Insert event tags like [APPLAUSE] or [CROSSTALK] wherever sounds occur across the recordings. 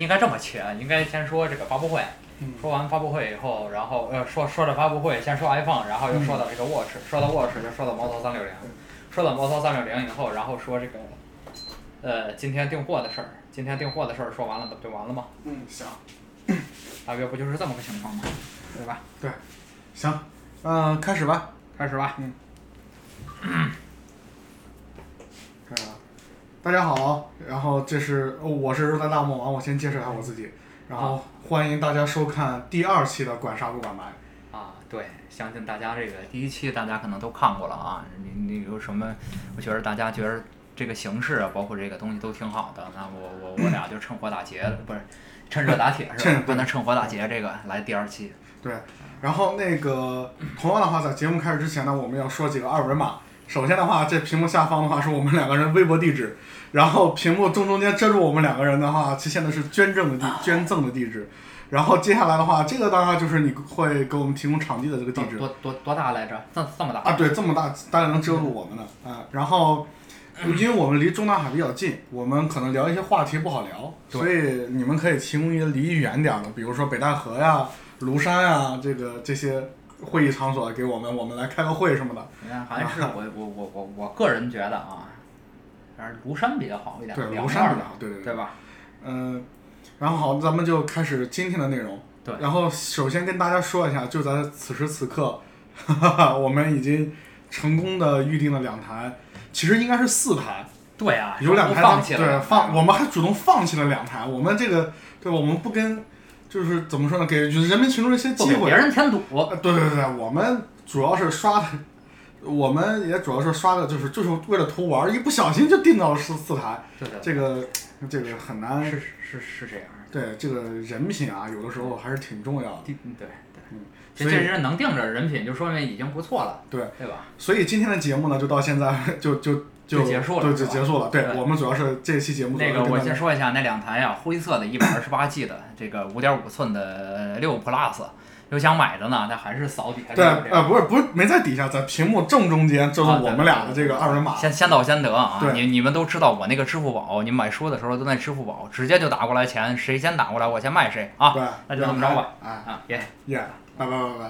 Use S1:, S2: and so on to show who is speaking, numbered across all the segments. S1: 应该这么切，啊应该先说这个发布会，
S2: 嗯
S1: 说完发布会以后，然后呃说说着发布会，先说 iPhone，然后又说到这个 Watch，、说到 Watch 就说到摩托三六零，说到摩托三六零以后，然后说这个，呃今天订货的事儿，今天订货的事儿说完了不就完了吗？
S2: 嗯，行
S1: 大约不就是这么个情况吗？对吧？
S2: 行，嗯、开始吧。
S1: 开始吧。
S2: 开始吧。啊大家好，然后这是哦我是肉蛋大魔王，我先介绍一下我自己，然后欢迎大家收看第二期的《管杀不管埋》。
S1: 啊，对，相信大家这个第一期大家可能都看过了啊。你你有什么？我觉得大家觉得这个形式啊，包括这个东西都挺好的。那我我我俩就趁火打劫了，不是趁热打铁是吧
S2: 趁？
S1: 不能趁火打劫这个来第二期。
S2: 对，然后那个同样的话，在节目开始之前呢，我们要说几个二维码。首先的话，这屏幕下方的话是我们两个人微博地址，然后屏幕正中间遮住我们两个人的话，其现在是捐赠的地捐赠的地址。然后接下来的话，这个当然就是你会给我们提供场地的这个地
S1: 多
S2: 址。
S1: 多多多大来着？这这么大？
S2: 啊，对，这么大大概能遮住我们的啊、然后，因为我们离中南海比较近，我们可能聊一些话题不好聊，
S1: 对
S2: 所以你们可以提供一些离远点儿的，比如说北戴河呀、庐山呀，这个这些会议场所给我们，我们来开个会什么的。
S1: 你看，好像是我我我我我个人觉得啊，还是庐山比较好一点，
S2: 对，
S1: 两面儿
S2: 庐山比较
S1: 的
S2: 好，对对对
S1: 对，吧？
S2: 嗯、然后好，咱们就开始今天的内容。
S1: 对
S2: 然后首先跟大家说一下，就在此时此刻， [LAUGHS] 哈哈哈，我们已经成功的预定了两台，其实应该是四台。
S1: 对啊，
S2: 有两台
S1: 放弃了，
S2: 对放，我们还主动放弃了两台。我们这个，对吧？我们不跟，就是怎么说呢？给就是人民群众一些
S1: 不
S2: 机
S1: 给
S2: 会
S1: 别。人添堵。
S2: 呃对对对，我们主要是刷的，我们也主要是刷的，就是就是为了图玩儿，一不小心就订到了四四台，
S1: 对对
S2: 这个这个很难。
S1: 对，是是是这样。
S2: 对这个人品啊，有的时候还是挺重要的。
S1: 对对
S2: 嗯，
S1: 其
S2: 所
S1: 实
S2: 以
S1: 这人能定着人品，就说明已经不错了，
S2: 对，
S1: 对吧？
S2: 所以今天的节目呢，就到现在就就就
S1: 就结束了
S2: 对，
S1: 是
S2: 就
S1: 吧
S2: 结束了。对
S1: 对
S2: 我们主要是这期节目主要
S1: 那
S2: 是
S1: 个
S2: 跟
S1: 我
S2: 大家
S1: 先说一下那两台啊，灰色的1 2 8 G 的，这个5.5寸的六 Plus，有想买的呢，那还是扫底下
S2: 对，
S1: 这个。
S2: 呃，不是不是，没在底下，在屏幕正中间，这是
S1: 啊
S2: 我们俩的这个二维码。
S1: 先先到先得啊！
S2: 对
S1: 你你们都知道我那个支付宝，你买书的时候都在支付宝，直接就打过来钱，谁先打过来我先卖谁啊！
S2: 对，
S1: 那就这么着吧。
S2: 哎，
S1: 啊，别
S2: 耶，拜拜拜拜。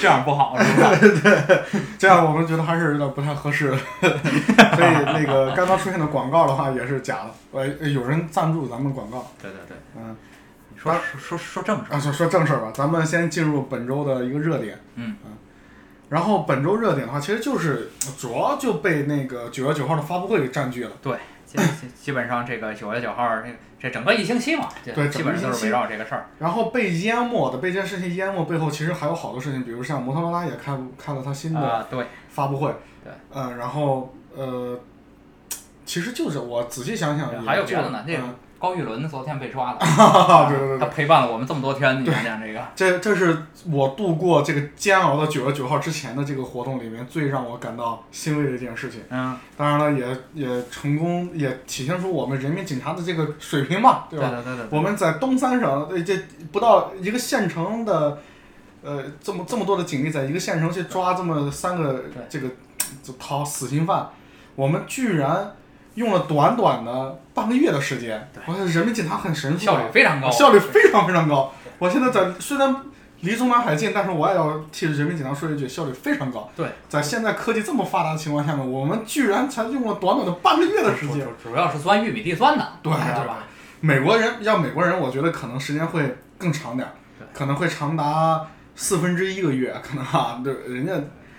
S1: 这样不好是
S2: [LAUGHS]
S1: 吧？
S2: 这样我们觉得还是有点不太合适， [LAUGHS] 所以那个刚刚出现的广告的话也是假的。呃，有人赞助咱们广告，
S1: 对对对，
S2: 嗯，
S1: 你说说说说正事儿
S2: 啊，说说正事儿吧，咱们先进入本周的一个热点。
S1: 嗯
S2: 然后本周热点的话，其实就是主要就被那个九月九号的发布会给占据了。
S1: 对，基基基本上这个九月九号儿，这这整个一星期嘛，这
S2: 对
S1: 基
S2: 整
S1: 本
S2: 个一
S1: 上
S2: 星
S1: 都是围
S2: 期
S1: 绕这个事儿。
S2: 然后被淹没的，被这件事情淹没背后，其实还有好多事情，比如像摩托罗拉也开开了它新的
S1: 啊，对，
S2: 发布会，
S1: 对，
S2: 嗯，然后呃，其实就是我仔细想想，
S1: 还有
S2: 也就
S1: 别的呢那个
S2: 嗯
S1: 高玉伦昨天被抓了，
S2: [LAUGHS] 对对对
S1: 他陪伴了我们这么多天，你想想这个，
S2: 这这是我度过这个煎熬的九月九号之前的这个活动里面最让我感到欣慰的一件事情。
S1: 嗯，
S2: 当然了也，也成功也体现出我们人民警察的这个水平吧，对
S1: 对
S2: 吧？
S1: 对对对，
S2: 我们在东三省，呃，这不到一个县城的，呃，这么这么多的警力，在一个县城去抓这么三个
S1: 对
S2: 这个这逃死刑犯，我们居然用了短短的半个月的时间
S1: 对，
S2: 我觉得人民警察很神速啊，
S1: 效率非常高，
S2: 效率非常非常高。我现在在虽然离中南海近，但是我也要替人民警察说一句，效率非常高。
S1: 对，
S2: 在现在科技这么发达的情况下呢，我们居然才用了短短的半个月的时
S1: 主
S2: 间。
S1: 主主要是钻玉米地钻的，
S2: 对
S1: 对
S2: 对
S1: 吧？
S2: 美国人要美国人，我觉得可能时间会更长点儿
S1: 对，
S2: 可能会长达四分之一个月，可能啊， [LAUGHS] 对，人家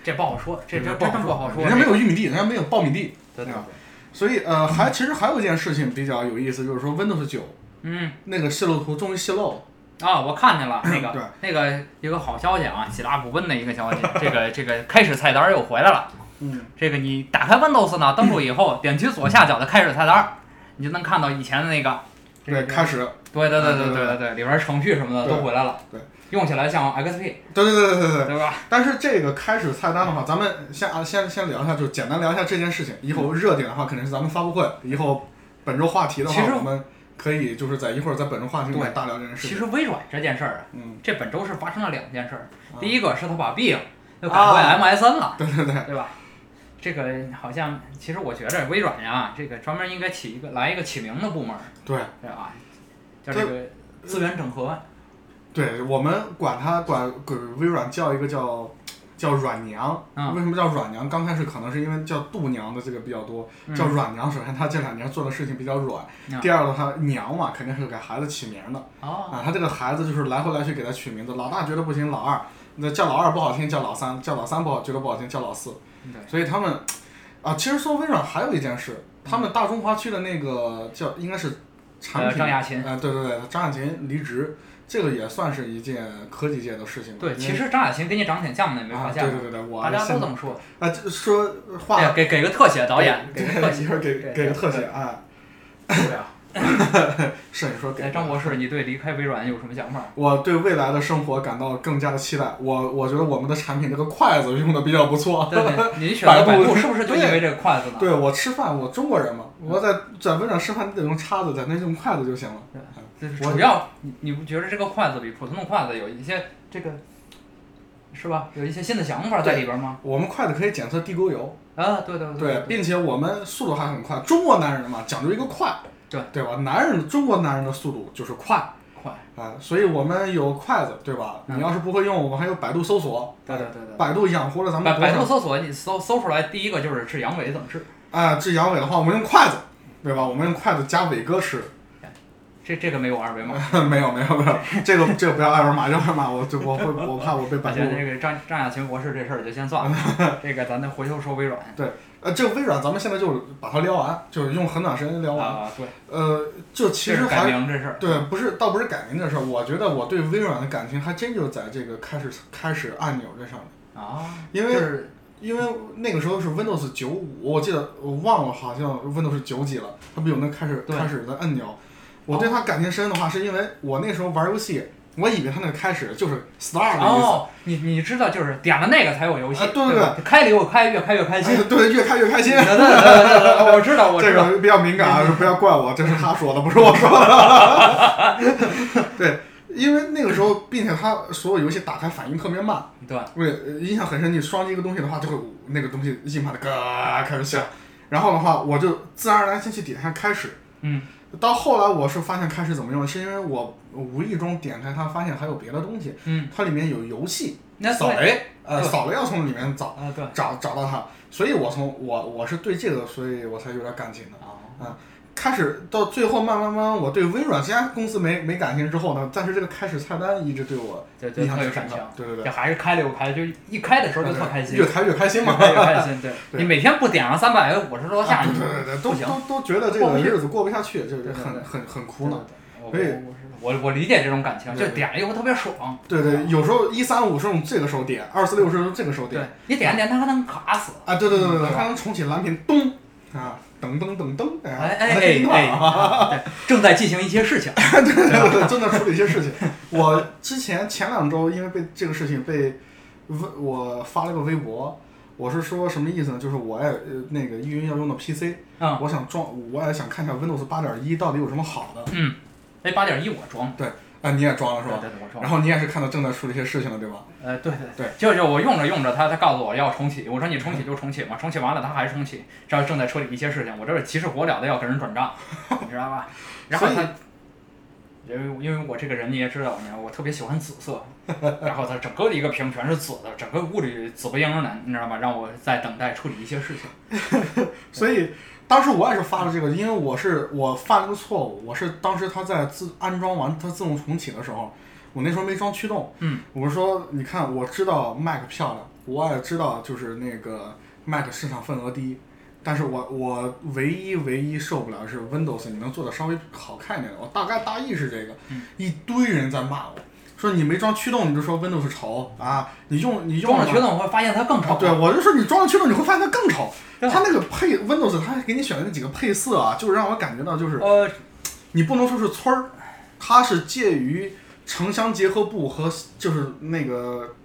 S1: 这不好说，这这
S2: 人
S1: 不
S2: 家
S1: 好说，不好哦说，
S2: 人家没有玉米地，人家没有苞米地，
S1: 对对对，
S2: 所以呃，还其实还有一件事情比较有意思，就是说 Windows 九
S1: 嗯
S2: 那个泄露图终于泄露了，
S1: 啊，我看见
S2: [LAUGHS]
S1: 了那
S2: 对
S1: 个那个一个好消息啊，喜大普奔的一个消息， [LAUGHS] 这个这个开始菜单又回来了。
S2: 嗯，
S1: 这个你打开 Windows 呢，登录以后，点击左下角的开始菜单儿，你就能看到以前的那个。嗯
S2: 对，开始，
S1: 对对对
S2: 嗯
S1: 对
S2: 对
S1: 对对对，里边儿程序什么的
S2: 对
S1: 都回来了，
S2: 对，
S1: 用起来像 XP，
S2: 对对对对对对，
S1: 对吧？
S2: 但是这个开始菜单的话，咱们先啊先先聊一下，就简单聊一下这件事情。以
S1: 嗯
S2: 后热点的话，肯定是咱们发布会。以后本周话题的
S1: 其实
S2: 话，我们可以就是在一会儿在本周话题里面
S1: 对
S2: 大聊这件事
S1: 其
S2: 情。
S1: 实微软这件事儿啊，
S2: 嗯，
S1: 这本周是发生了两件事儿
S2: 啊，
S1: 第一个是他把 Bing 又改回 MSN 了，
S2: 对对对，
S1: 对吧？这个好像，其实我觉着微软呀，这个专门应该起一个来一个起名的部门，
S2: 对
S1: 对吧？叫这个资源整合。
S2: 对，我们管它管给微软叫一个叫叫软娘，
S1: 嗯
S2: 为什么叫软娘？刚开始可能是因为叫度娘的这个比较多，
S1: 嗯
S2: 叫软娘。首先，她这两年做的事情比较软，
S1: 嗯
S2: 第二个话，娘嘛，肯定是给孩子起名的。
S1: 哦，
S2: 啊，他这个孩子就是来回来去给他取名字，老大觉得不行，老二那叫老二不好听，叫老三，叫老三不好觉得不好听，叫老四。
S1: 对，
S2: 所以他们啊，其实说微软还有一件事，他们大中华区的那个叫应该是产
S1: 嗯呃，
S2: 品，
S1: 张
S2: 啊、
S1: 亚勤。
S2: 对对对，张亚勤离职，这个也算是一件科技界的事情吧。
S1: 对，
S2: 因为
S1: 其实张亚勤跟你长得挺像的，你没
S2: 啊，
S1: 发
S2: 对
S1: 现
S2: 对
S1: 吗？
S2: 对对，我
S1: 大家
S2: 现
S1: 都这么说。
S2: 啊，这说话
S1: 对，给给个特写，导演 [LAUGHS]
S2: 对
S1: 给个特
S2: 一
S1: 写。
S2: 会儿给
S1: 对
S2: 给个
S1: 对
S2: 特写，哎，
S1: 受不了。
S2: 摄影说给
S1: 哎，张博士，你对离开微软有什么想法？
S2: 我对未来的生活感到更加的期待。我我觉得我们的产品这个筷子用的比较不错。
S1: 对
S2: [LAUGHS]
S1: 对，您选择
S2: 哦百
S1: 百
S2: 度
S1: 度是不是就因为这个筷子呢？
S2: 对我吃饭，我中国人嘛，我在在微软吃饭，你得用叉子，在那用筷子就行了。
S1: 就是
S2: 我
S1: 主要你你不觉得这个筷子比普通的筷子有一些这个，是吧？有一些新的想法在里边吗？
S2: 我们筷子可以检测地沟油，
S1: 啊，对对
S2: 对，
S1: 对
S2: 并且我们速度还很快。中国男人嘛，讲究一个快，
S1: 对
S2: 对吧？男人中国男人的速度就是快啊、
S1: 快，
S2: 所以我们有筷子，对吧？
S1: 嗯
S2: 你要是不会用，我们还有百度搜索，
S1: 对对对对。
S2: 百度养活了咱们
S1: 百
S2: 多
S1: 百
S2: 少
S1: 度搜索，你搜搜出来第一个就是吃阳痿怎么治，
S2: 啊？治阳痿的话，我们用筷子，对吧？我们用筷子加伟哥吃， [LAUGHS]
S1: 这这个没有二维码。
S2: 没有没有没有，这个这个不要二维码，要二维码我就
S1: [LAUGHS]
S2: 我会我怕我被
S1: 我
S2: 百度
S1: 觉。得这个张张亚勤博士这事儿就先算
S2: [LAUGHS]
S1: 了，这个咱再回头说微软。
S2: 呃，这个微软咱们现在就是把它聊完，就是用很短时间聊完。
S1: 啊，对，
S2: 呃，就其
S1: 这
S2: 实
S1: 是改
S2: 还
S1: 名这事儿。
S2: 对，不是倒不是改名这事儿，我觉得我对微软的感情还真就在这个开始开始按钮这上面，
S1: 啊，
S2: 因
S1: 就
S2: 为
S1: 是
S2: 因为那个时候是 Windows 九五，我记得我忘了，好像 Windows 九几了，它不有那开始
S1: 对哦
S2: 开始的按钮。我对它感情深的话，是因为我那时候玩游戏，我以为它那个开始就是 star 的意思。
S1: 哦，你你知道，就是点了那个才有游戏，
S2: 啊对对
S1: 吧开了又开，越开越开
S2: [LAUGHS]
S1: 心。
S2: 哎对，越看越开心。
S1: 对对对对对，我知嗯道，我
S2: 这
S1: 知道。嗯
S2: 个比较敏感啊，不要怪我，这是他说的，不是我说的。 [LAUGHS] 对，因为那个时候，并且他所有游戏打开反应特别慢，
S1: 对，
S2: 对，呃印象很深。你双击一个东西的话，就会那个东西硬盘的嘎开始响，然后的话，我就自然而然先去点开开始。
S1: 嗯，
S2: 到后来我是发现开始怎么用，是因为我无意中点开它，发现还有别的东西，
S1: 嗯，
S2: 它里面有游戏
S1: 那
S2: 扫
S1: 对
S2: 雷，呃，
S1: 对
S2: 扫雷要从里面找
S1: 啊对
S2: 找找到它，所以我从我我是对这个，所以我才有点感情的。
S1: 啊，
S2: 开始到最后，慢慢慢慢，我对微软这家公司没没感情之后呢，但是这个开始菜单一直对我
S1: 对对
S2: 印象
S1: 特有
S2: 很
S1: 感
S2: 深
S1: 情
S2: 刻。。对对对
S1: 这，还是开了又开，就一开的时候就特开心，
S2: 越开越开心
S1: 越 [LAUGHS]
S2: 嘛。
S1: 开越开心。对，
S2: 对
S1: 你每天不点上三百五十多下，
S2: 啊
S1: 你
S2: 对对对，
S1: 不
S2: 都
S1: 行。
S2: 都都觉得这
S1: 过不
S2: 个
S1: 去
S2: 日子过不下去，就是
S1: 对对
S2: 很
S1: 对
S2: 很很苦恼。
S1: 我
S2: 所以
S1: 我我我理解这种感情，
S2: 对哦
S1: 就
S2: 对
S1: 点了以后特别爽。
S2: 对对，有时候一三五是用这个时候点，二四六是用这个时候
S1: 对
S2: 点。
S1: 你点着点着它还能卡死。
S2: 啊，对对对对对，
S1: 对吧
S2: 它能重启蓝屏，咚啊，噔噔噔噔，
S1: 哎
S2: 哎
S1: 哎哎
S2: 哎
S1: 哎啊，对正在进行一些事情。
S2: [LAUGHS] 对对对
S1: [LAUGHS]
S2: 对，正在处理一些事情。我之前前两周因为被这个事情被微，我发了个微博，我是说什么意思呢？就是我也呃那个运营要用的 PC，
S1: 嗯
S2: 我想装，我也想看一下 Windows 八点一到底有什么好的。
S1: 嗯，哎，八点一我装，
S2: 啊，你也装了是吧？
S1: 对对，对我装。
S2: 然后你也是看到正在处理一些事情了，对吧？
S1: 呃，对对
S2: 对，
S1: 就是我用着用着，他他告诉我要重启，我说你重启就重启嘛，重启完了他还重启，这正在处理一些事情，我这是急赤火燎的要给人转 [LAUGHS] 账，你知道吧？然后
S2: 所以
S1: 他，因为因为我这个人你也知道，我特别喜欢紫色，然后他整个的一个屏全是紫的，整个屋里紫不盈的，你知道吧？让我在等待处理一些事情。
S2: 所以当时我也是发了这个，因为我是我犯了个错误，我是当时它在自安装完它自动重启的时候，我那时候没装驱动，
S1: 嗯，
S2: 我是说你看我知道 Mac 漂亮，我也知道就是那个 Mac 市场份额低，但是我我唯一唯一受不了是 Windows 你能做的稍微好看一点的，我大概大意是这个，
S1: 嗯
S2: 一堆人在骂我。说你没装驱动，你就说 Windows 丑啊！你用你用
S1: 装了
S2: 吧
S1: 驱动会发现它更
S2: 啊
S1: 丑，，
S2: 对，我就说你装了驱动，你会发现它更丑。
S1: 对
S2: 它那个配 Windows，它给你选的那几个配色啊，就是让我感觉到就是
S1: 呃，
S2: 你不能说是村儿，它是介于城乡结合部和就是那个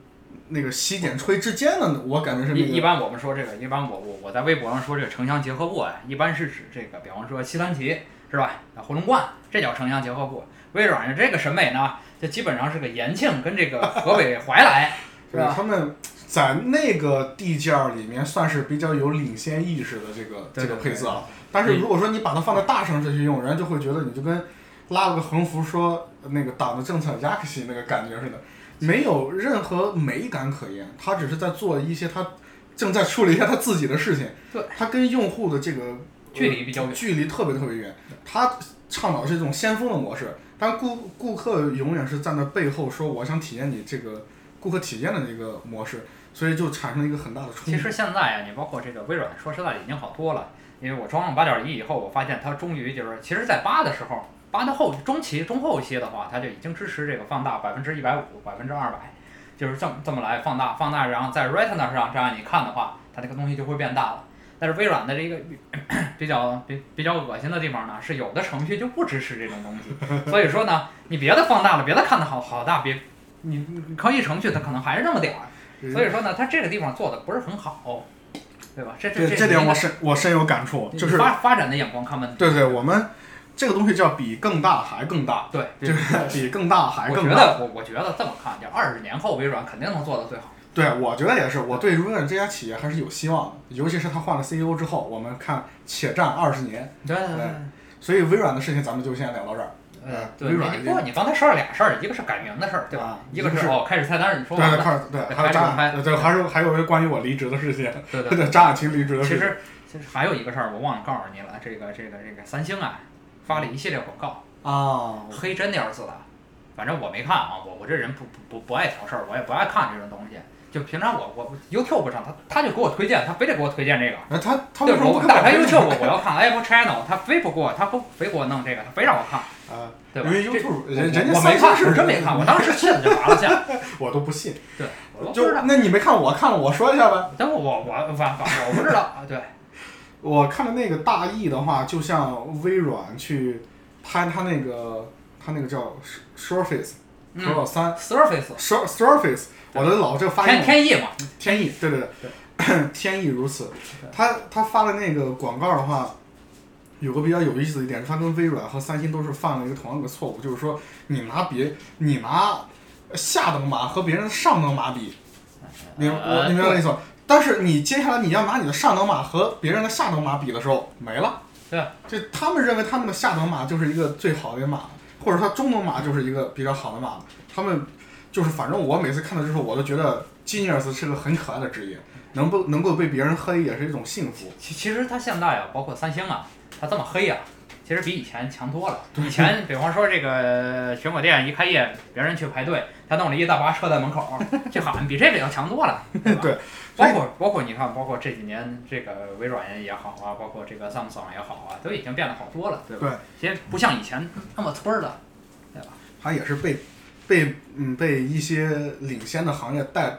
S2: 那个洗剪吹之间的，我感觉是
S1: 一
S2: 那
S1: 一
S2: 个。
S1: 般我们说这个，一般我我我在微博上说这个城乡结合部啊，一般是指这个，比方说西三旗是吧？啊回龙观这叫城乡结合部。微软的
S2: [LAUGHS]
S1: 这个审美呢，就基本上是个延庆跟这个河北怀来，是
S2: 对
S1: 吧？
S2: 他们在那个地界儿里面算是比较有领先意识的这个
S1: 对对
S2: 这
S1: 对
S2: 个
S1: 嗯
S2: 配色啊。但是如果说你把它放在大城市去用，人家就会觉得你就跟拉了个横幅说那个党的政策 Yaxi 那个感觉似的，没有任何美感可言，他只是在做一些他正在处理一下他自己的事情。
S1: 对，
S2: 他跟用户的这个
S1: 距离比较远
S2: 距离特别特别远。他倡导是一种先锋的模式，但顾顾客永远是站在背后说我想体验你这个顾客体验的这个模式，所以就产生了一个很大的冲
S1: 其
S2: 突
S1: 实。现在啊，你包括这个微软，说实在已经好多了。因为我装上八点一以后，我发现它终于就是，其实，在八的时候，八的后中期、中后期的话，它就已经支持这个放大百分之一百五、百分之二百，就是这么这么来放大、放大，然后在 Retina 上这样你看的话，它这个东西就会变大了。但是微软的这个 [CLEARS THROAT] 比较比比较恶心的地方呢，是有的程序就不支持这种东西，所以说呢，你别的放大了，别的看的好好大，别你你靠一程序它可能还是那么点儿，所
S2: 嗯
S1: 以说呢，它这个地方做的不是很好，对吧？这
S2: 对
S1: 这
S2: 这点我
S1: 是
S2: 深我深有感触，
S1: 你
S2: 就是
S1: 发发展的眼光看问题。
S2: 对对，我们这个东西叫比更大还更大，
S1: 对，
S2: 就是比更大还
S1: 我
S2: 更
S1: 觉
S2: 大。
S1: 得我我觉得这么看，就二十年后微软肯定能做到最好。
S2: 对，我觉得也是，我对微软这家企业还是有希望的，尤其是他换了 CEO 之后，我们看且战二十年。
S1: 对对
S2: 对所以微软的事情咱们就先聊到这儿。
S1: 呃，
S2: 微
S1: 对，
S2: 软
S1: 你不过你刚才说了俩事儿，一个是改名的事儿，对吧？
S2: 啊
S1: 一个
S2: 一个
S1: 是
S2: 是
S1: 哦，开始菜单你说
S2: 对
S1: 完
S2: 对，
S1: 了，
S2: 快儿对，还
S1: 还
S2: 有
S1: 是
S2: 张
S1: 还
S2: 对对，还是还有一个关于我离职的事情，
S1: 对对。
S2: 对张亚勤离职的
S1: 其
S2: 事情
S1: 实其实还有一个事儿，我忘了告诉你了，这个这个这个三星啊，发了一系列广告，
S2: 啊，
S1: 黑真的要是字的，反正我没看啊，我我这人不不不不爱挑事儿，我也不爱看这种东西。就平常我我 YouTube 上他他就给我推荐，他非得给我推荐这个。
S2: 那他他为
S1: 对，
S2: 什么
S1: 我
S2: 不
S1: 打开
S2: 给我
S1: YouTube 我要看 Apple Channel，他非不给我，他不非给我弄这个，他非让我看，
S2: [LAUGHS] 啊？
S1: 对吧？
S2: 因为
S1: 这
S2: YouTube
S1: 我
S2: 人人家
S1: 我没
S2: 三
S1: 看，
S2: 星
S1: 我
S2: 是
S1: 真没看，我当时气的就拔了线，
S2: 我都不信。
S1: 对，我都不
S2: 就
S1: 知道。
S2: 那你没看我看了，我说一下呗。
S1: 但我我我反反我不知道啊，对，
S2: 我看的那个大意的话，就像微软去拍它那个它那个叫 Surface
S1: 嗯
S2: Pro 三
S1: ，Surface
S2: Sur Surface，我的老这发音
S1: 天天意嘛，
S2: 天意，对对对，天意如此。他他发的那个广告的话，有个比较有意思的一点，他跟微软和三星都是犯了一个同样的错误，就是说你拿别你拿下等码和别人的上等码比，明我
S1: 呃
S2: 你明白我意思吗？但是你接下来你要拿你的上等码和别人的下等码比的时候，没了。
S1: 对，啊
S2: 就他们认为他们的下等码就是一个最好的码，或者说中等码就是一个比较好的码，他们就是反正我每次看到之后，我都觉得 genius 是个很可爱的职业，能不能够被别人黑也是一种幸福。
S1: 其其实它现在啊，包括三星啊，它这么黑啊，其实比以前强多了。以前比方说这个苹果店一开业，别人去排队，他弄了一大巴车在门口儿
S2: [LAUGHS]
S1: 去喊，比这个要强多了，对吧？
S2: 对哎
S1: 包括包括你看，包括这几年这个微软也好啊，包括这个 Samsung 也好啊，都已经变得好多了，对吧？
S2: 对，
S1: 其实不像以前那么村儿了，对吧？
S2: 他也是被被嗯被一些领先的行业带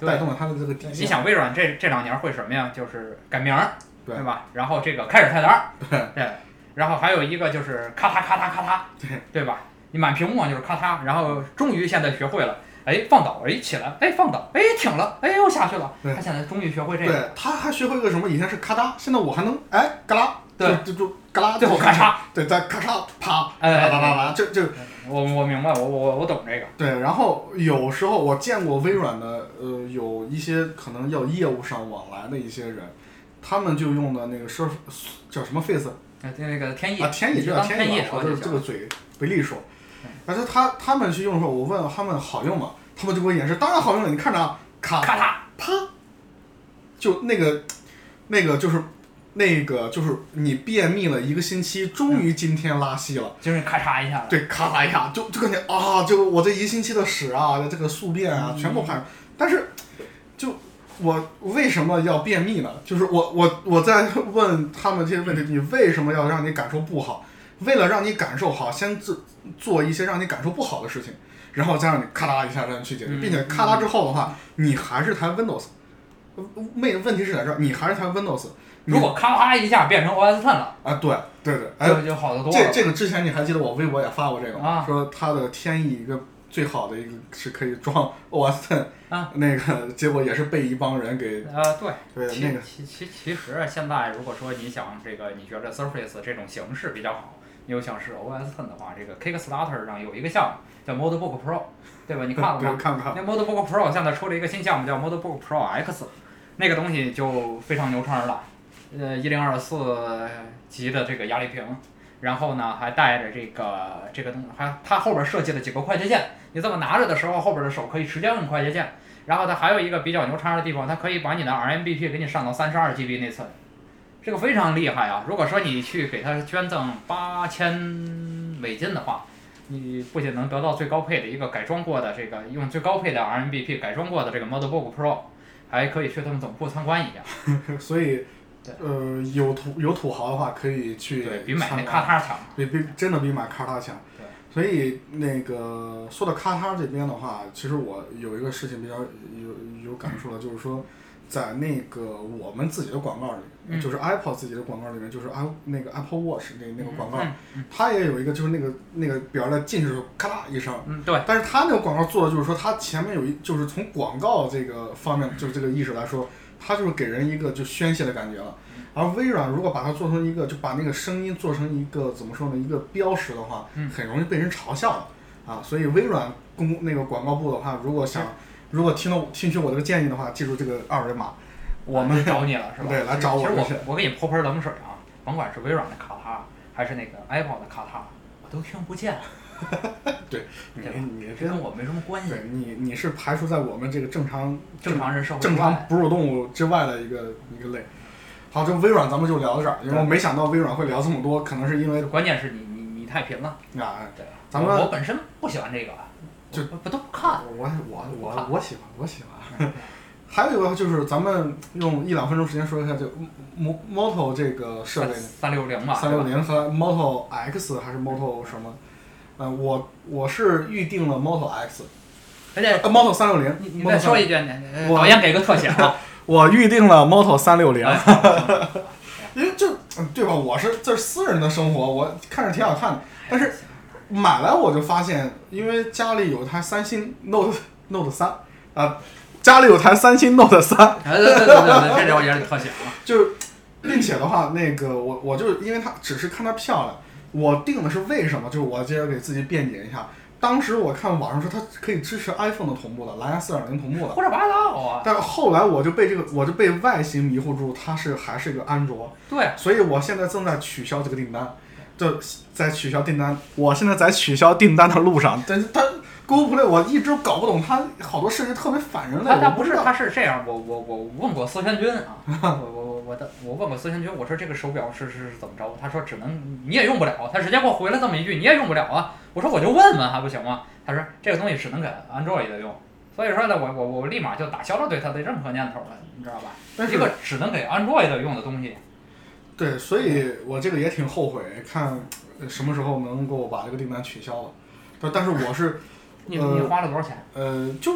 S1: 对
S2: 带动了他的这个底
S1: 你
S2: 线。
S1: 想微软这这两年会什么呀？就是改名儿，
S2: 对
S1: 吧？然后这个开始菜单儿，
S2: [LAUGHS] 对
S1: 对，然后还有一个就是咔嗒咔嗒咔嗒，
S2: 对
S1: 对吧？你满屏幕就是咔嗒，然后终于现在学会了，哎，放倒，哎，起来，哎，放倒，哎，挺了，哎，又下去了。
S2: 对
S1: 他现在终于学会这个，
S2: 对，他还学会个什么？以前是咔嗒，现在我还能哎嘎啦，
S1: 对
S2: 就就就嘎啦，
S1: 最后咔
S2: 嚓，
S1: 嚓，
S2: 对，再咔嚓啪，
S1: 哎
S2: 啪
S1: 哎
S2: 啪啪啪，这这
S1: 我我明白，我我我懂这个，
S2: 对。然后有时候我见过微软的呃有一些可能要业务上往来的一些人，他们就用的那个 Surf 叫什么 Face
S1: 那那个天意
S2: 啊，天
S1: 你
S2: 意
S1: 就
S2: 这叫
S1: 当
S2: 天
S1: 意
S2: 意吧，
S1: 说
S2: 我这
S1: 就
S2: 个这
S1: 行
S2: 个
S1: 了。
S2: 嘴为利说。
S1: 嗯
S2: 然后他他们去用的时候，我问他们好用吗？他们就给我演示，当然好用了，你看着啊，咔
S1: 咔嚓，
S2: 啪，就那个，那个就是，那个就是你便秘了一个星期，终
S1: 嗯
S2: 于今天拉稀了，
S1: 就是咔嚓一下子，
S2: 对，咔嚓一下，就就感觉啊，就我这一星期的屎啊，这个宿便啊，全部排。但是，就我为什么要便秘呢？就是我我我在问他们这些问题，你为什么要让你感受不好？为了让你感受好，先做做一些让你感受不好的事情，然后再让你咔啦一下让你去解决，
S1: 嗯
S2: 并且咔啦之后的话，你还是台 Windows。问嗯问题是在这儿，你还是台 Windows 你
S1: 如果咔嚓一下变成 OS Ten 了，
S2: 啊？对对对，哎，
S1: 就就好得多
S2: 这
S1: 了。
S2: 这个之前你还记得我微博也发过这个吗？
S1: 啊
S2: 说它的天意一个最好的一个是可以装 [LAUGHS] OS Ten，、
S1: 啊、
S2: 那个结果也是被一帮人给
S1: 呃，对。
S2: 对
S1: 其啊
S2: 那个
S1: 其其其实啊现在如果说你想这个，你觉得 Surface 这种形式比较好，你又想试 OS Ten 的话，这个 Kickstarter 上有一个项目叫 ModBook Pro，对吧？你看了
S2: 对，
S1: 吗？
S2: 看看，
S1: 那 ModBook Pro 现在出了一个新项目叫 ModBook Pro X，那个东西就非常牛叉了，呃，一零二四级的这个压力屏，然后呢还带着这个这个东还它后边设计了几个快捷键，你这么拿着的时候，后边的手可以直接摁快捷键。然后它还有一个比较牛叉的地方，它可以把你的 RMBP 给你上到三十二 GB 内存，这个非常厉害啊！如果说你去给它捐赠八千美金的话，你不仅能得到最高配的一个改装过的这个用最高配的 RMBP 改装过的这个 ModBook Pro，还可以去他们总部参观一下。
S2: [LAUGHS] 所以
S1: 对，
S2: 呃，有土有土豪的话可以去
S1: 对比买那
S2: 参观
S1: 咔嚓强。
S2: 比比真的比买卡塔强。
S1: 对
S2: 所以那个说到卡塔这边的话，其实我有一个事情比较有有感触了，就是说，在那个我们自己的广告里，
S1: 嗯
S2: 就是 Apple 自己的广告里面，就是 Apple 那个 Apple Watch 那那个广告，
S1: 嗯
S2: 它也有一个就是那个那个表在进去的时候咔嗒一声。
S1: 嗯，对，
S2: 但是它那个广告做的就是说，它前面有一就是从广告这个方面，就是这个意识来说，它就是给人一个就宣泄的感觉了。
S1: 嗯
S2: 而微软如果把它做成一个，就把那个声音做成一个怎么说呢，一个标识的话
S1: 嗯，
S2: 很容易被人嘲笑的啊。所以微软公那个广告部的话，如果想如果听到听取我这个建议的话，记住这个二维码。我们
S1: 来找你了是吧？
S2: 对来找我
S1: 其实
S2: 们
S1: 其实我我给你泼盆冷水啊，甭管是微软的咔嚓还是那个 Apple 的咔嚓，我都听不见，对吧
S2: 你你
S1: 这跟
S2: 跟
S1: 我没什么关系。
S2: 对你你是排除在我们这个正常
S1: 正常人社会
S2: 正
S1: 观
S2: 常哺乳动物之外的一个一个类。好，这微软咱们就聊到这儿，因为我没想到微软会聊这么多，可能是因为
S1: 关键是你你你太贫了，
S2: 啊，
S1: 对吧？
S2: 咱们
S1: 我我本身不喜欢这个，啊
S2: 就
S1: 我不都不看。
S2: 我我我我我喜欢我喜欢。 [LAUGHS] 还有一个就是咱们用一两分钟时间说一下这 Mo Moto 这个设备，
S1: 三六零吧，
S2: 三六零和 Moto X 还是 Moto 什么？呃，我我是预定了 Moto X，
S1: 对吧。而且
S2: 呃，Moto 三六零
S1: 你你再
S2: ，Moto
S1: 说
S2: 三，
S1: 一句，你
S2: 我
S1: 导演给个特写啊！
S2: 我预定了 Moto 三六零。
S1: 哎
S2: 因为这嗯对吧？我是这是私人的生活，我看着挺好看的，但是买来我就发现，因为家里有台三星 Note Note 三啊，家里有台三星 Note 三，
S1: 哎 [LAUGHS] 对对对对，对，这种也是特写啊。
S2: 就是并且的话，那个我我就因为它只是看它漂亮，我定的是为什么？就是我接着给自己辩解一下，当时我看网上说它可以支持 iPhone 的同步的，蓝牙四点零同步的。
S1: 胡说八道啊！
S2: 但后来我就被这个，我就被外形迷惑住，它是还是一个安卓，
S1: 对，
S2: 所以我现在正在取消这个订单，这在取消订单，我现在在取消订单的路上。但是它 Google Play 我一直搞不懂，它好多设计特别反人类。
S1: 他他
S2: 我
S1: 不
S2: 知
S1: 是
S2: 道
S1: 他是这样，我我我问过司天君 [LAUGHS] 啊，我我我我的我问过司天君，我说这个手表是是是怎么着？他说只能你也用不了，他直接给我回了这么一句，你也用不了啊。我说我就问问还不行吗？他说这个东西只能给 Android 的用，所以说呢，我我我立马就打消了对它的任何念头了，你知道吧？
S2: 但
S1: 一
S2: 是
S1: 个只能给 Android 的用的东西，
S2: 对，所以我这个也挺后悔，看呃什么时候能够把这个订单取消了。但但是我是
S1: 你
S2: 呃
S1: 你花了多少钱？哎
S2: 呃，就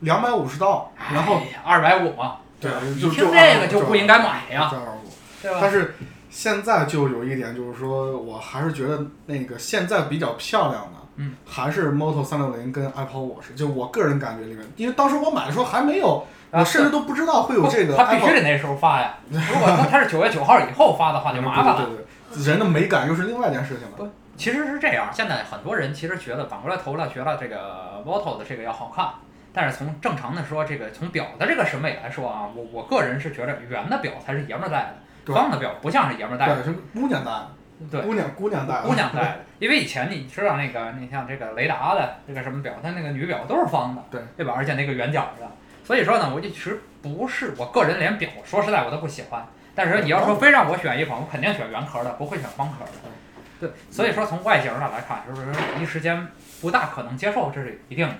S2: 两百五十刀，然后
S1: 二百五嘛，
S2: 对
S1: 吧
S2: 就
S1: 哎你
S2: 就
S1: 听
S2: 250
S1: 这个就不应该买呀，
S2: 这样
S1: 对吧？
S2: 但是现在就有一点，就是说我还是觉得那个现在比较漂亮的，
S1: 嗯，
S2: 还是 Moto 三六零跟 Apple Watch，就我个人感觉里面，因为当时我买的时候还没有，
S1: 啊
S2: 我甚至都不知道会有这个
S1: 他必须
S2: Apple。
S1: 得那时候发呀。如果说他是九月九号以后发的话，就麻烦
S2: 对
S1: 了。
S2: 对对，人的美感又是另外一件事情了。
S1: 其实是这样，现在很多人其实觉得反过来头了，觉得这个 Moto 的这个要好看。但是从正常的说，这个从表的这个审美来说啊，我我个人是觉得圆的表才是爷们儿戴的，
S2: 对
S1: 方的表不像是爷们儿戴的。
S2: 对，是姑娘戴的，
S1: 对，
S2: 姑娘姑娘戴的，
S1: 姑娘戴的，因为以前你知道那个，你像这个雷达的这个什么表，它那个女表都是方的，
S2: 对
S1: 对吧？而且那个圆角的，所以说呢，我就其实不是我个人连表，说实在我都不喜欢。但是说你要说非让我选一款，我肯定选圆壳的，不会选方壳的。对，所以说从外形上来看，是不是一时间不大可能接受，这是一定的，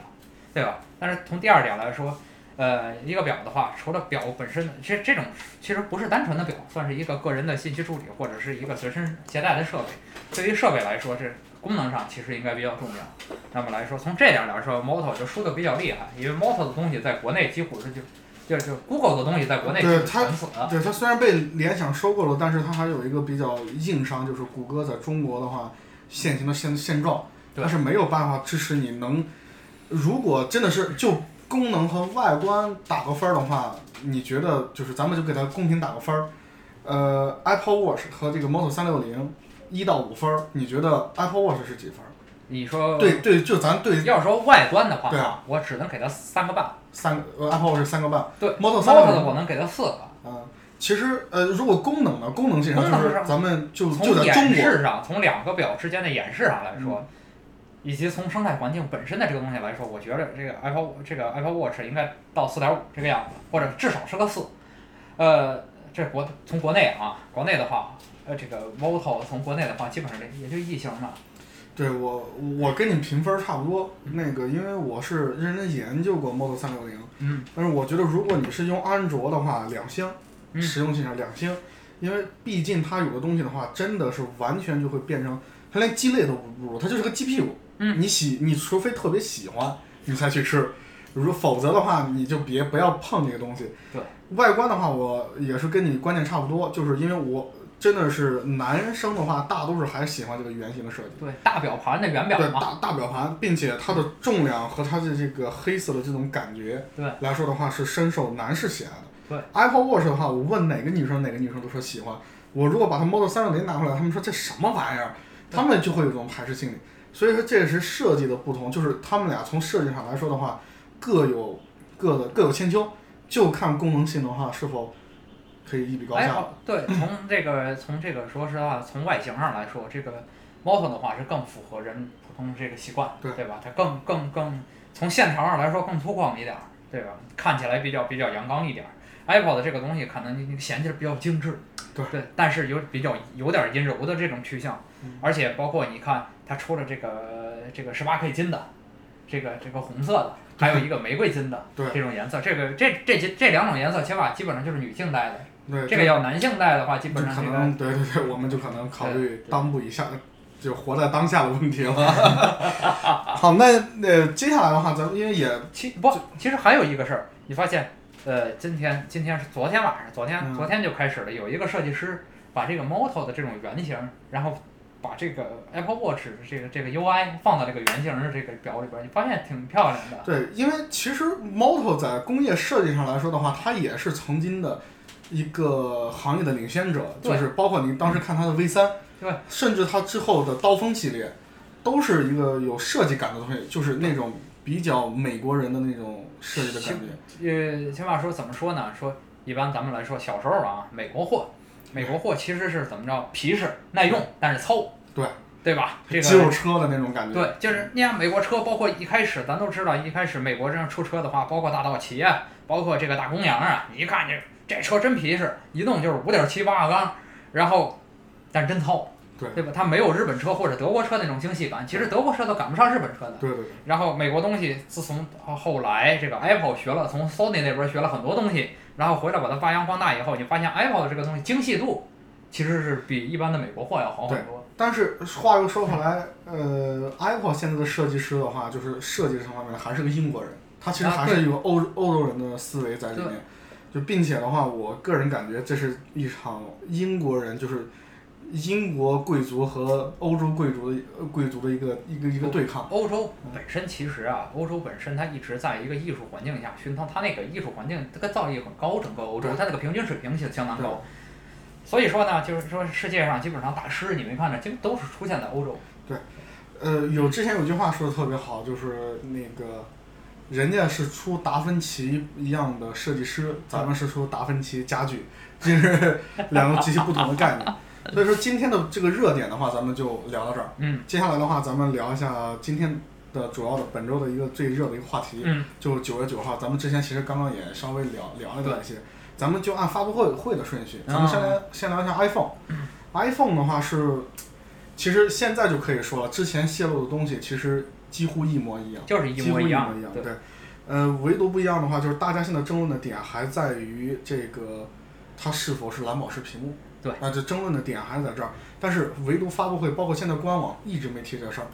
S1: 对吧？但是从第二点来说，呃，一个表的话，除了表本身，其实这种其实不是单纯的表，算是一个个人的信息处理或者是一个随身携带的设备。对于设备来说，这功能上其实应该比较重要。那么来说，从这点来说，Moto 就输的比较厉害，因为 Moto 的东西在国内几乎是就就就 Google 的东西在国内
S2: 对
S1: 是
S2: 它
S1: 全死的。
S2: 对，它虽然被联想收购了，但是它还有一个比较硬伤，就是谷歌在中国的话，现行的现现状，
S1: 对
S2: 它是没有办法支持你能，如果真的是就功能和外观打个分儿的话，你觉得就是咱们就给它公平打个分儿，呃，Apple Watch 和这个 Moto 三六零。一到五分儿，你觉得 Apple Watch 是几分儿？
S1: 你说
S2: 对对，就咱对
S1: 要说外观的话，
S2: 对啊
S1: 我只能给它三个半。
S2: 三呃 Apple Watch 是三个半，
S1: 对
S2: Model
S1: 三
S2: 三
S1: 的我能给它四个。
S2: 啊，其实呃，如果功能呢，功能性上就
S1: 功能
S2: 是
S1: 上
S2: 咱们就就
S1: 从
S2: 在中
S1: 演
S2: 国，嗯
S1: 示上，从两个表之间的演示上来说，以及从生态环境本身的这个东西来说，我觉得这个 Apple 这个 Apple Watch 应该到四点五这个样子，或者至少是个四。呃，这国从国内啊，国内的话，呃，这个 Moto 从国内的话，基本上也就一星了。
S2: 对我我跟你评分差不多。那个因为我是认真研究过 Model 三六零，
S1: 嗯，
S2: 但是我觉得如果你是用安卓的话，两星，
S1: 嗯
S2: 实用性上两星，因为毕竟它有的东西的话，真的是完全就会变成它连鸡肋都不如，它就是个鸡屁股。
S1: 嗯，
S2: 你喜你除非特别喜欢，你才去吃。如否则的话，你就别不要碰这个东西。
S1: 对，
S2: 外观的话，我也是跟你观念差不多，就是因为我真的是男生的话，大都是还喜欢这个圆形的设计。
S1: 对，大表盘的圆表
S2: 对
S1: 嘛，
S2: 大大表盘，并且它的重量和它的这个黑色的这种感觉，
S1: 对
S2: 来说的话是深受男士喜爱的。
S1: 对
S2: Apple Watch 的话，我问哪个女生，哪个女生都说喜欢。我如果把它 Model 三六零拿回来，他们说这什么玩意儿，
S1: 对
S2: 他们就会有一种排斥心理。所以说这也是设计的不同，就是他们俩从设计上来说的话，各有各的各有千秋，就看功能性的话是否可以一比高
S1: 哎，
S2: 下。
S1: 好对，从这个从这个说实话，从外形上来说，这个猫头的话是更符合人普通这个习惯，
S2: 对
S1: 吧？它更更更从线条上来说更粗犷一点，儿，对吧？看起来比较比较阳刚一点。儿。Apple 的这个东西可能你你显得比较精致，
S2: 对
S1: 但是有比较有点阴柔的这种趋向，
S2: 嗯
S1: 而且包括你看它出了这个这个十八 K 金的，这个这个红色的，还有一个玫瑰金的
S2: 对
S1: 这种颜色，这个这这这这两种颜色切法基本上就是女性戴的，
S2: 对，
S1: 这个要男性戴的话，基
S2: 就
S1: 本上
S2: 可
S1: 这个
S2: 能对对对，我们就可能考
S1: 对
S2: 虑
S1: 对
S2: 当务以下，就活在当下的问题了。 [LAUGHS] 好，那呃，接下来的话，咱们因为也
S1: 其不，其实还有一个事儿，你发现，呃，今天今天是昨天晚上，昨天、
S2: 嗯
S1: 昨天就开始了，有一个设计师把这个 Moto 的这种原型，然后把这个 Apple Watch 的这个这个 UI 放到这个原型的这个表里边儿，你发现挺漂亮的。
S2: 对，因为其实 Moto 在工业设计上来说的话，它也是曾经的一个行业的领先者，
S1: 对
S2: 就是包括您当时看它的 V 三，
S1: 对，
S2: 甚至它之后的刀锋系列，都是一个有设计感的东西，就是那种比较美国人的那种设计的感觉。
S1: 呃，起码说怎么说呢？说一般咱们来说，小时候啊，美国货，美国货其实是怎么着，皮实耐用，但是糙，
S2: 对
S1: 对吧？这个
S2: 肌肉车的那种感觉，
S1: 对，就是你看美国车，包括一开始咱都知道，一开始美国这样出车的话，包括大道奇啊，包括这个大公羊啊，你一看这这车真皮实，一弄就是五点七八个缸，然后但真糙，
S2: 对
S1: 对吧？它没有日本车或者德国车那种精细感，其实德国车都赶不上日本车的。
S2: 对对对。
S1: 然后美国东西自从后来这个 Apple 学了，从 Sony 那边学了很多东西，然后回来把它发扬光大以后，你发现 Apple 的这个东西精细度其实是比一般的美国货要好很多。
S2: 但是话又说回来，呃，Apple 现在的设计师的话，就是设计这方面还是个英国人，他其实
S1: 啊
S2: 还是有欧、欧洲人的思维在里
S1: 对
S2: 面。就并且的话，我个人感觉这是一场英国人，就是英国贵族和欧洲贵族的呃贵族的一个一个一个对抗。
S1: 欧洲本身其实啊，欧洲本身它一直在一个艺术环境下熏陶，它那个艺术环境这个造诣很高，整个欧洲
S2: 对
S1: 它那个平均水平相相当高。所以说呢，就是说世界上基本上大师，你没看着，就都是出现在欧洲。
S2: 呃，有之前有句话说的特别好，就是那个，人家是出达芬奇一样的设计师，咱们是出达芬奇家具，这是 [LAUGHS] 两个极其不同的概念。所以说今天的这个热点的话，咱们就聊到这儿。
S1: 嗯
S2: 接下来的话，咱们聊一下今天的主要的本周的一个最热的一个话题，
S1: 嗯，
S2: 就是九月九号，咱们之前其实刚刚也稍微聊聊了一些，咱们就按发布会会的顺序，咱们先来、先聊一下 iPhone。iPhone 的话是，其实现在就可以说了，之前泄露的东西其实几乎一模一样，
S1: 就是一
S2: 几乎
S1: 模
S2: 一
S1: 样。
S2: 样，
S1: 对，
S2: 对。呃，唯独不一样的话，就是大家现在争论的点还在于这个它是否是蓝宝石屏幕。
S1: 对
S2: 那这争论的点还是在这儿，但是唯独发布会，包括现在官网一直没提这事儿。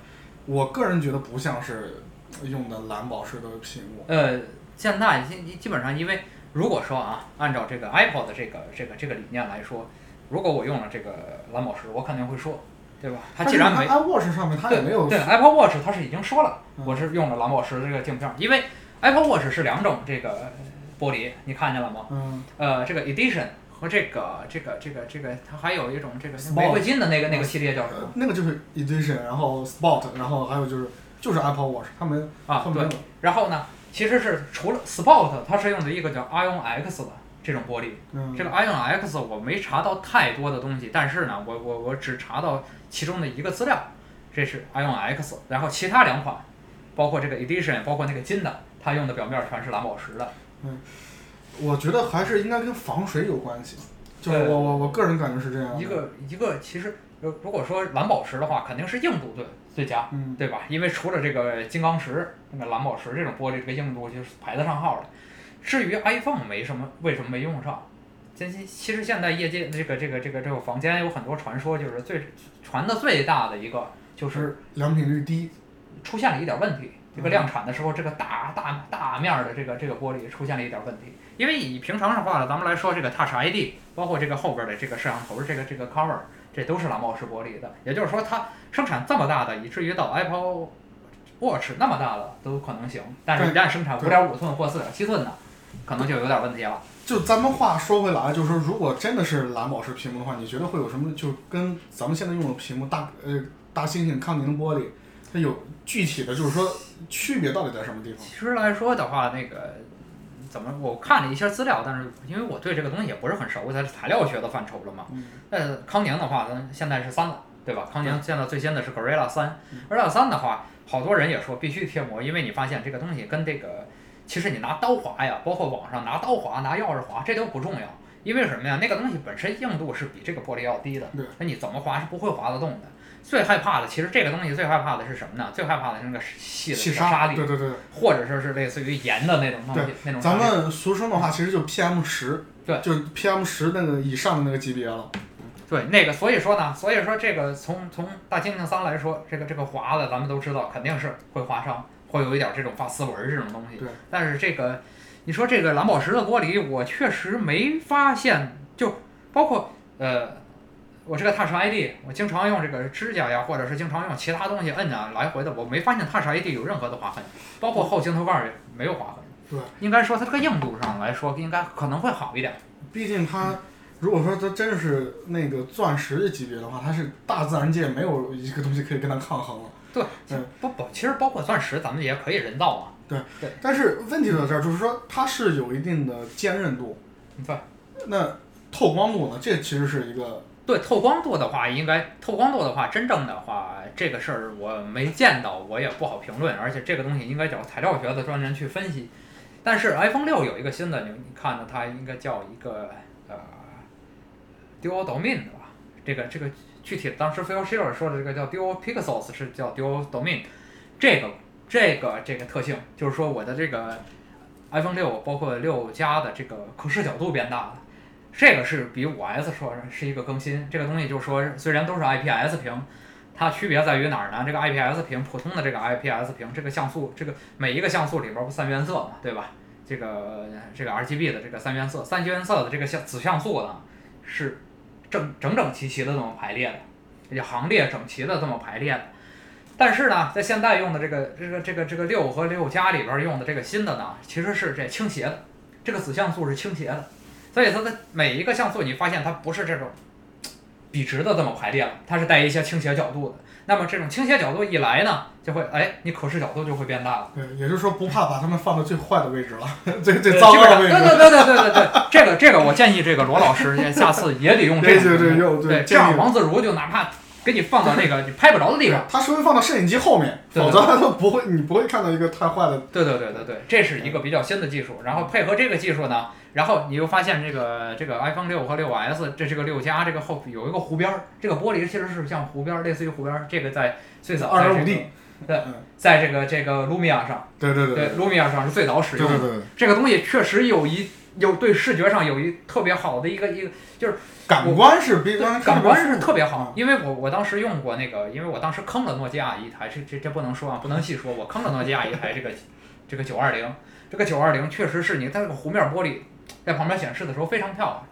S2: 我个人觉得不像是用的蓝宝石的屏幕。
S1: 呃，现在基基本上，因为如果说啊，按照这个 Apple 的这个这个这个理念来说，如果我用了这个蓝宝石，我肯定会说，对吧？它既然没
S2: iWatch 上面它也没有
S1: 对对 Apple Watch，它是已经说了，
S2: 嗯
S1: 我是用了蓝宝石的这个镜片儿，因为 Apple Watch 是两种这个玻璃，你看见了吗？
S2: 嗯
S1: 呃，这个 Edition 和这个这个这个这个，它还有一种这个玫瑰金的那个那个系列叫什么？
S2: 呃那个就是 Edition，然后 Spot，然后还有就是就是 Apple Watch，它没
S1: 啊
S2: 它没
S1: 对
S2: 有，
S1: 然后呢，其实是除了 Spot，它是用的一个叫 Ion X 的这种玻璃。
S2: 嗯，
S1: 这个 Ion X 我没查到太多的东西，但是呢，我我我只查到其中的一个资料，这是 Ion X，然后其他两款，包括这个 Edition，包括那个金的，它用的表面全是蓝宝石的。
S2: 我觉得还是应该跟防水有关系，就是
S1: 对
S2: 我我我个人感觉是这样的
S1: 一个一个其实，如如果说蓝宝石的话，肯定是硬度最最佳，
S2: 嗯
S1: 对吧？因为除了这个金刚石、那个蓝宝石这种玻璃，这个硬度就是排得上号的。至于 iPhone 没什么，为什么没用上？其实其实现在业界这个这个这个这个房间有很多传说，就是最传的最大的一个就是
S2: 良品率低，
S1: 出现了一点问题。这个
S2: 嗯
S1: 量产的时候，这个大大大面儿的这个这个玻璃出现了一点问题，因为以平常的话，咱们来说这个 Touch ID，包括这个后边的这个摄像头，这个这个 cover，这都是蓝宝石玻璃的。也就是说，它生产这么大的，以至于到 Apple Watch 那么大的都可能行，但是
S2: 对
S1: 一旦生产五
S2: 对
S1: 点五寸或四点七寸的，可能就有点问题了。
S2: 就咱们话说回来，就是说，如果真的是蓝宝石屏幕的话，你觉得会有什么？就跟咱们现在用的屏幕大呃大猩猩康宁玻璃，它有具体的，就是说区别到底在什么地方？
S1: 其实来说的话，那个怎么我看了一些资料，但是因为我对这个东西也不是很熟，它是材料学的范畴了嘛。
S2: 嗯
S1: 呃，康宁的话，咱现在是三了，对吧？康宁现在最新的是 Gorilla 三、
S2: 嗯
S1: g o r i l l a 三的话，好多人也说必须贴膜，因为你发现这个东西跟这个，其实你拿刀划呀，包括网上拿刀划、拿钥匙划，这都不重要，因为什么呀？那个东西本身硬度是比这个玻璃要低的
S2: 对，
S1: 那你怎么划是不会划得动的。最害怕的，其实这个东西最害怕的是什么呢？最害怕的是那个细的
S2: 细
S1: 那个沙粒，
S2: 对对对，
S1: 或者说是类似于盐的那种东西，那种
S2: 咱
S1: 东西
S2: 们俗称的话，其实就 PM 十，
S1: 对
S2: 就 PM 十那个以上的那个级别了。
S1: 对那个，所以说呢，所以说这个从从大猩猩三来说，这个这个划的，咱们都知道肯定是会划伤，会有一点这种发丝纹儿这种东西。
S2: 对，
S1: 但是这个你说这个蓝宝石的玻璃，我确实没发现，就包括呃。我这个 Touch ID，我经常用这个指甲呀，或者是经常用其他东西摁啊来回的，我没发现 Touch ID 有任何的划痕，包括后镜头盖儿也没有划痕。
S2: 对，
S1: 应该说它这个硬度上来说，应该可能会好一点。
S2: 毕竟它，如果说它真是那个钻石的级别的话，它是大自然界没有一个东西可以跟它抗衡了。
S1: 对，
S2: 嗯
S1: 不不，其实包括钻石，咱们也可以人造啊嘛。
S2: 但是问题就在这儿，就是说它是有一定的坚韧度，
S1: 对
S2: 那透光度呢？这其实是一个
S1: 对，透光度的话，应该透光度的话，真正的话，这个事儿我没见到，我也不好评论。而且这个东西应该找材料学的专人去分析。但是 iPhone 六有一个新的，你你看着它应该叫一个呃 Dual Domain 的吧？这个这个具体当时 Phil Schiller 说的这个叫 Dual Pixels 是叫 Dual Domain，这个这个这个特性就是说我的这个 iPhone 六包括六加的这个可视角度变大了。这个是比五 S 说是一个更新，这个东西就说虽然都是 IPS 屏，它区别在于哪儿呢？这个 IPS 屏，普通的这个 IPS 屏，这个像素，这个每一个像素里边儿不三原色嘛，对吧？这个这个 RGB 的这个三原色，三原色的这个像子像素呢，是正整整齐齐的这么排列的，也行列整齐的这么排列的。但是呢，在现在用的这个这个这个这个六和六加里边儿用的这个新的呢，其实是这倾斜的，这个子像素是倾斜的。所以它的每一个像素，你发现它不是这种笔直的这么排列了，它是带一些倾斜角度的。那么这种倾斜角度一来呢，就会哎，你可视角度就会变大了。
S2: 对，也就是说不怕把它们放到最坏的位置了，最
S1: 对
S2: 最糟
S1: 基本
S2: 糕
S1: 上
S2: 的位
S1: 对
S2: 置。
S1: 对对对对对对，这个这个我建议这个罗老师下次也得
S2: [LAUGHS]
S1: 用这
S2: 对
S1: 个，
S2: 对对，有
S1: 对，
S2: 对，
S1: 这样王自如就哪怕给你放到那个你拍不着的地方，
S2: 它稍微放到摄影机后面，
S1: 对
S2: 否则它都不会，你不会看到一个太坏的。
S1: 对对对对对，这是一个比较新的技术。然后配合这个技术呢，然后你又发现这个这个 iPhone 六和六 S 这这个六加这个后有一个湖边儿，这个玻璃其实是像湖边儿，类似于湖边儿。这个在最早在这个
S2: 2.5D
S1: 对
S2: 嗯，
S1: 在这个这个 Lumia 上，
S2: 对对对
S1: 对
S2: 对
S1: Lumia 上是最早使
S2: 对
S1: 用的
S2: 对。对，
S1: 这个东西确实有一有对视觉上有一特别好的一个一个
S2: 感官是比刚才
S1: 感官是特别
S2: 嗯
S1: 好，因为我我当时用过那个，因为我当时坑了诺基亚一台，这这这不能说啊，不能细说，我坑了诺基亚一台这个 [LAUGHS] 这个九二零，这个九二零确实是你它这个弧面玻璃在旁边显示的时候非常漂亮，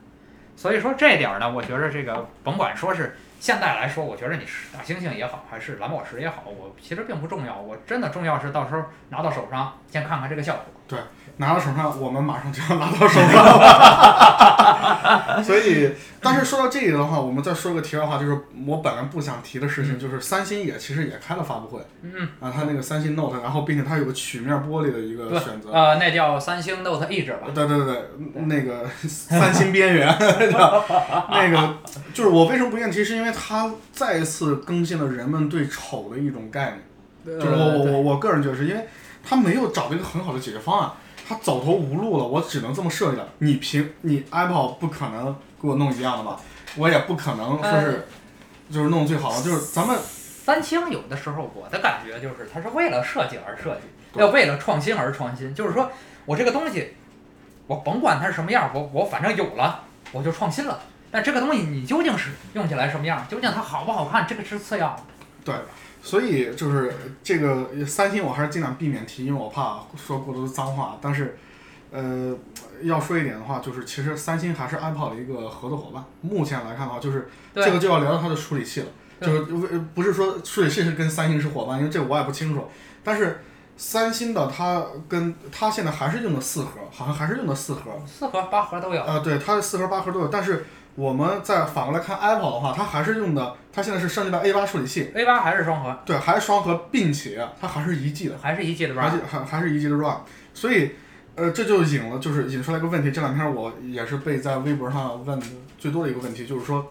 S1: 所以说这点儿呢，我觉着这个甭管说是现在来说，我觉得你是大猩猩也好，还是蓝宝石也好，我其实并不重要。我真的重要是到时候拿到手上，先看看这个效果。
S2: 拿到手上，我们马上就要拿到手上了。 [LAUGHS] 所以，但是说到这里的话，我们再说个题外话，就是我本来不想提的事情，就是三星也其实也开了发布会，
S1: 嗯，
S2: 啊，它那个三星 Note，然后并且它有个曲面玻璃的一个
S1: 对
S2: 选择，
S1: 呃，那叫三星 Note Edge 吧。
S2: 对对对，那个三星边缘， [LAUGHS] 对吧那个就是我为什么不愿意提，是因为它再次更新了人们对丑的一种概念。就是我我我我个人觉得是因为他没有找到一个很好的解决方案，他走投无路了，我只能这么设计了。你凭你 Apple 不可能给我弄一样的吧？我也不可能说是就是弄最好的，就是咱们
S1: 三星有的时候我的感觉就是，它是为了设计而设计，
S2: 对
S1: 要为了创新而创新。就是说我这个东西，我甭管它是什么样，我我反正有了，我就创新了。但这个东西你究竟是用起来什么样，究竟它好不好看，这个是次要的。
S2: 所以就是这个三星我还是尽量避免提，因为我怕说过多的脏话。但是，呃，要说一点的话，就是其实三星还是 Apple 的一个合作伙伴。目前来看的话，就是
S1: 对
S2: 这个就要聊到它的处理器了，
S1: 对
S2: 就是为不是说处理器是跟三星是伙伴，因为这我也不清楚。但是三星的它跟它现在还是用的四核，好像还是用的四核。
S1: 四核八核都有。
S2: 啊，对，它是四核八核都有，但是我们再反过来看 Apple 的话，它还是用的，它现在是升级到 A 八处理器，
S1: A 八还是双核，
S2: 对，还是双核，并且啊它还是一 G 的，
S1: 还是一 G 的
S2: 而
S1: RAM
S2: 且。还还是一 G 的 RAM，所以呃，这就引了就是引出来一个问题，这两天我也是被在微博上问的最多的一个问题，就是说，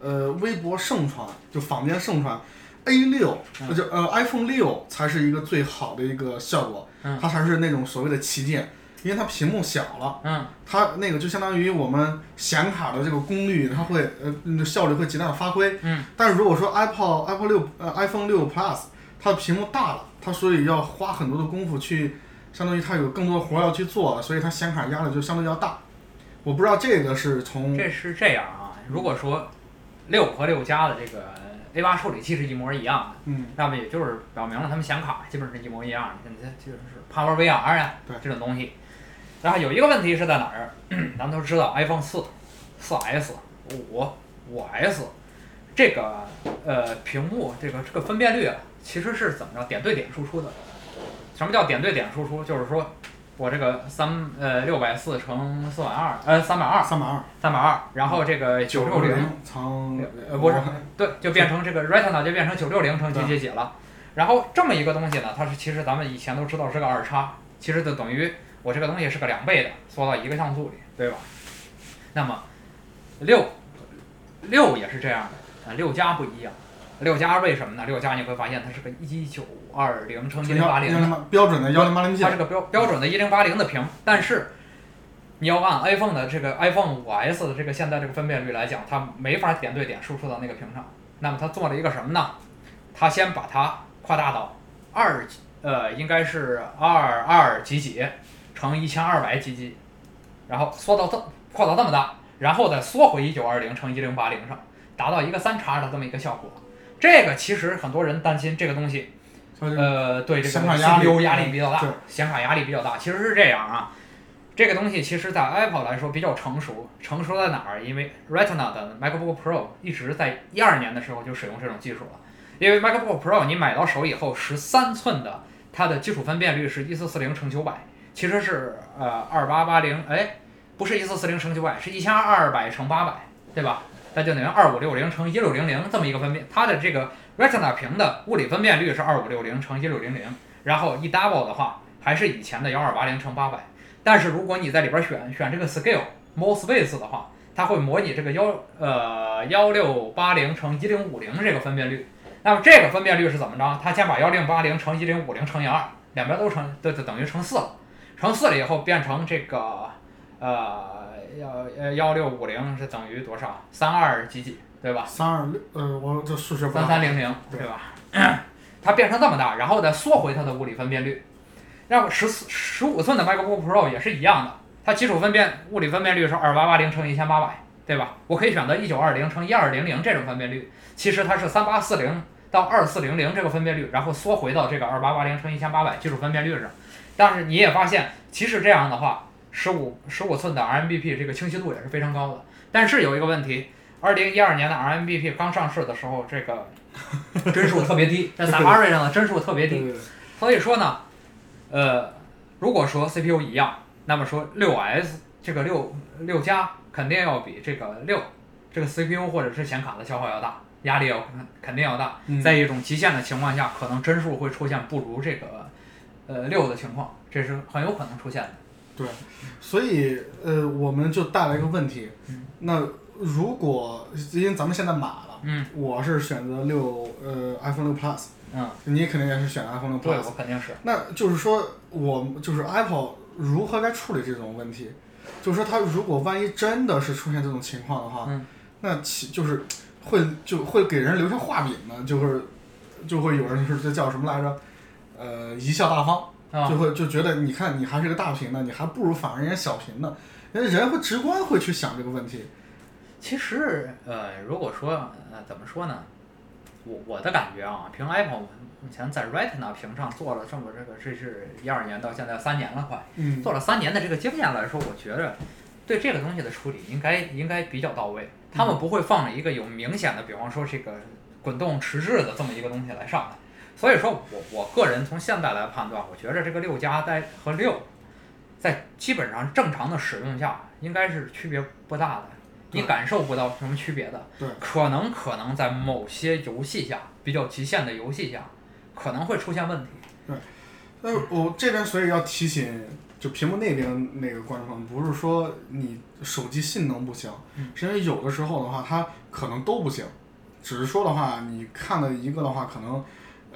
S2: 呃，微博盛传就坊间盛传。A 六，
S1: 嗯
S2: 就呃 iPhone 六才是一个最好的一个效果，
S1: 嗯
S2: 它才是那种所谓的旗舰，因为它屏幕小了，
S1: 嗯，
S2: 它那个就相当于我们显卡的这个功率，它会呃嗯效率会极大的发挥。
S1: 嗯。
S2: 但是如果说 Apple Apple 六呃 iPhone 六 Plus 它的屏幕大了，它所以要花很多的功夫去，相当于它有更多的活儿要去做，所以它显卡压的就相对要大。我不知道这个是从
S1: 这是这样啊。如果说六和六加的这个 A 八处理器是一模一样的，
S2: 嗯
S1: 那么也就是表明了他们显卡基本上是一模一样的，现在就是 Power VR 呀、
S2: 对
S1: 啊这种东西。然后有一个问题是在哪儿？咱们都知道 iPhone 四、四 S、五、五 S 这个呃屏幕这个这个分辨率啊，其实是怎么着点对点输出的？什么叫点对点输出？就是说我这个三呃六百四乘四百二呃三百二
S2: 三百二
S1: 三百二，然后这个九六零
S2: 乘
S1: 呃不是
S2: 我
S1: 对，就变成这个 Retina 就变成九六零乘机解解了。然后这么一个东西呢，它是其实咱们以前都知道是个二叉，其实就等于我这个东西是个两倍的，缩到一个像素里，对吧？那么六六也是这样的，啊，六加不一样。六加为什么呢？六加你会发现它是个一九二零乘一零八
S2: 幺
S1: 零
S2: 零八标准的幺零八零 P
S1: 它是个标标准的一零八零的屏，但是你要按 iPhone 的这个 iPhone 五 S 的这个现在这个分辨率来讲，它没法点对点输出到那个屏上。那么它做了一个什么呢？它先把它扩大到二呃应该是二二几几乘一千二百几几，然后缩到这扩到这么大，然后再缩回一九二零乘一零八零上，达到一个三叉的这么一个效果。这个其实很多人担心这个东西呃，对这个
S2: 显卡压力
S1: CPU 压力比较
S2: 对
S1: 大，显卡压力比较大。其实是这样啊，这个东西其实在 Apple 来说比较成熟，成熟在哪儿？因为 Retina 的 MacBook Pro 一直在一二年的时候就使用这种技术了。因为 MacBook Pro 你买到手以后，十三寸的它的基础分辨率是一四四零乘九百，其实是呃二八八零，哎，不是一四四零乘九百，是一千二百乘八百，对吧？那就等于二五六零乘一六零零这么一个分辨，它的这个 Retina 屏的物理分辨率是二五六零乘一六零零，然后一 double 的话还是以前的幺二八零乘八百，但是如果你在里边选选这个 scale more space 的话，它会模拟这个幺呃幺六八零乘一零五零这个分辨率。那么这个分辨率是怎么着？它先把幺零八零乘一零五零乘以二，两边都乘，对，就等于乘四了。乘四了以后变成这个呃幺呃幺六五零是等于多少？三二几几，对吧？
S2: 三二六呃我这数学不
S1: 三
S2: 大
S1: 三零零，
S2: 对
S1: 对吧？ [CLEARS THROAT] 它变成这么大，然后再缩回它的物理分辨率。那么十四十五寸的 MacBook Pro 也是一样的，它基础分辨物理分辨率是二八八零乘一千八百，对吧？我可以选择一九二零乘一二零零这种分辨率，其实它是三八四零到二四零零这个分辨率，然后缩回到这个二八八零乘一千八百基础分辨率上。但是你也发现，即使这样的话，十五十五寸的 RMBP 这个清晰度也是非常高的。但是有一个问题，二零一二年的 RMBP 刚上市的时候，这
S2: [LAUGHS]
S1: 个帧数特别低，在
S2: 对
S1: Safari 上的帧数特别
S2: 对
S1: 低。
S2: 对对
S1: 所以说呢，呃，如果说 CPU 一样，那么说六 S 这个六六加肯定要比这个六这个 CPU 或者是显卡的消耗要大，压力要肯定要大。
S2: 嗯
S1: 在一种极限的情况下，可能帧数会出现不如这个呃六的情况，这是很有可能出现的。
S2: 对，所以呃，我们就带来一个问题，那如果因为咱们现在买了，
S1: 嗯
S2: 我是选择六呃 iPhone 六 Plus，
S1: 嗯，
S2: 你肯定也是选 iPhone 六
S1: 对
S2: Plus，
S1: 我肯定是。
S2: 那就是说我就是 Apple 如何该处理这种问题，就是说它如果万一真的是出现这种情况的话，
S1: 嗯
S2: 那其就是会就会给人留下画饼呢，就是就会有人就是这叫什么来着，呃，贻笑大方。
S1: 啊、
S2: 就会就觉得你看你还是个大屏呢，你还不如反而人家小屏呢，人家人会直观会去想这个问题。
S1: 其实，呃，如果说，呃，怎么说呢？我我的感觉啊，凭 Apple 目前在 Retina 屏上做了这么这个，这是一二年到现在三年了，快
S2: 嗯
S1: 做了三年的这个经验来说，我觉着对这个东西的处理应该应该比较到位。他
S2: 嗯
S1: 们不会放了一个有明显的，比方说这个滚动迟滞的这么一个东西来上来。所以说我我个人从现在来判断，我觉着这个六加在和六，在基本上正常的使用下，应该是区别不大的，
S2: 对
S1: 你感受不到什么区别的。
S2: 对
S1: 可能可能在某些游戏下，比较极限的游戏下，可能会出现问题。
S2: 那我这边所以要提醒，就屏幕那边那个观众朋友，不是说你手机性能不行
S1: 嗯，
S2: 是因为有的时候的话，它可能都不行，只是说的话，你看了一个的话，可能。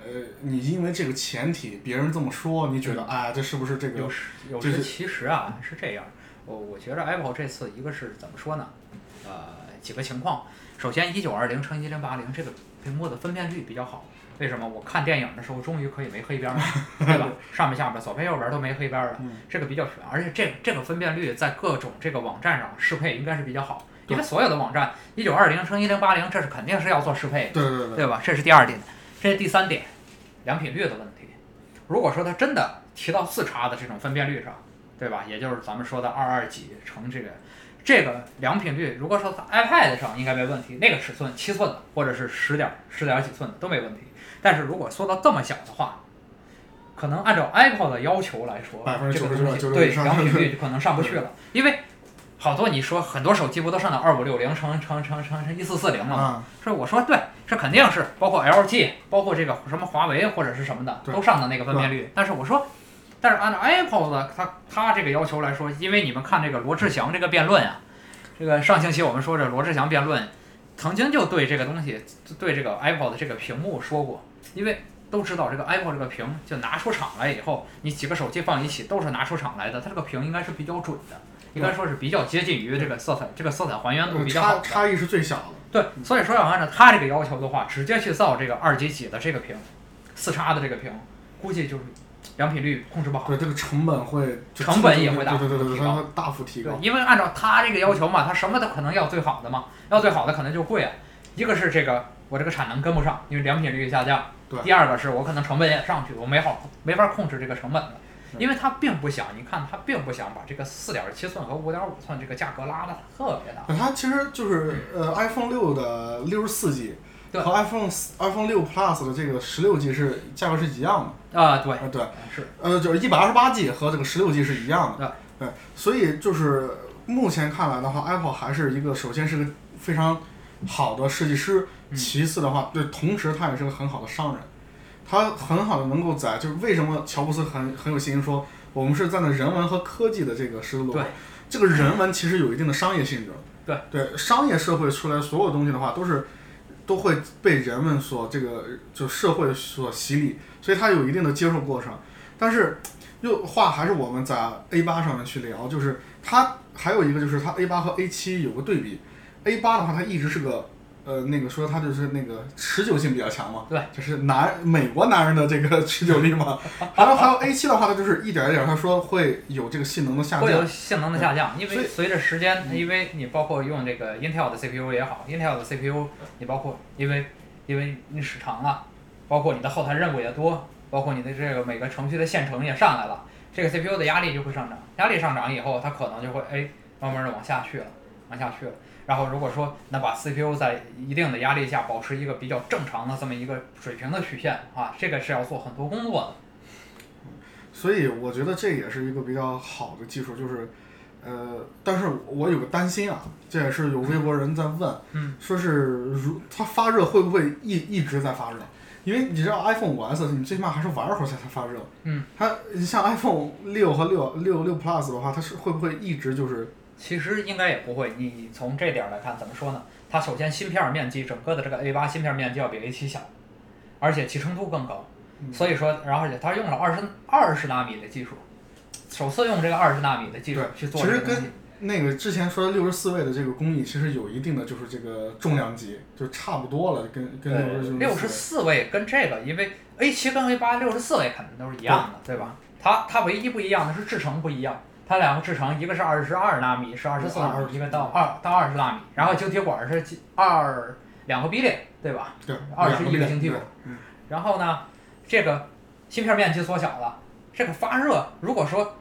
S2: 呃，你因为这个前提，别人这么说，你觉得，哎，这是不是这个
S1: 嗯有？时有
S2: 就
S1: 时
S2: 是
S1: 其实啊是这样，我我觉着 Apple 这次一个是怎么说呢？呃，几个情况。首先，一九二零乘一零八零这个屏幕的分辨率比较好。为什么？我看电影的时候终于可以没黑边儿了，对吧？上面、下边、左边、右边都没黑边儿了，
S2: 嗯
S1: 这个比较全。而且这这个分辨率在各种这个网站上适配应该是比较好，因为所有的网站一九二零乘一零八零这是肯定是要做适配的。
S2: 对对对，
S1: 对吧？这是第二点，这是第三点，良品率的问题。如果说它真的提到四叉的这种分辨率上，对吧？也就是咱们说的二二几乘这个这个良品率，如果说它 iPad 上应该没问题，那个尺寸七寸的或者是十点十点几寸的都没问题。但是如果缩到这么小的话，可能按照 Apple 的要求来说，
S2: 99%
S1: 这个东西
S2: 99%
S1: 对
S2: 以上
S1: 良品率就可能上不去了，因为好多你说很多手机不都上到二五六零乘乘乘乘乘一四四零了吗？
S2: 啊，
S1: 是我说对，这肯定是包括 LG，包括这个什么华为或者是什么的，
S2: 对
S1: 都上的那个分辨率。但是我说，但是按照 Apple 的它它这个要求来说，因为你们看这个罗志祥这个辩论啊，这个上星期我们说这罗志祥辩论，曾经就对这个东西，对这个 Apple 的这个屏幕说过，因为。都知道这个 Apple 这个屏就拿出厂来以后，你几个手机放一起都是拿出厂来的，它这个屏应该是比较准的，应该说是比较接近于这个色彩，这个色彩还原度比较好
S2: 差
S1: 的。
S2: 差异是最小的。
S1: 对，所以说要按照他这个要求的话，直接去造这个二级几的这个屏，四叉的这个屏，估计就是良品率控制不好。
S2: 对，这个成本会就
S1: 成本也会大
S2: 对对对
S1: 幅
S2: 对，
S1: 提
S2: 它
S1: 高
S2: 会大幅提
S1: 对
S2: 高。，
S1: 因为按照他这个要求嘛，他什么都可能要最好的嘛，要最好的可能就贵啊。一个是这个我这个产能跟不上，因为良品率下降
S2: 对；
S1: 第二个是我可能成本也上去，我没好没法控制这个成本了。
S2: 嗯
S1: 因为他并不想，你看他并不想把这个四点七寸和五点五寸这个价格拉的特别大。
S2: 对它其实就是呃，iPhone 六的六十四 G
S1: 对
S2: 和 iPhone 四 iPhone 六 Plus 的这个十六 G 是价格是一样
S1: 啊、
S2: 的，
S1: 对，
S2: 啊对，
S1: 是，
S2: 呃就是一百二十八 G 和这个十六 G 是一样
S1: 对
S2: 的，对，所以就是目前看来的话，Apple 还是一个首先是个非常好的设计师，
S1: 嗯
S2: 其次的话，对，同时他也是个很好的商人，他很好的能够在就是为什么乔布斯很很有信心说我们是站在人文和科技的这个十字路口
S1: 对，
S2: 这个人文其实有一定的商业性质。
S1: 对
S2: 对，商业社会出来所有东西的话，都是都会被人们所这个就社会所洗礼，所以它有一定的接受过程。但是又话还是我们在 A 八上面去聊，就是它还有一个就是它 A 八和 A 七有个对比，A 八的话它一直是个。呃，那个说它就是那个持久性比较强嘛，
S1: 对，
S2: 就是男美国男人的这个持久力嘛。还有还有 A 七的话，它就是一点一点，他说会有这个性能的下降，
S1: 会有性能的下降，因
S2: 所
S1: 为
S2: 以嗯
S1: 随着时间，因为你包括用这个 Intel 的 CPU 也好，Intel 的 CPU，你包括因为因为你时长啊，包括你的后台任务也多，包括你的这个每个程序的线程也上来了，这个 CPU 的压力就会上涨，压力上涨以后，它可能就会哎慢慢的往下去了，不下去了。然后如果说那把 CPU 在一定的压力下保持一个比较正常的这么一个水平的曲线啊，这个是要做很多工作的。
S2: 所以我觉得这也是一个比较好的技术，就是，呃，但是我有个担心啊，这也是有微博人在问，
S1: 嗯，
S2: 说是如它发热会不会一一直在发热？因为你知道 iPhone 五 S，你最起码还是玩一会儿才才发热，
S1: 嗯，
S2: 它你像 iPhone 六和六六六 Plus 的话，它是会不会一直就是
S1: 其实应该也不会，你从这点儿来看，怎么说呢？它首先芯片儿面积整个的这个 A 八芯片儿面积要比 A 七小，而且集成度更高，
S2: 嗯
S1: 所以说，然后而且它用了二十二十纳米的技术，首次用这个二十纳米的技术
S2: 对
S1: 去做
S2: 其
S1: 这
S2: 实
S1: 个东西。
S2: 那个之前说六十四位的这个工艺，其实有一定的就是这个重量级，就差不多了，跟跟
S1: 对，
S2: 六
S1: 六
S2: 十
S1: 十
S2: 四
S1: 四位跟这个，因为 A 七跟 A 八六十四位肯定都是一样的，对吧？它它唯一不一样的是制程不一样，它两个制程，一个是二十二纳米，是二十四纳米，
S2: 20
S1: 一个到二到二十纳米，然后晶体管是几二两个比例，对吧？
S2: 对
S1: 二
S2: 两
S1: 十
S2: 个
S1: 一个
S2: 面
S1: 星期五
S2: 对嗯
S1: 然后呢，这个芯片面积缩小了，这个发热，如果说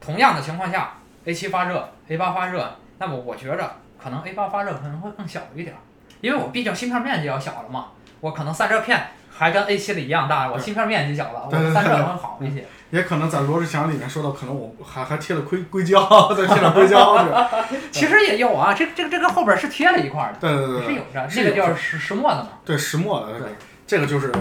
S1: 同样的情况下，A 7发热，A 8发热，那么我觉着可能 A 8发热可能会更小一点儿，因为我毕竟芯片面积要小了嘛，我可能散热片还跟 A 7的一样大，我
S2: 对
S1: 芯片面积小了，
S2: 对对
S1: 我
S2: 对
S1: 散热能好一些。
S2: 也可能在罗志祥里面说到，可能我还还贴了硅硅胶， [LAUGHS] 再贴点硅
S1: [LAUGHS]
S2: 胶是吧？
S1: 其实也有啊，这这个这个后边是贴了一块儿的，
S2: 对对对
S1: 是
S2: 对
S1: 有的，
S2: 是
S1: 那个
S2: 有
S1: 叫石石墨的嘛。
S2: 对，石墨的这个
S1: 对
S2: 这个就是聊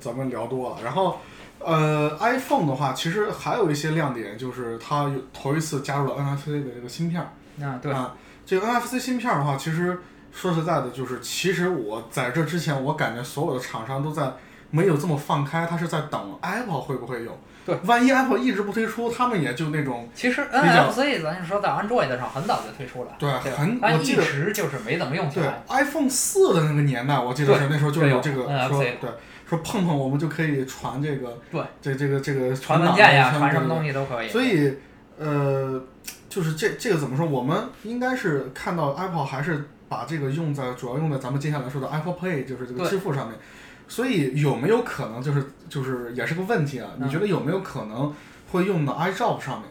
S2: 咱们聊多了。然后，呃，iPhone 的话，其实还有一些亮点，就是它有头一次加入了 NFC 的这个芯片儿。
S1: 嗯，对，
S2: 啊，这个 NFC 芯片儿的话，其实说实在的，就是其实我在这之前，我感觉所有的厂商都在没有这么放开，它是在等 Apple 会不会有。
S1: 对，
S2: 万一 Apple 一直不推出，他们也就那种
S1: 其实
S2: 较
S1: NFC 咱就说在 Android 上很早就推出了，
S2: 对
S1: 对吧
S2: 很
S1: 但
S2: 我
S1: 一
S2: 记得
S1: 直就是没怎么用起
S2: 对
S1: 来。
S2: iPhone 四的那个年代，我记得是那时候就有这个
S1: 对有
S2: 说
S1: NFC
S2: 对说碰碰我们就可以传这个
S1: 对
S2: 这这个这个
S1: 传
S2: 档
S1: 文件呀，
S2: 传
S1: 传什么
S2: 对对
S1: 东西都可以。
S2: 所以，呃，就是这这个怎么说？我们应该是看到 Apple 还是把这个用在主要用在咱们接下来说的 Apple Pay，就是这个
S1: 对
S2: 支付上面。所以有没有可能就是就是也是个问题啊？
S1: 嗯
S2: 你觉得有没有可能会用到 iDrop 上面，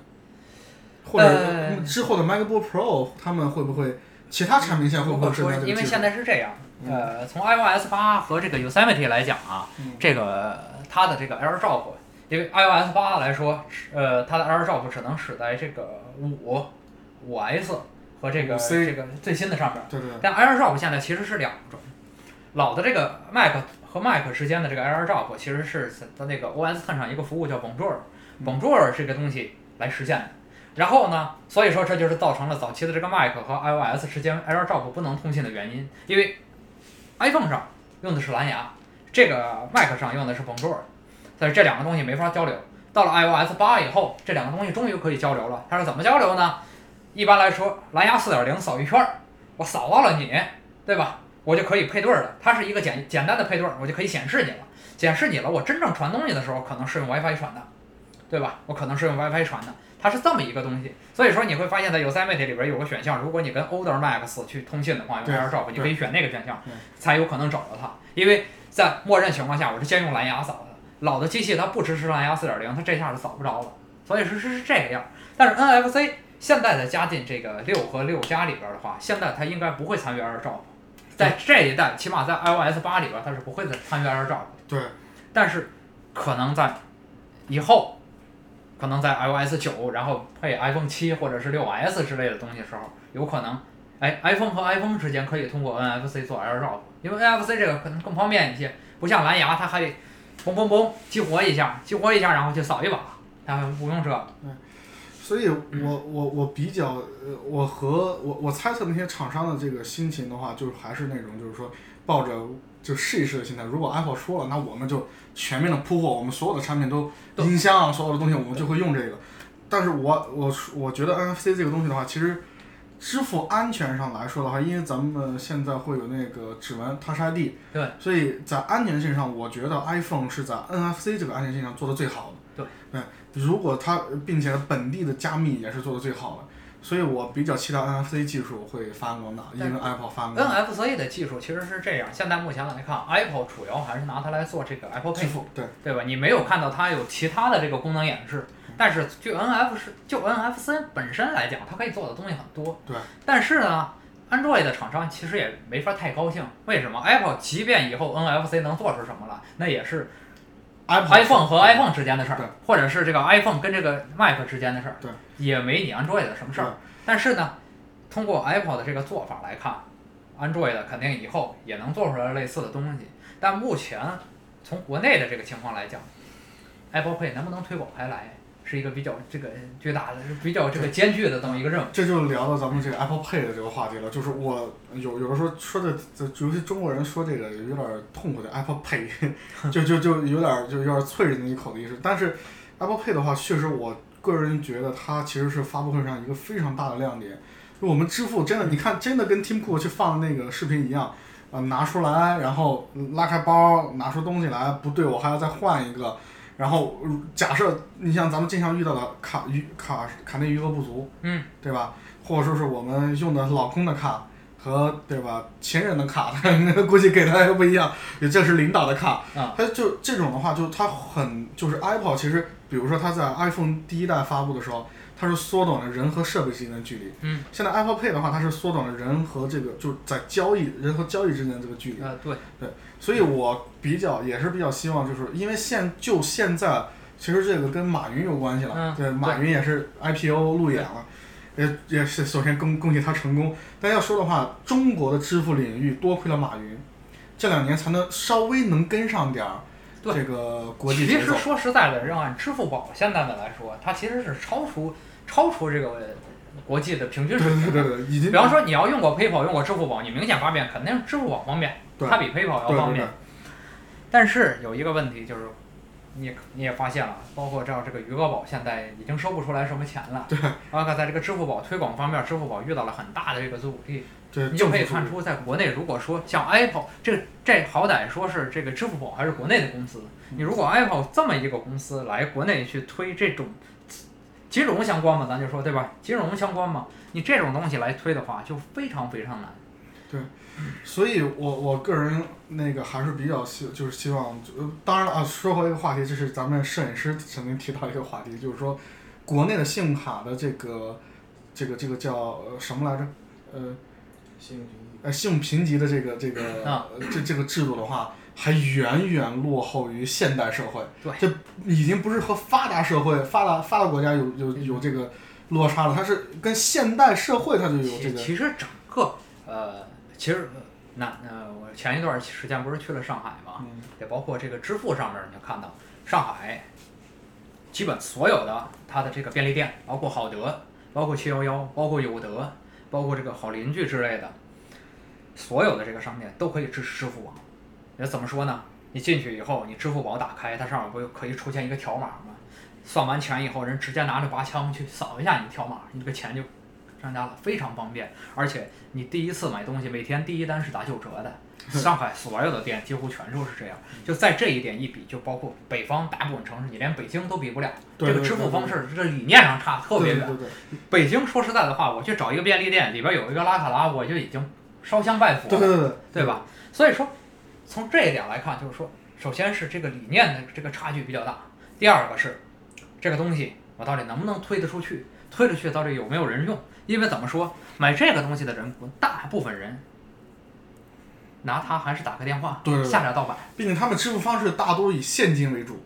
S2: 或者嗯
S1: 呃
S2: 之后的 MacBook Pro 他们会不会其他产品线会
S1: 如
S2: 不
S1: 果
S2: 会跟
S1: 嗯说
S2: 在这，
S1: 因
S2: 个
S1: 为
S2: 技术
S1: 现？在是这样，呃，从 iOS 八和这个 Yosemite 来讲啊，
S2: 嗯
S1: 这个它的这个 AirDrop，因为 iOS 八来说，呃，它的 AirDrop 只能使在这个五、五 S 和这个
S2: 5C
S1: 这个最新的上面。
S2: 对对对
S1: 但 AirDrop 现在其实是两种，老的这个 Mac 和 Mac 之间的这个 AirDrop 其实是在那个 OS Ten 上一个服务叫 Bonjour，Bonjour 这个东西来实现的。然后呢，所以说这就是造成了早期的这个 Mac 和 iOS 之间 AirDrop 不能通信的原因，因为 iPhone 上用的是蓝牙，这个 Mac 上用的是 Bonjour，但是这两个东西没法交流。到了 iOS 八以后，这两个东西终于可以交流了。它是怎么交流呢？一般来说，蓝牙四点零扫一圈儿，我扫到了你，对吧？我就可以配对儿了。它是一个简简单的配对儿，我就可以显示你了。显示你了，我真正传东西的时候，可能是用 WiFi 传的，对吧？我可能是用 WiFi 传的，它是这么一个东西。所以说你会发现在 Yosemite 里边有个选项，如果你跟 Older Max 去通信的话，用
S2: 对
S1: AirDrop，你可以选那个选项
S2: 对，
S1: 才有可能找到它。因为在默认情况下，我是先用蓝牙扫的。老的机器它不支持蓝牙四点零，它这下是扫不着了。所以说是是这个样儿。但是 NFC 现在的加进这个六和六加里边儿的话，现在它应该不会参与 AirDrop，在这一代，起码在 iOS 八里边儿它是不会再参与 AirDrop 的。
S2: 对，
S1: 但是可能在以后，可能在 iOS 九，然后配 iPhone 七或者是六 S 之类的东西的时候，有可能，哎，iPhone 和 iPhone 之间可以通过 NFC 做 AirDrop，因为 NFC 这个可能更方便一些，不像蓝牙它还得嘣嘣嘣激活一下，激活一下然后去扫一把，它不用这个。
S2: 所以我，
S1: 嗯
S2: 我我比较呃，我和我我猜测那些厂商的这个心情的话，就是还是那种就是说抱着就试一试的心态。如果 Apple 说了，那我们就全面的铺货，我们所有的产品都
S1: 对
S2: 音箱啊，所有的东西我们就会用这个。但是我我我觉得 NFC 这个东西的话，其实支付安全上来说的话，因为咱们现在会有那个指纹 Touch ID，
S1: 对，
S2: 所以在安全性上，我觉得 iPhone 是在 NFC 这个安全性上做的最好的。对，对，如果它并且本地的加密也是做的最好的，所以我比较期待 NFC 技术会发扬光大，因
S1: 但
S2: 为 Apple 发扬光大。
S1: NFC 嗯的技术其实是这样，现在目前来看，Apple 主要还是拿它来做这个 Apple
S2: 支
S1: Pay，
S2: 付对嗯
S1: 对吧？你没有看到它有其他的这个功能演示，但是就 NF 是就 NFC 本身来讲，它可以做的东西很多。
S2: 对。
S1: 但是呢，Android 的厂商其实也没法太高兴。为什么？Apple 即便以后 NFC 能做出什么来，那也是
S2: Apple
S1: iPhone 和 iPhone 之间的事儿
S2: 对，
S1: 或者是这个 iPhone 跟这个 Mac 之间的事儿，
S2: 对，
S1: 也没你 Android 的什么事儿
S2: 对。
S1: 但是呢，通过 Apple 的这个做法来看，Android 肯定以后也能做出来类似的东西。但目前从国内的这个情况来讲，Apple Pay 能不能推广开来，是一个比较这个巨大的、比较这个艰巨的这么一个任务。
S2: 这就聊到咱们这个 Apple Pay 的这个话题了，就是我有有的时候说的，这尤其中国人说这个有点痛苦的 Apple Pay，就 [LAUGHS] 就就有点就有点啐人家一口的意思。但是 Apple Pay 的话，确实我个人觉得它其实是发布会上一个非常大的亮点。就我们支付真的，你看真的跟 Tim Cook 去放那个视频一样，呃，拿出来，然后拉开包，拿出东西来，不对我还要再换一个。然后呃假设你像咱们经常遇到的卡余卡卡内余额不足。
S1: 嗯，
S2: 对吧？或者说是我们用的老公的卡和对吧前任的卡， [LAUGHS] 估计给他又不一样，也这是领导的卡。
S1: 啊
S2: 它就这种的话，就它很就是 Apple 其实，比如说它在 iPhone 第一代发布的时候，它是缩短了人和设备之间的距离。
S1: 嗯，
S2: 现在 Apple Pay 的话，它是缩短了人和这个就是在交易人和交易之间的这个距离。
S1: 呃，对，
S2: 所以我比较也是比较希望，就是因为现就现在，其实这个跟马云有关系了，
S1: 嗯
S2: 对，
S1: 对
S2: 马云也是 IPO 路演了，也也是首先恭恭喜他成功。但要说的话，中国的支付领域多亏了马云，这两年才能稍微能跟上点儿
S1: 对
S2: 这个国际
S1: 其
S2: 节奏
S1: 实。说实在的，要按支付宝现在的来说，它其实是超出超出这个国际的平均
S2: 对
S1: 水平
S2: 对
S1: 的。
S2: 对对，已经
S1: 比方说你要用过 PayPal，用过支付宝，你明显发现肯定支付宝方便，
S2: 对
S1: 它比 PayPal 要
S2: 对
S1: 方
S2: 对
S1: 便
S2: 对。，
S1: 但是有一个问题就是，你也你也发现了，包括照这个余额宝现在已经收不出来什么钱了。
S2: 对。
S1: 然后在这个支付宝推广方面，支付宝遇到了很大的这个阻力。
S2: 对
S1: 你就可以
S2: 嗯政府
S1: 看出，在国内如果说像 Apple 这这好歹说是这个支付宝还是国内的公司，
S2: 嗯
S1: 你如果 Apple 这么一个公司来国内去推这种金融相关嘛，咱就说对吧？金融相关嘛，你这种东西来推的话，就非常非常难。
S2: 所以我我个人那个还是比较希，就是希望，呃当然了啊，说回一个话题，就是咱们摄影师曾经提到一个话题，就是说，国内的信用卡的这个，这个这个叫呃什么来着？呃
S3: 信用评级
S2: 呃，信用评级的这个这个、
S1: 啊
S2: 呃这这个制度的话，还远远落后于现代社会。
S1: 对
S2: 这已经不是和发达社会、发达发达国家有有
S1: 嗯
S2: 有这个落差了，它是跟现代社会它就有这
S1: 其
S2: 个。
S1: 其实整个呃，其实呃那呃，我前一段时间不是去了上海嘛，
S2: 嗯
S1: 也包括这个支付上面，你就看到上海基本所有的它的这个便利店，包括好德，包括七幺幺，包括有德，包括这个好邻居之类的，所有的这个商店都可以支持支付宝。也怎么说呢？你进去以后，你支付宝打开，它上面不就可以出现一个条码吗？算完钱以后，人直接拿着拔枪去扫一下你条码，你这个钱就商家了，非常方便。而且你第一次买东西，每天第一单是打九折的。上海所有的店几乎全都是这样，
S2: 嗯
S1: 就在这一点一比，就包括北方大部分城市，你连北京都比不了。
S2: 对
S1: 这个
S2: 对
S1: 支付
S2: 对
S1: 方式，这理念上差特别
S2: 对
S1: 远
S2: 对。对对
S1: 北京说实在的话，我去找一个便利店，里边有一个拉卡拉，我就已经烧香拜佛
S2: 对
S1: 了，
S2: 对对，
S1: 对吧？所以说，从这一点来看，就是说，首先是这个理念的这个差距比较大，第二个是这个东西我到底能不能推得出去，推出去到底有没有人用？因为怎么说，买这个东西的人，大部分人拿它还是打个电话，
S2: 对对对
S1: 下点盗版。
S2: 毕竟他们支付方式大多以现金为主。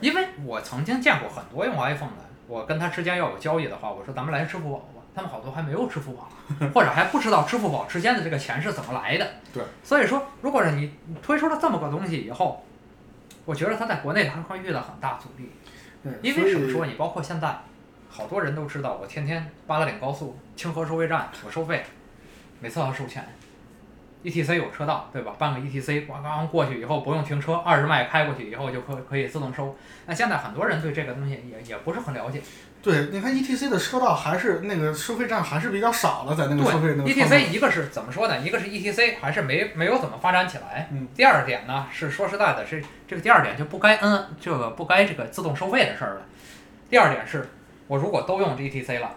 S1: 因为我曾经见过很多用 iPhone 的，我跟他之间要有交易的话，我说咱们来支付宝吧，他们好多还没有支付宝， [LAUGHS] 或者还不知道支付宝之间的这个钱是怎么来的。
S2: 对，
S1: 所以说，如果是你你推出了这么个东西以后，我觉得它在国内还会遇到很大阻力，
S2: 对
S1: 因
S2: 所
S1: 为
S2: 以
S1: 怎么说，你包括现在，好多人都知道，我天天八达岭高速清河收费站我收费，每次要收钱。ETC 有车道，对吧？办个 E ETC，咣咣过去以后不用停车，二十迈开过去以后就可可以自动收。那现在很多人对这个东西也也不是很了解。
S2: 对，你看 E T C 的车道还是那个收费站还是比较少的，在那个收费那个
S1: 对，E
S2: 方面
S1: ，ETC 一个是怎么说呢？一个是 ETC 还是没没有怎么发展起来。
S2: 嗯 [LAUGHS]
S1: 第二点呢是说实在的，是这个第二点就不该嗯这个不该这个自动收费的事儿了。第二点是我如果都用这 ETC 了，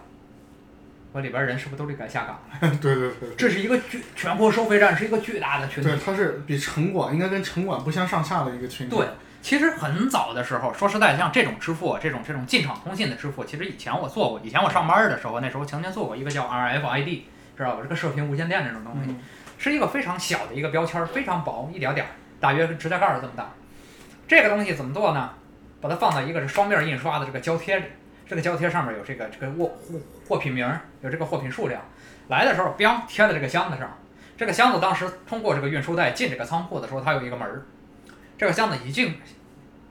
S1: 我里边人是不是都得改下岗了？
S2: 对对对
S1: 这是一个巨全国收费站是一个巨大的群
S2: 对，
S1: 体
S2: 对，。它是比城管应该跟城管不相上下的一个群体。
S1: 对，其实很早的时候，说实在，像这种支付，啊这种这种进场通信的支付，其实以前我做过，以前我上班的时候，那时候曾经做过一个叫 RFID，知道吧？这个射频无线电这种东西，
S2: 嗯
S1: 是一个非常小的一个标签儿，非常薄，一点点儿，大约是指甲盖儿这么大。这个东西怎么做呢？把它放到一个是双面印刷的这个胶贴里，这个胶贴上面有这个这个货货货品名儿，有这个货品数量。来的时候，标贴在这个箱子上。这个箱子当时通过这个运输带进这个仓库的时候，它有一个门儿。这个箱子一进，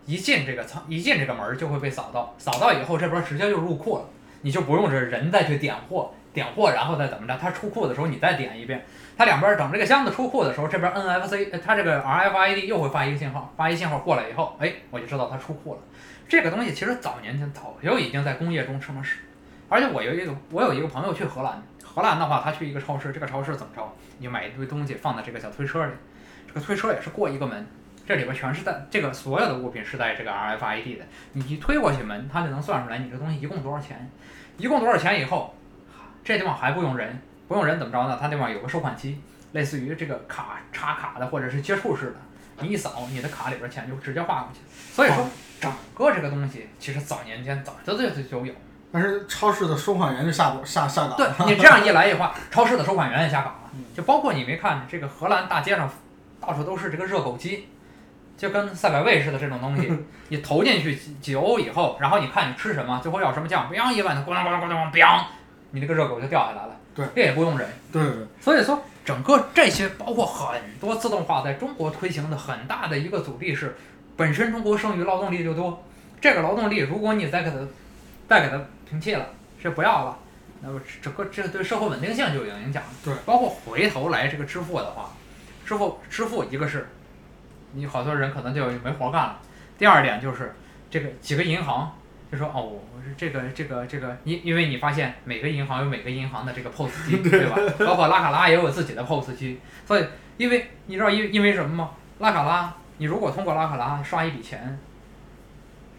S1: 一进这个仓，一进这个门儿就会被扫到，扫到以后这边儿直接就入库了，你就不用这人再去点货，点货然后再怎么着，它出库的时候你再点一遍。它两边儿等这个箱子出库的时候，这边儿 NFC 呃它这个 RFID 又会发一个信号，发一信号过来以后，哎，我就知道它出库了。这个东西其实早年间早就已经在工业中这么使，而且我有一个我有一个朋友去荷兰，荷兰的话他去一个超市，这个超市怎么着，你买一堆东西放在这个小推车里，这个推车也是过一个门。这里边全是带这个所有的物品是带这个 RFID 的，你一推过去门，它就能算出来你这东西一共多少钱，一共多少钱以后，这地方还不用人，不用人怎么着呢？它那边有个收款机，类似于这个卡插卡的或者是接触式的，你一扫，你的卡里边钱就直接划过去。所以说，整个这个东西其实早年间早就就就就有。
S2: 但是超市的收款员就下不下下岗，
S1: 对你这样一来一话，超市的收款员也下岗了，就包括你没看这个荷兰大街上到处都是这个热狗机，就跟赛百味似的这种东西，你投进去几几欧以后，然后你看你吃什么，最后要什么酱，biang 一碗，咣当咣当咣当咣当，你那个热狗就掉下来了。
S2: 对，
S1: 这也不用人。
S2: 对对对，
S1: 所以说，整个这些包括很多自动化在中国推行的很大的一个阻力是，本身中国剩余劳动力就多，这个劳动力如果你再给它再给它平弃了，是不要了，那么整个这对社会稳定性就有影响了。
S2: 对，
S1: 包括回头来这个支付的话，支付支付一个是，你好多人可能就没活干了，第二点就是这个几个银行。就说哦，我是这个这个这个，因因为你发现每个银行有每个银行的这个 POS
S2: [LAUGHS]
S1: 机，对吧？包括拉卡拉也有自己的 POS 机，所以因为你知道因因为什么吗？拉卡拉，你如果通过拉卡拉刷一笔钱，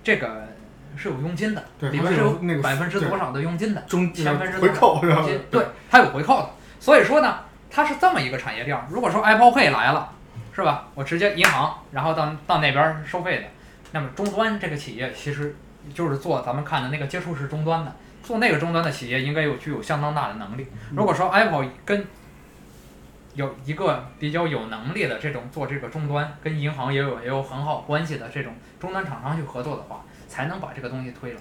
S1: 这个是有佣金的，
S2: 对
S1: 里
S2: 它
S1: 边
S2: 是
S1: 是
S2: 有
S1: 有
S2: 那个
S1: 百分之
S2: 对
S1: 多少的佣金的，
S2: 中
S1: 前面是
S2: 回扣是吧
S1: 佣金？对，它有回扣的。所以说呢，它是这么一个产业链儿。如果说 Apple Pay 来了，是吧？我直接银行，然后到到那边儿收费的，那么终端这个企业其实就是做咱们看的那个接触式终端的，做那个终端的企业应该有具有相当大的能力。
S2: 嗯
S1: 如果说 Apple 跟有一个比较有能力的这种做这个终端，跟银行也有也有很好关系的这种终端厂商去合作的话，才能把这个东西推来。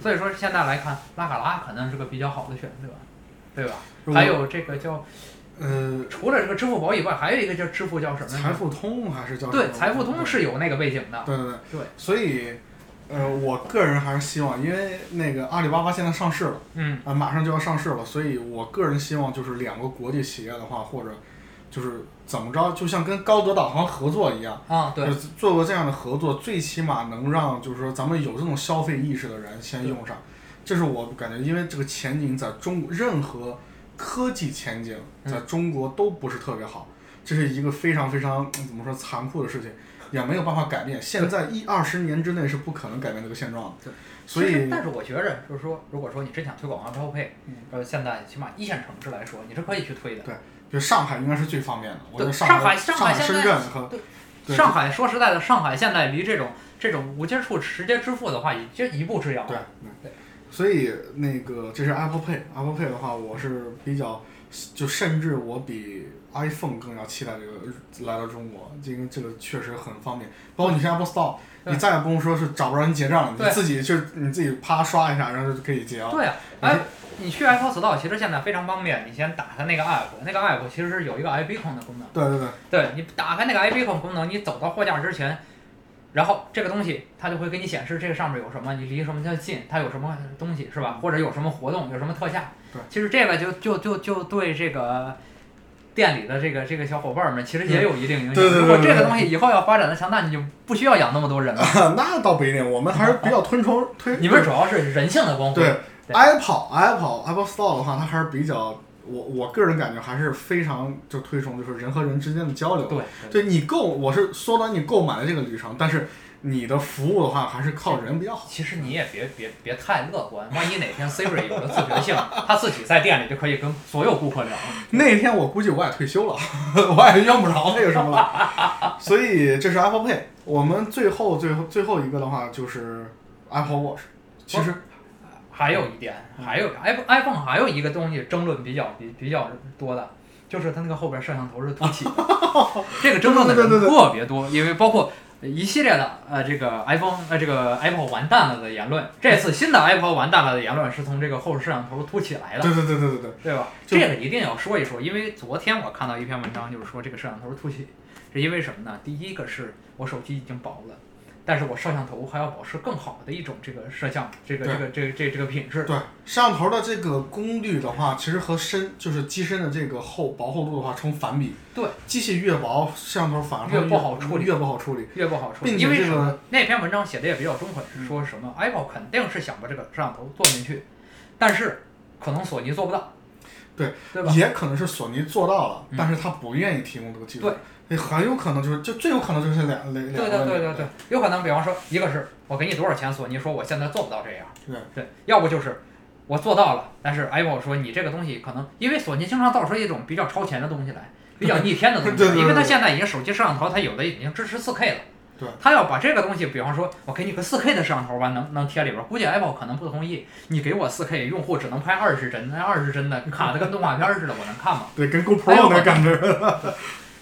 S1: 所以说现在来看，拉卡拉可能是个比较好的选择，对吧？
S2: 如果
S1: 还有这个叫
S2: 呃，
S1: 除了这个支付宝以外，还有一个叫支付叫什么
S2: 财
S1: 呢？
S2: 富通还是叫什
S1: 对，
S2: 么
S1: 财付通是有那个背景的。
S2: 对对对
S1: 对，
S2: 所以呃，我个人还是希望，因为那个阿里巴巴现在上市了，
S1: 嗯，
S2: 啊，马上就要上市了，所以我个人希望就是两个国际企业的话，或者就是怎么着，就像跟高德导航合作一样。
S1: 啊，对
S2: 就，是做过这样的合作，最起码能让就是说咱们有这种消费意识的人先用上，这是我感觉，因为这个前景在中国任何科技前景
S1: 嗯
S2: 在中国都不是特别好，这是一个非常非常嗯怎么说残酷的事情，也没有办法改变，现在一二十年之内是不可能改变这个现状的
S1: 对，
S2: 所
S1: 其实
S2: 以
S1: 但是我觉着就是说，如果说你真想推广 Apple Pay，呃，
S2: 嗯
S1: 现在起码一线城市来说，你是可以去推的。
S2: 就上海应该是最方便的，我觉得
S1: 对
S2: 海、
S1: 上
S2: 上
S1: 海上海现
S2: 深
S1: 在
S2: 圳和对
S1: 上海说实在的，上海现在离这种这种无接触直接支付的话，已经一步之遥
S2: 对
S1: 了。对
S2: 对，所以那个这是 Apple Pay，Apple Pay 的话，我是比较就甚至我比 iPhone 更要期待这个来到中国，因为这个确实很方便。包括你去 Apple Store，
S1: 对
S2: 你再也不用说是找不着人结账了，
S1: 对
S2: 你自己去你自己啪刷一下，然后就可以结了。
S1: 对啊，哎，你去 Apple Store 其实现在非常方便，你先打开那个 app，那个 app 其实是有一个 iBeacon 的功能。
S2: 对对 [LAUGHS] 对，
S1: 对你打开那个 iBeacon 功能，你走到货架之前，然后这个东西它就会给你显示这个上面有什么，你离什么近，它有什么东西是吧？或者有什么活动，有什么特价。
S2: 嗯对，
S1: 其实这个就就就就对这个店里的这个这个小伙伴们其实也有一定影响。
S2: 嗯对对对对
S1: 如果这
S2: 对
S1: 个东西以后要发展的强大，你就不需要养那么多人了。
S2: 那倒不一定，我们还是比较推崇推。
S1: 你们主要是人性的光辉。
S2: 对
S1: 对
S2: Apple Apple Apple Store 的话，它还是比较我我个人感觉还是非常就推崇就是人和人之间的交流。
S1: 对
S2: 对你购，我是缩短你购买的这个旅程，但是你的服务的话，还是靠人比较好。
S1: 其实你也别别别太乐观，万一哪天 Siri 有了自觉性，他自己在店里就可以跟所有顾客聊。
S2: 那天我估计我也退休了， [LAUGHS] 我也用不着那个什么了。所以这是 Apple Pay。我们最后最后最后一个的话就是 Apple Watch。其
S1: 哦
S2: 实嗯
S1: 还有一点，还有 iPhone iPhone 还有一个东西争论比较比比较多的，就是它那个后边摄像头是凸
S2: [LAUGHS]
S1: 起的，这个争论的人
S2: 对对对对
S1: 特别多，因为包括一系列的呃这个 iPhone 呃这个 Apple 完蛋了的言论，这次新的 Apple 完蛋了的言论是从这个后摄像头凸起来的，
S2: 对对对对对对，
S1: 对吧？
S2: 就
S1: 这个一定要说一说，因为昨天我看到一篇文章，就是说这个摄像头凸起，是因为什么呢？第一个是我手机已经薄了，但是我摄像头还要保持更好的一种这个摄像这个这个这个这个、这个品质。
S2: 对，摄像头的这个功率的话，其实和身就是机身的这个厚薄厚度的话成反比。
S1: 对，
S2: 机器越薄，摄像头反而会
S1: 越不好处理
S2: 越不好处理。
S1: 越不好处理，
S2: 并且
S1: 因为
S2: 这
S1: 什
S2: 个嗯
S1: 么？那篇文章写的也比较中肯，是说什么 Apple 肯定是想把这个摄像头做进去，但是可能索尼做不到，
S2: 对
S1: 对吧？
S2: 也可能是索尼做到了，
S1: 嗯
S2: 但是他不愿意提供这个技术。
S1: 对
S2: 对，很有可能就是，就最有可能就是两两
S1: 对
S2: 两
S1: 对
S2: 个
S1: 对
S2: 问
S1: 对
S2: 题
S1: 对，有可能，比方说，一个是我给你多少钱，索尼说我现在做不到这样，
S2: 对
S1: 对，要不就是我做到了，但是 Apple 说你这个东西可能，因为索尼经常造出一种比较超前的东西来，比较逆天
S2: [LAUGHS]
S1: 的东西来，
S2: 对对对
S1: 因为它
S2: 对
S1: 现在已经手机摄像头，它有的已经支持 4K 了，
S2: 对，
S1: 它要把这个东西，比方说我给你个 4K 的摄像头吧，能能贴里边儿，估计 Apple 可能不同意，你给我 4K，用户只能拍二十帧，那二十帧的卡的跟动画片儿似的，我能看吗？
S2: 对，跟 GoPro 那
S1: [LAUGHS]
S2: 感觉。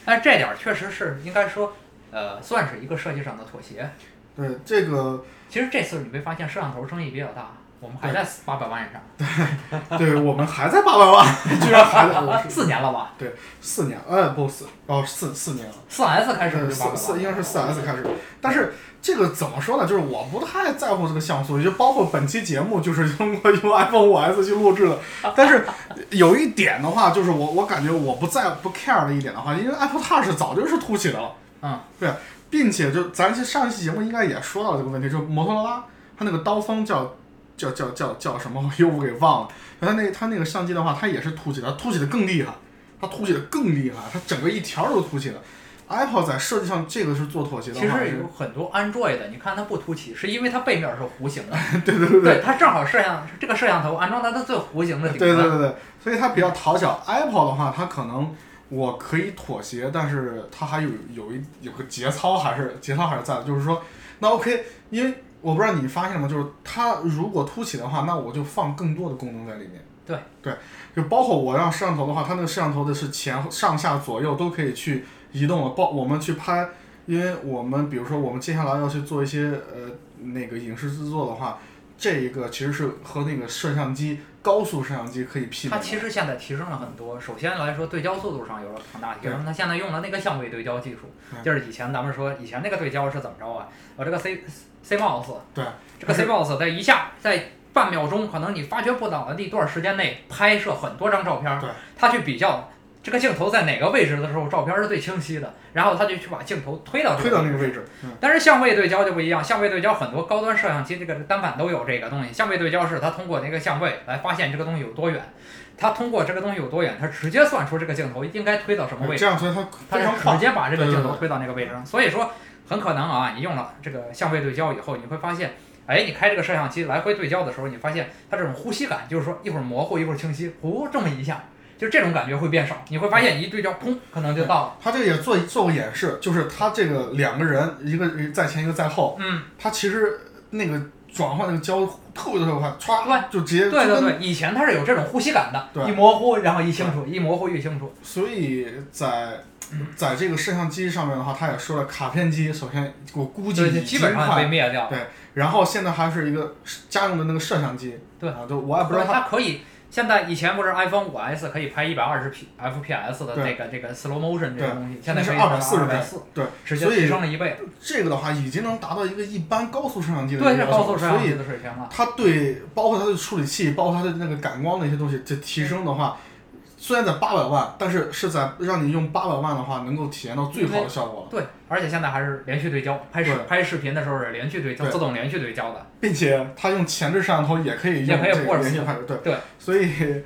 S1: 但是这点儿确实是应该说，呃，算是一个设计上的妥协。
S2: 对，这个
S1: 其实这次你没发现摄像头争议比较大，我们还在八百万以上，
S2: 对我们还在八百万， [LAUGHS] 居然还在我是
S1: 啊四年了吧？
S2: 对四年，呃，不四哦四四年了。
S1: 四 S 开始
S2: 是
S1: 就八百
S2: 呃四四
S1: 万，
S2: 应该是四 S 开始，但是这个怎么说呢？就是我不太在乎这个像素，也就包括本期节目就是通过用 iPhone 五 S 去录制的。但是有一点的话，就是我我感觉我不在不 care 的一点的话，因为 Apple Touch 早就是凸起的了，
S1: 嗯，
S2: 对，并且就咱这上一期节目应该也说到这个问题，就是摩托罗拉它那个刀锋叫。叫叫叫叫什么？又给忘了。它那它那个相机的话，它也是凸起的，凸起的更厉害，它凸起的更厉害，它整个一条都凸起的。Apple 在设计上这个是做妥协的
S1: 其
S2: 话，
S1: 实
S2: 是
S1: 有很多 Android 的，你看它不凸起，是因为它背面是弧形的，
S2: [LAUGHS] 对对对对
S1: 它正好摄像这个摄像头安装在它最弧形的顶
S2: 对对
S1: 端。
S2: 对对，所以它比较讨巧。Apple 的话，它可能我可以妥协，但是它还有有一有个节操还是节操还是在的，就是说，那 OK，因为我不知道你发现了吗？就是它如果凸起的话，那我就放更多的功能在里面。
S1: 对
S2: 对，就包括我让摄像头的话，它那个摄像头的是前后上下左右都可以去移动了，包我们去拍。因为我们比如说我们接下来要去做一些呃那个影视制作的话，这一个其实是和那个摄像机高速摄像机可以媲美的。
S1: 它其实现在提升了很多，首先来说对焦速度上有了很大提升，它现在用了那个相位对焦技术，
S2: 对
S1: 就是以前咱们说以前那个对焦是怎么着啊？我这个 C C mouse
S2: 对，
S1: 这个 C box 在一下在半秒钟，可能你发掘不到的那段时间内拍摄很多张照片，
S2: 对，
S1: 他去比较这个镜头在哪个位置的时候，照片是最清晰的，然后他就去把镜头推到这
S2: 推到
S1: 位
S2: 那
S1: 置
S2: 个位置，嗯，
S1: 但是相位对焦就不一样，相位对焦很多高端摄像机这个单反都有这个东西。相位对焦是它通过那个相位来发现这个东西有多远，它通过这个东西有多远，它直接算出这个镜头应该推到什么位置，
S2: 这样所以它
S1: 它
S2: 非常
S1: 是直
S2: 快。
S1: 接把这个镜头推到那个位置上。所以说，很可能啊，你用了这个相位对焦以后，你会发现，哎，你开这个摄像机来回对焦的时候，你发现它这种呼吸感，就是说一会儿模糊一会儿清晰，呼这么一下，就这种感觉会变少。你会发现一对焦，砰，可能就到了。
S2: 它这个也做做过演示，就是它这个两个人，一个在前一个在后，
S1: 嗯，
S2: 它其实那个转换那个焦特别特别快，歘就直接
S1: 对
S2: 就
S1: 对
S2: 跟
S1: 对，以前它是有这种呼吸感的，
S2: 对
S1: 一模糊然后一清楚，一模糊一清楚。
S2: 所以在在这个摄像机上面的话，他也说了，卡片机首先我估计
S1: 对，
S2: 已
S1: 基
S2: 经
S1: 本上被
S2: 快，
S1: 灭掉。
S2: 然后现在还是一个家用的那个摄像机，
S1: 对
S2: 啊，就我也不知道它
S1: 它可以，现在以前不是 iPhone 五 S 可以拍一百二十 P FPS 的
S2: 对
S1: 这个这个 slow motion 这个东西，现
S2: 现
S1: 在
S2: 在是
S1: 可以二
S2: 240
S1: 百四，
S2: 对，
S1: 直接
S2: 所以
S1: 提升了一倍，
S2: 这个的话已经能达到一个一般高速摄像机的
S1: 对，
S2: 一个
S1: 是
S2: 要
S1: 高
S2: 求
S1: 速摄像
S2: 所以
S1: 机的水平了。
S2: 它对包括它的处理器，包括它的那个感光的一些东西，这提升的话，虽然在八百万，但是是在让你用八百万的话能够体验到最好的效果了，
S1: 对，而且现在还是连续对焦，拍视
S2: 对
S1: 拍视频的时候是连续对焦，
S2: 对
S1: 自动连续对焦的。
S2: 并且它用前置摄像头也可以
S1: 也
S2: 用
S1: 可以
S2: 这
S1: 过
S2: 个
S1: 热
S2: 连续拍摄，对
S1: 对，
S2: 所以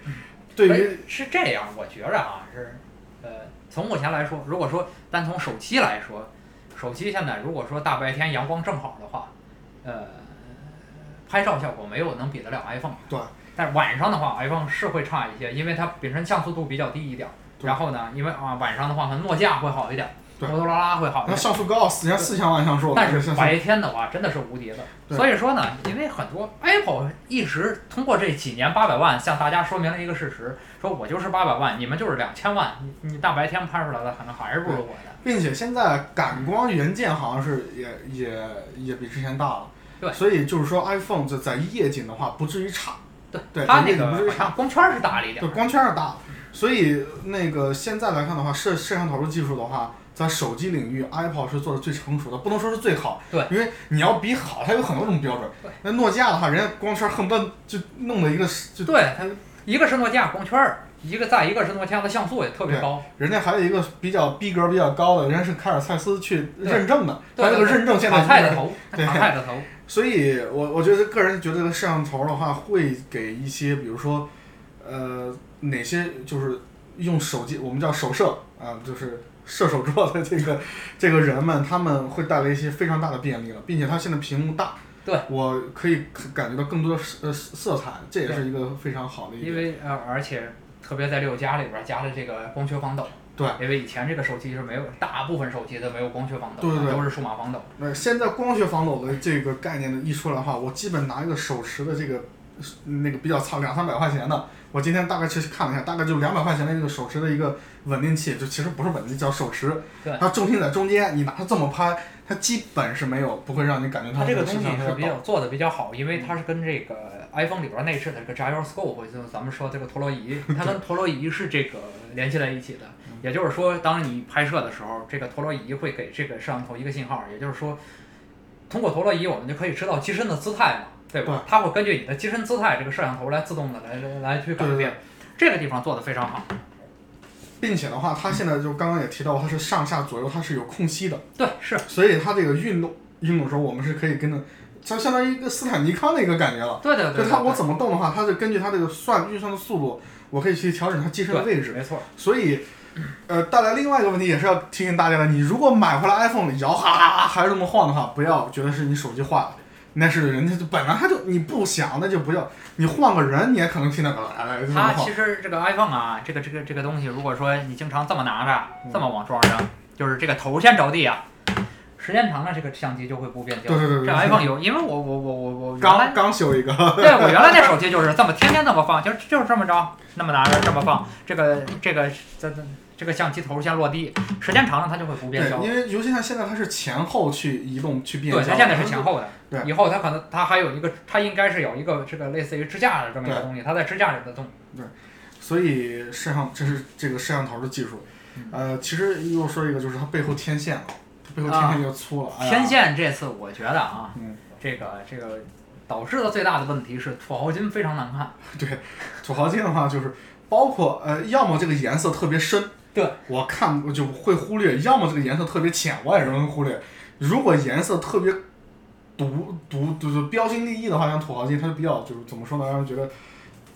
S2: 对于
S1: 哎是这样，我觉着啊是，呃，从目前来说，如果说单从手机来说，手机现在如果说大白天阳光正好的话，呃，拍照效果没有能比得了 iPhone。
S2: 对。
S1: 但晚上的话，iPhone 是会差一些，因为它本身像素度比较低一点儿。
S2: 对
S1: 然后呢，因为啊晚上的话，可能诺基亚会好一点儿，
S2: 对
S1: 摩托罗拉会好一
S2: 那
S1: 点儿。
S2: 像素高，四千四千万 [LAUGHS] 像素，
S1: 但
S2: 像
S1: 是
S2: 素
S1: 白天的话，真的是无敌的。
S2: 对
S1: 所以说呢，因为很多 Apple 一直通过这几年八百万向大家说明了一个事实：说我就是八百万，你们就是两千万，你你大白天拍出来的可能还是不如我的。
S2: 并且现在感光元件好像是也也也比之前大了，
S1: 对
S2: 所以就是说 iPhone 就在夜景的话不至于差，
S1: 对，
S2: 对
S1: 它
S2: 咱们
S1: 那
S2: 也
S1: 个
S2: 不是
S1: 好像啊光圈儿是大了一点
S2: 对，
S1: 儿，
S2: 光圈儿大，所以那个现在来看的话，摄摄像头的技术的话，在手机领域，Apple 是做的最成熟的，不能说是最好，
S1: 对
S2: 因为你要比好，它有很多种标准
S1: 对。
S2: 那诺基亚的话，人家光圈儿恨不得就弄了一个就
S1: 对，它一个是诺基亚光圈儿，一个再一个是诺基亚的像素也特别
S2: 对
S1: 高，
S2: 人家还有一个比较逼格比较高的，人家是凯尔蔡司去
S1: 对
S2: 认证的，
S1: 对
S2: 他这个
S1: 对对
S2: 认证现在
S1: 卡泰
S2: 已经是
S1: 的头，
S2: 对
S1: 卡泰的头，
S2: 所以我，我觉得个人觉得这个摄像头的话，会给一些，比如说，呃，哪些就是用手机，我们叫手摄啊、就是射手座的这个 [LAUGHS] 这个人们，他们会带来一些非常大的便利了，并且它现在屏幕大，
S1: 对，
S2: 我可以感觉到更多的色呃色彩，这也是一个非常好的一
S1: 因
S2: 个，
S1: 为呃，而且特别在六加里边儿加了这个光学防抖，
S2: 对，
S1: 因为以前这个手机是没有，大部分手机都没有光学防抖，
S2: 对对对
S1: 都是数码防抖。
S2: 那现在光学防抖的这个概念呢一出来的话，我基本拿一个手持的这个那个比较差两三百块钱的，我今天大概去看了一下，大概就两百块钱的一个手持的一个稳定器，就其实不是稳定器，叫手持。
S1: 对
S2: 它重心在中间，你拿它这么拍，它基本是没有不会让你感觉
S1: 它这个
S2: 个
S1: 东西
S2: 是嗯
S1: 是比较做的比较好，因为它是跟这个 iPhone 里边儿内置的这个 Gyroscope，就是咱们说这个陀螺
S2: [LAUGHS]
S1: 仪，它跟陀螺仪是这个联系在一起的。
S2: 嗯
S1: 也就是说，当你拍摄的时候，这个陀螺仪会给这个摄像头一个信号，也就是说，通过陀螺仪我们就可以知道机身的姿态嘛，对吧？
S2: 对
S1: 它会根据你的机身姿态，这个摄像头来自动的来来来去改
S2: 对对
S1: 变。这个地方做的非常好，
S2: 并且的话，它现在就刚刚也提到，它是上下左右它是有空隙的，
S1: 对，是
S2: 所以它这个运动运动的时候，我们是可以跟着，就相当于一个斯坦尼康的一个感觉了。
S1: 对对对
S2: 就
S1: 对
S2: 它我怎么动的话，它是根据它这个算运算的速度，我可以去调整它机身的位置。
S1: 没错，
S2: 所以，呃，带来另外一个问题也是要提醒大家的：你如果买回来 iPhone 摇哈啦啦还是这么晃的话，不要觉得是你手机坏了，那是人家就本来他就你不想，那就不要。你换个人，你也可能听那个来来这么
S1: 它
S2: 晃
S1: 其。实这个 iPhone 啊，这个这个这个东西，如果说你经常这么拿着，
S2: 嗯
S1: 这么往桌上扔，就是这个头先着地啊，时间长了这个相机就会不变焦。
S2: 对对对对
S1: 这 iPhone 有，因为我我我我我原
S2: [LAUGHS] 刚
S1: 来
S2: 刚修一个，
S1: 对我原来那手机就是这么天天这么放，就是就是这么着，那么拿着这么放，这个这个这这这个相机头先落地，时间长了它就会不变
S2: 对
S1: 焦，。
S2: 因为尤其像现在它是前后去移动去变焦
S1: 对，
S2: 的，
S1: 它现在是前后的，
S2: 对
S1: 以后它可能它还有一个，它应该是有一个这个类似于支架的这么一个
S2: 对
S1: 东西，它在支架里的动。
S2: 所以摄像这是这个摄像头的技术
S1: 嗯，
S2: 呃，其实又说一个就是它背后天线了，它背后天线又粗了，哎
S1: 啊
S2: 呀
S1: 天线这次我觉得啊，
S2: 嗯
S1: 这个这个导致的最大的问题是土豪金非常难看，
S2: 土豪金的话就是包括呃，要么这个颜色特别深，
S1: 对
S2: 我看我就会忽略；要么这个颜色特别浅，我也容易忽略。如果颜色特别独独就是标新立异的话，像土豪金，它就比较就是怎么说呢，让人觉得。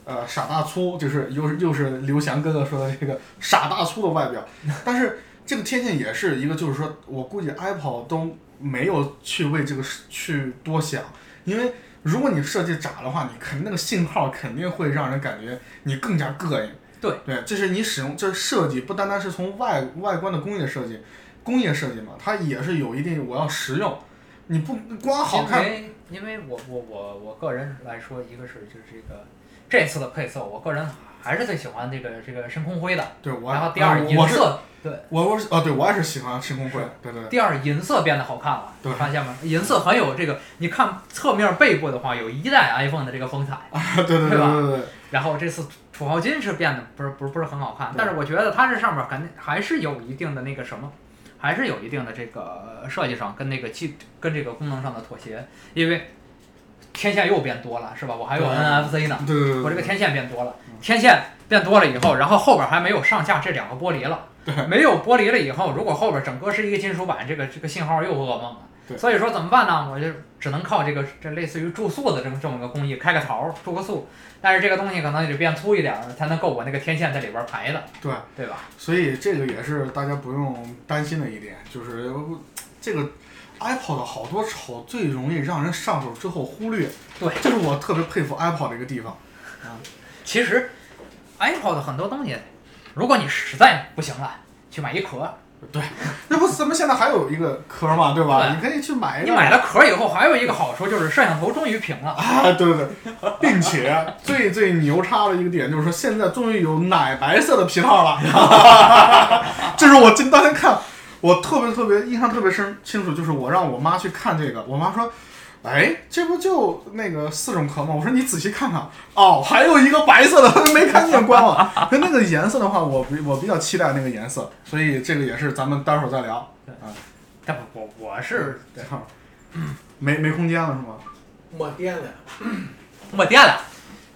S2: 呃，傻大粗就是又是又是刘翔哥哥说的这个傻大粗的外表， [LAUGHS] 但是这个天线也是一个，就是说我估计 Apple 都没有去为这个事去多想，因为如果你设计渣的话，你肯那个信号肯定会让人感觉你更加膈应。
S1: 对
S2: 对，这是你使用这设计不单单是从外外观的工业设计，工业设计嘛，它也是有一定我要实用，你不光好看
S1: 因，为因为我我我我个人来说，一个是就是这个这次的配色，我个人还是最喜欢这个这个深空灰的，
S2: 对我啊
S1: 然后第二
S2: 我
S1: 银
S2: 我是
S1: 色，对，
S2: 我我是啊，对我也是喜欢深空灰
S1: 是，
S2: 对对对
S1: 第二银色变得好看了，
S2: 对
S1: 发现吗？银色很有这个，你看侧面背部的话，有一代 iPhone 的这个风采。
S2: [LAUGHS] 对对对
S1: 对
S2: 对
S1: 吧
S2: 对对。
S1: 然后这次楚浩金是变得不是不是不是很好看
S2: 对，
S1: 但是我觉得他这上面肯定还是有一定的那个什么，还是有一定的这个设计上跟那个技跟这个功能上的妥协，因为天线又变多了，是吧？我还有
S2: 对
S1: NFC 呢，
S2: 对对对，
S1: 我这个天线变多了，天线变多了以后，然后后边还没有上下这两个剥离
S2: [LAUGHS]
S1: 了，没有剥离了以后，如果后边整个是一个金属板，这个这个信号又噩梦了。
S2: 对
S1: 所以说怎么办呢？我就只能靠这个这类似于注塑的这么这么个工艺，开个槽儿注个塑，但是这个东西可能也就变粗一点儿，才能够我那个天线在里边儿排的，
S2: 对
S1: 对吧？
S2: 所以这个也是大家不用担心的一点，就是呃这个 Apple 的好多丑最容易让人上手之后忽略，
S1: 对，
S2: 这是我特别佩服 Apple 的一个地方。
S1: 其实 iPod 很多东西，如果你实在不行了，去买一壳。
S2: [LAUGHS] 那不咱们现在还有一个壳嘛，对吧？
S1: 对
S2: 你可以去买一
S1: 你
S2: 个。
S1: 买了壳以后，还有一个好处就是摄像头终于平了。
S2: 啊，对对对，并且最最牛叉的一个点就是说，现在终于有奶白色的皮套了。 [LAUGHS] 这是我今当天看，我特别特别印象特别深清楚，就是我让我妈去看这个，我妈说。哎，这不就那个四种壳吗？我说你仔细看看，哦，还有一个白色的， [LAUGHS] 没看见关了。那那个颜色的话，我比我比较期待那个颜色，所以这个也是咱们待会儿再聊。
S1: 但我我是
S2: 对，没没空间了是吗？
S3: 没电了，
S1: 没电了，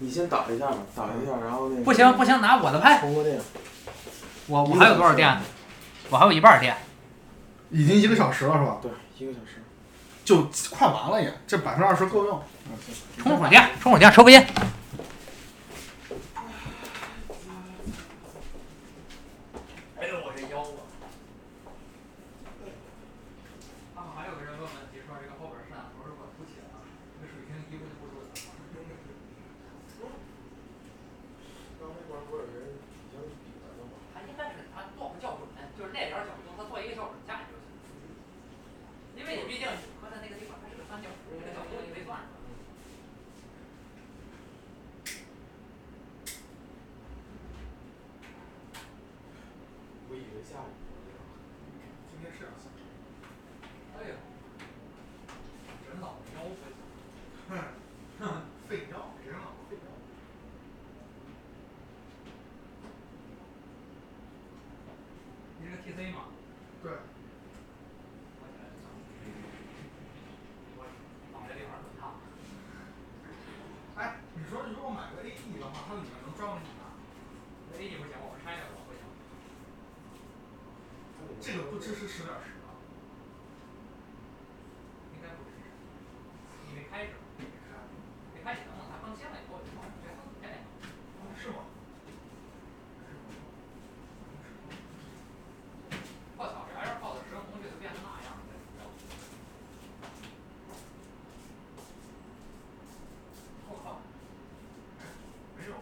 S3: 你先导一下吧，导一下，然后那个
S1: 不行不行，拿我的拍。
S3: 通过电，
S1: 我我还有多少电？我还有一半电。
S2: 已经一个小时了是吧？
S3: 对，一个小时。
S2: 就快完了也，这百分之二十够用。
S1: 充会儿电，充会儿电，抽根烟。哎呦，我这腰啊！他们还有个人问问题，说这个后边摄像头如果凸起来了，啊这个水平一步就不准了。它应该是它做不校准，就是那边儿校准，它做一个校准，下一个就行。因为你毕竟和它那个地方它是个三角，那个角度你没算上。
S3: 我以为下雨。
S2: 今天是要下
S1: 哎呦，人老腰疼。
S2: 废掉，给人老婆废掉。
S1: 你是 TC 吗？
S2: 对，哎，你说如果买个 AE 的话，它里面能装个什么？这个不支持十点十吧？哦是吗？没有，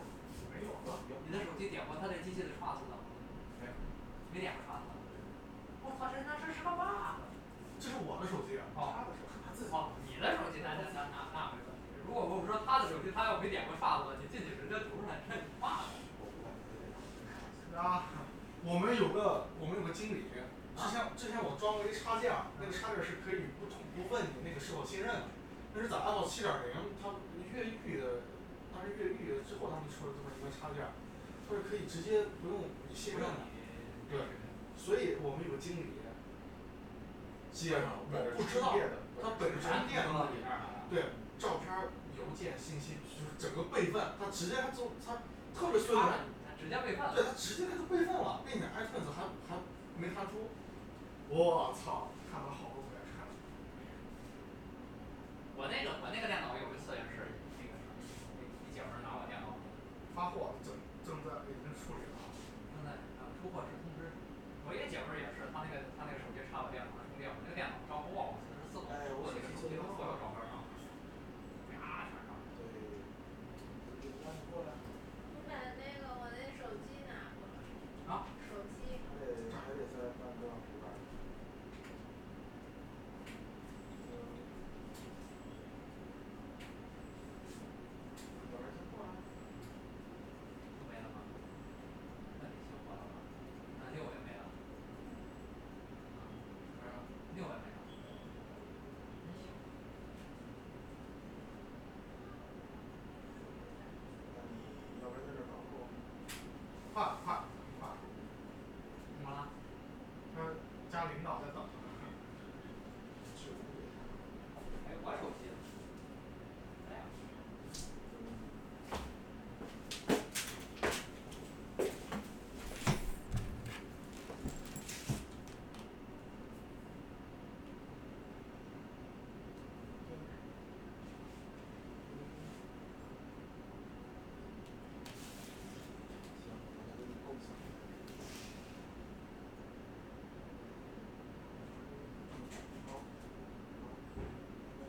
S2: 没有了。
S1: 你的手机点过它这机器的刷子了吗？
S2: 没有，
S1: 没点过刷子。我操，这那是是个 bug。
S2: 这是我的手机啊，他的手机，他自己。
S1: 哦，你的手机那那那那那没问题。如果我不说他的手机，他要没点过刷子，你进去直接读出来，这你骂了。
S2: 啊，我们有个我们有个经理，之前之前我装过一插件儿，那个插件儿是可以不同不问你那个是否信任的，那是在 Apple 七点零它越狱的，它是越狱之后他们出了这么一个插件儿，它是可以直接不用你信任的，对，所以我们有个经理，接上我不知道他本身电脑里面儿啊对照片儿、邮件、信息就是整个备份，他直接他就他特别顺
S1: 他们
S2: 的。
S1: 直接被犯
S2: 对
S1: 了。
S2: 他直接他就备份了，并且 iTunes 还还没弹出。我操！看了好多回，看了。
S1: 我那个我那个电脑有一次也是那个事儿，一姐们儿拿我电脑，
S2: 发货正正在已经处理了。
S1: 正在啊出货时通知。我一个姐们儿也是，她那个她那个手机插我电脑上充电，我那个电脑着火，我四十四
S3: 哎
S1: 我
S3: 我
S1: 那个手机的所有照片儿上，啪全上。
S3: 对。那你过来。
S4: 我把那个我那手机拿过来。
S1: 啊？
S4: 手机。
S3: 还得还得再办多长时间？老师先过来。
S1: 没了吗？那你行，我了吧？那啊啊哎
S2: 嗯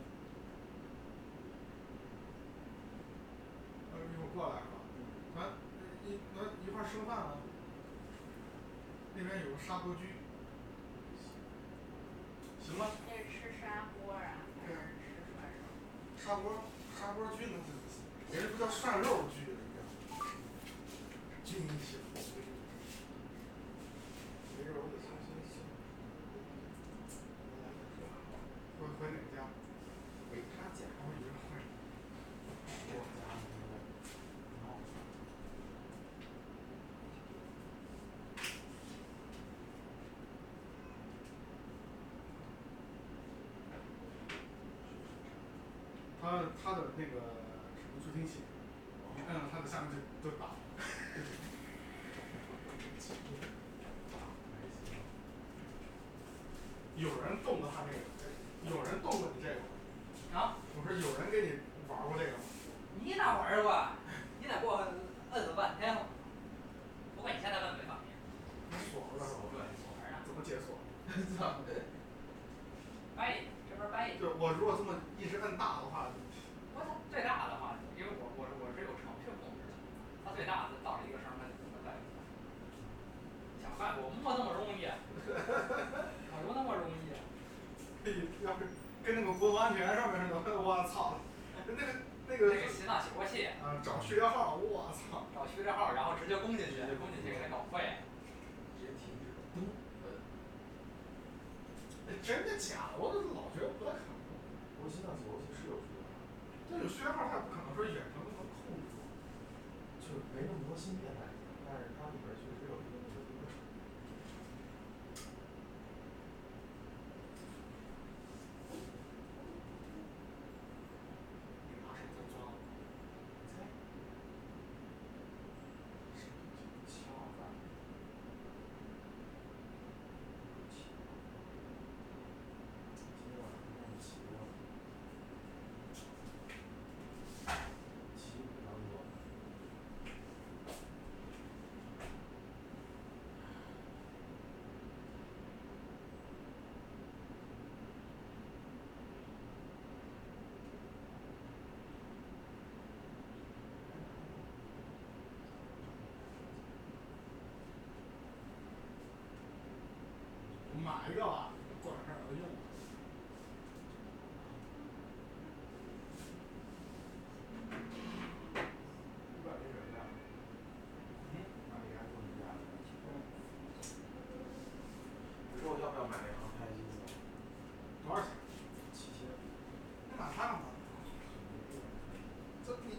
S2: 砂锅居。行吧，
S4: 那是吃砂锅啊，还是吃涮肉？
S2: 砂锅砂锅居那是，人家不叫涮肉居，人家均一体了。没事，我得重新想。回回哪家？回他家，我以为回我家呢。
S5: 他他的那个只能助听器，你按照他的下面就就打。
S2: 有人动过他这个，有人动过你这个吗？
S1: 啊，
S2: 我说有人跟你玩过这个吗？
S1: 你哪玩儿过？你咋给我摁了半天了？我管你下单半没法
S2: 你锁了是吧？
S1: 我玩儿呢，
S2: 怎么解 [LAUGHS] 锁？
S1: 掰一下，这边儿掰一下。
S2: 对，我如果这么一直摁大的话，
S1: 我操，最大的话，因为我我我是有程序控制的，它最大的到了一个声儿，它就它带过来。想干我没那么容易，我有那么容易？啊
S2: 要是跟那个国土安全上面似的，我操，那个
S1: 这
S2: 那个
S1: 个新浪洗锅器，
S2: 啊，找序列号，我操，
S1: 找区这号，然后直接攻进去，攻进去给它搞废。
S2: 直接停止，咚，呃真的假的？我怎么老觉得不太可能？
S6: 我心脏起搏器是有区别，
S2: 这有序列号，它也不可能说远程能控制住。
S6: 就是没那么多芯片来，但是它里边确实有这个这个
S2: 你拿手在抓我，
S6: 七号反应。七号今天晚上应该是骑了。骑非常多。
S2: 我买一个吧，管事儿用。
S6: 你把这人呢？把这个 iPhone 移下来你说我要不要买那航拍机呢？
S2: 多少钱？
S6: 七千。
S2: 那哪看吧？这你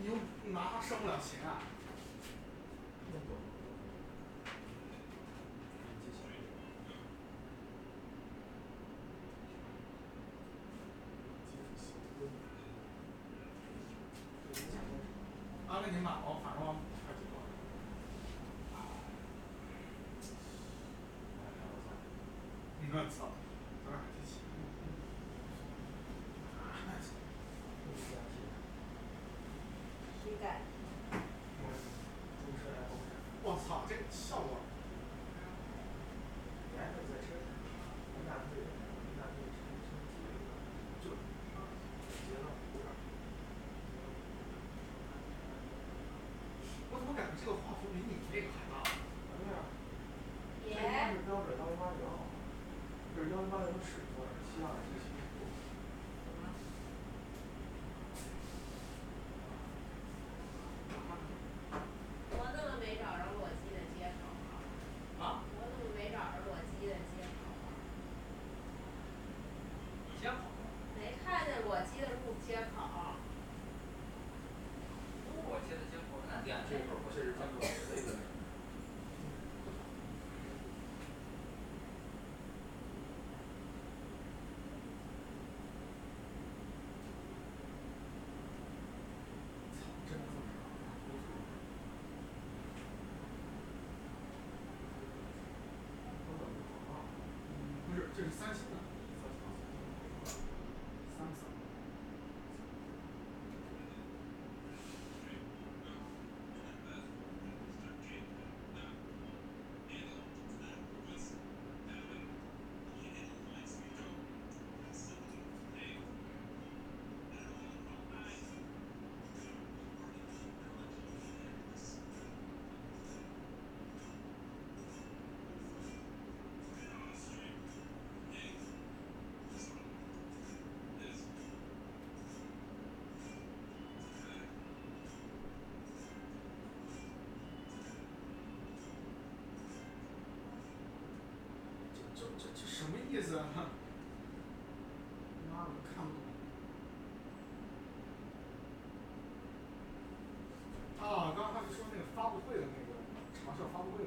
S2: 你又拿它生不了钱啊？
S6: 那有。你接下来。
S2: 啊，那你买吧，反正我还挺多。我操！咱俩还真行。
S4: 体感
S2: 我操，这效果！
S6: 你还可以再升，恒大可以，恒大可以升升级一个，就结到湖上。
S1: 啊
S3: 这什么意思啊？妈，我都看不懂。啊，刚刚他们说那个发布会的那个长寿发布会，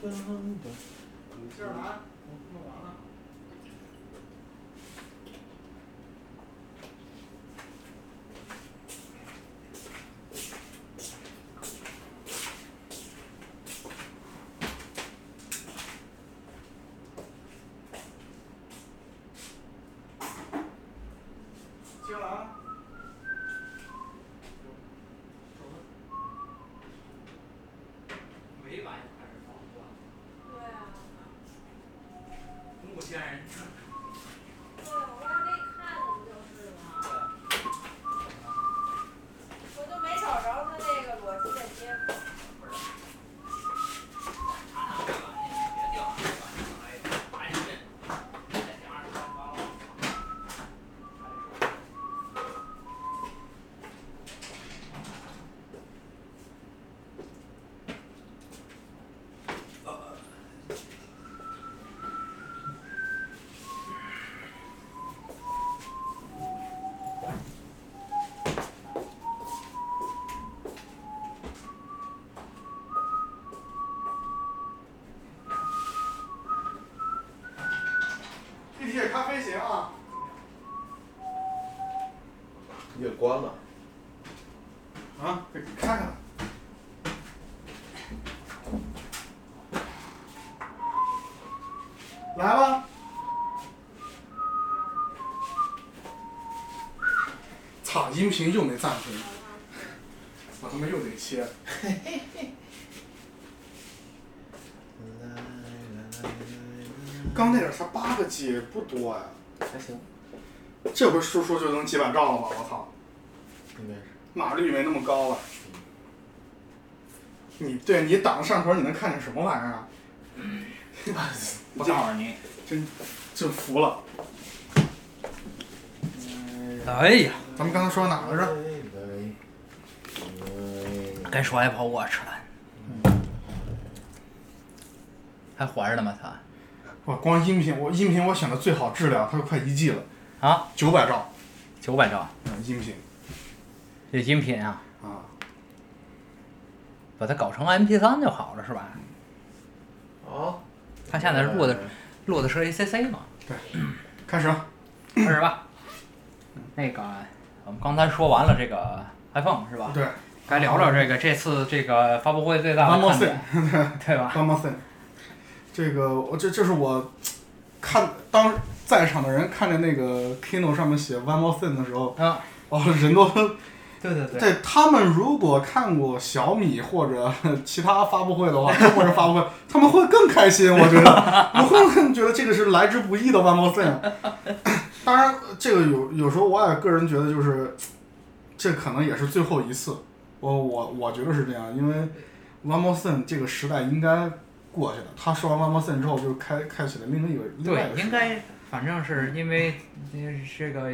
S3: 接着来，我弄完了。接着来啊。走了
S7: 委婉又开始放话，
S4: 对啊。
S7: 目见人
S4: 对，我让给你看的不就是吗？
S7: 对
S4: 我就没找着他那个裸机的贴谱。
S7: 他哪会把那别掉啊，把那把人震，再加上他把我还是
S3: 地铁咖啡行啊。
S8: 你给关了。
S2: 啊，给看看。来吧。操，音频又没暂停，我他妈又得切。刚那点儿才八个 G，不多呀、
S8: 还行，
S2: 这回输出就能几百兆了吧？我操！
S8: 应该是。
S2: 码率没那么高吧？你对你挡着摄像头，你能看见什么玩意儿啊？
S8: 嗯
S2: [LAUGHS] 我操，
S1: 诉你，
S2: 真真服了！
S1: 哎呀，
S2: 咱们刚才说到哪来着？
S1: 该说 Apple Watch 了，还活着呢吗？他
S2: 我光音频，我音频我选的最好质量，它都快一 G 了，
S1: 啊，
S2: 九百兆，
S1: 九百兆，
S2: 嗯，音频
S1: 这音频啊，
S2: 啊，
S1: 把它搞成 MP 3就好了，是吧？
S8: 啊，
S1: 他现在录的录的是 ACC 嘛，
S2: 开始啊吧
S1: 开始吧。那个，我们刚才说完了这个 iPhone 是吧？
S2: 对
S1: 该聊聊这个这次这个发布会最大
S2: ，One
S1: 的看
S2: More Thing，
S1: 点，
S2: [LAUGHS]
S1: 对吧？
S2: One More Thing，这个我这这是我看当在场的人看着那个 Kino 上面写 One More Thing 的时候，
S1: 啊，
S2: 哦，人都
S1: 对对对，
S2: 对他们如果看过小米或者 [LAUGHS] 其他发布会的话，或者发布会， [LAUGHS] 他们会更开心。我觉得，我会更觉得这个是来之不易的 One More Thing。当然，这个有有时候我也个人觉得就是，这可能也是最后一次。我我我觉得是这样，因为 One More Thing 这个时代应该过去了。他说完 One More Thing 之后，就开开启了另一个另外一
S1: 对
S2: 个，时
S1: 应
S2: 代。
S1: 该反正是因为呃这个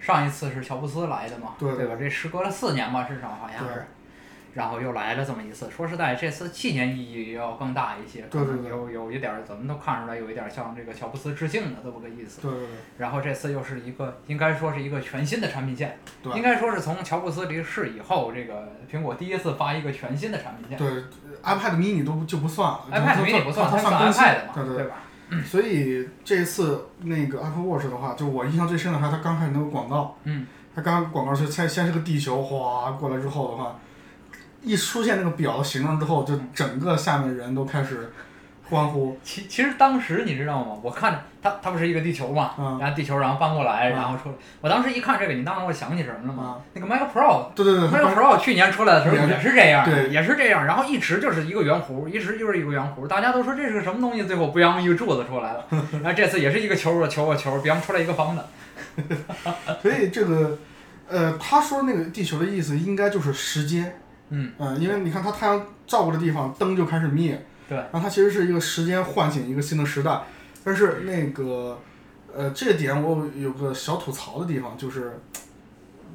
S1: 上一次是乔布斯来的嘛，
S2: 对
S1: 对吧？这时隔了四年吧，至少好像
S2: 对
S1: 是。然后又来了这么一次，说实在，这次纪念意义要更大一些，可
S2: 对对
S1: 能
S2: 对
S1: 有有一点儿，咱们都看出来有一点儿向这个乔布斯致敬的这么个意思。
S2: 对对对。
S1: 然后这次又是一个应该说是一个全新的产品线，
S2: 对
S1: 应该说是从乔布斯离世以后，这个苹果第一次发一个全新的产品线。
S2: 对，iPad mini 都就不算了
S1: iPad
S2: 它
S1: mini 不算，
S2: 它
S1: 它
S2: 算
S1: 算
S2: 更新
S1: iPad 嘛，
S2: 对对
S1: 吧？
S2: 所以这次那个 Apple Watch 的话，就我印象最深的还是它刚开始那个广告，
S1: 嗯，
S2: 它刚广告是先先是个地球哗过来之后的话，一出现那个表的形状之后，就整个下面人都开始欢呼，
S1: 其其实当时你知道吗？我看着它，它不是一个地球嘛，
S2: 嗯
S1: 然后地球然后搬过来，
S2: 嗯
S1: 然后出来。我当时一看这个，你当时我想起什么了吗？
S2: 嗯
S1: 那个 Mac Pro。
S2: 对对对，
S1: Mac
S2: [LAUGHS]
S1: Pro 去年出来的时候
S2: 也是
S1: 也是这样，
S2: 对
S1: 也是这样，然后一直就是一个圆弧，一直就是一个圆弧，大家都说这是个什么东西，最后 Beyond 一个柱子出来
S2: [LAUGHS]
S1: 了，然后这次也是一个球啊球啊球，Beyond 出来一个方的，
S2: 所以这个，呃，他说那个地球的意思应该就是时间，
S1: 嗯
S2: 嗯，因为你看它太阳照过的地方，灯就开始灭，
S1: 对
S2: 然后它其实是一个时间唤醒一个新的时代，但是那个，呃，这点我有个小吐槽的地方就是。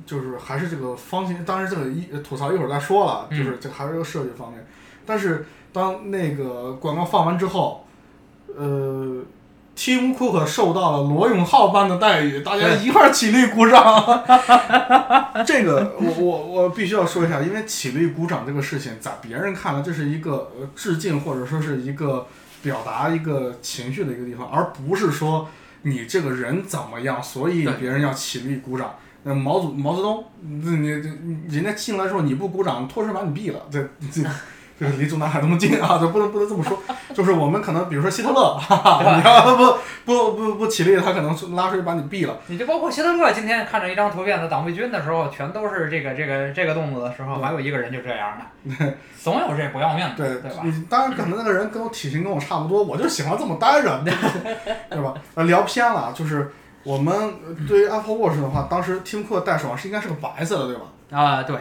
S2: 就是还是这个方形，当然这个一吐槽一会儿再说了，啊就是这个还是这个设计方面。但是当那个广告放完之后，呃，Tim Cook 受到了罗永浩般的待遇，大家
S1: 对
S2: 一块儿起立鼓掌。 [LAUGHS] 这个我我我必须要说一下，因为起立鼓掌这个事情，在别人看来这是一个呃致敬或者说是一个表达一个情绪的一个地方，而不是说你这个人怎么样，所以
S1: 对
S2: 别人要起立鼓掌。那毛主毛泽东，那你你人家进来的时候你不鼓掌，拖水把你毙了，这这 [LAUGHS] 就是离中南海那么近啊，这不能不能这么说。就是我们可能比如说希特勒，哈哈，你要不不不不起立，他可能是拉水把你毙了。
S1: 你就包括希特勒今天看着一张图片，他党卫军的时候，全都是这个这个这个动作的时候，
S2: 对
S1: 还有一个人就这样的，总有这不要命的，
S2: 嗯对，
S1: 对吧？
S2: 你当然可能那个人跟我体型跟我差不多，我就喜欢这么待着，对对吧？呃，聊偏了啊，就是我们呃对于 Apple Watch 的话，当时 Tim Cook 戴手上是应该是个白色的，对吧？
S1: 啊，对，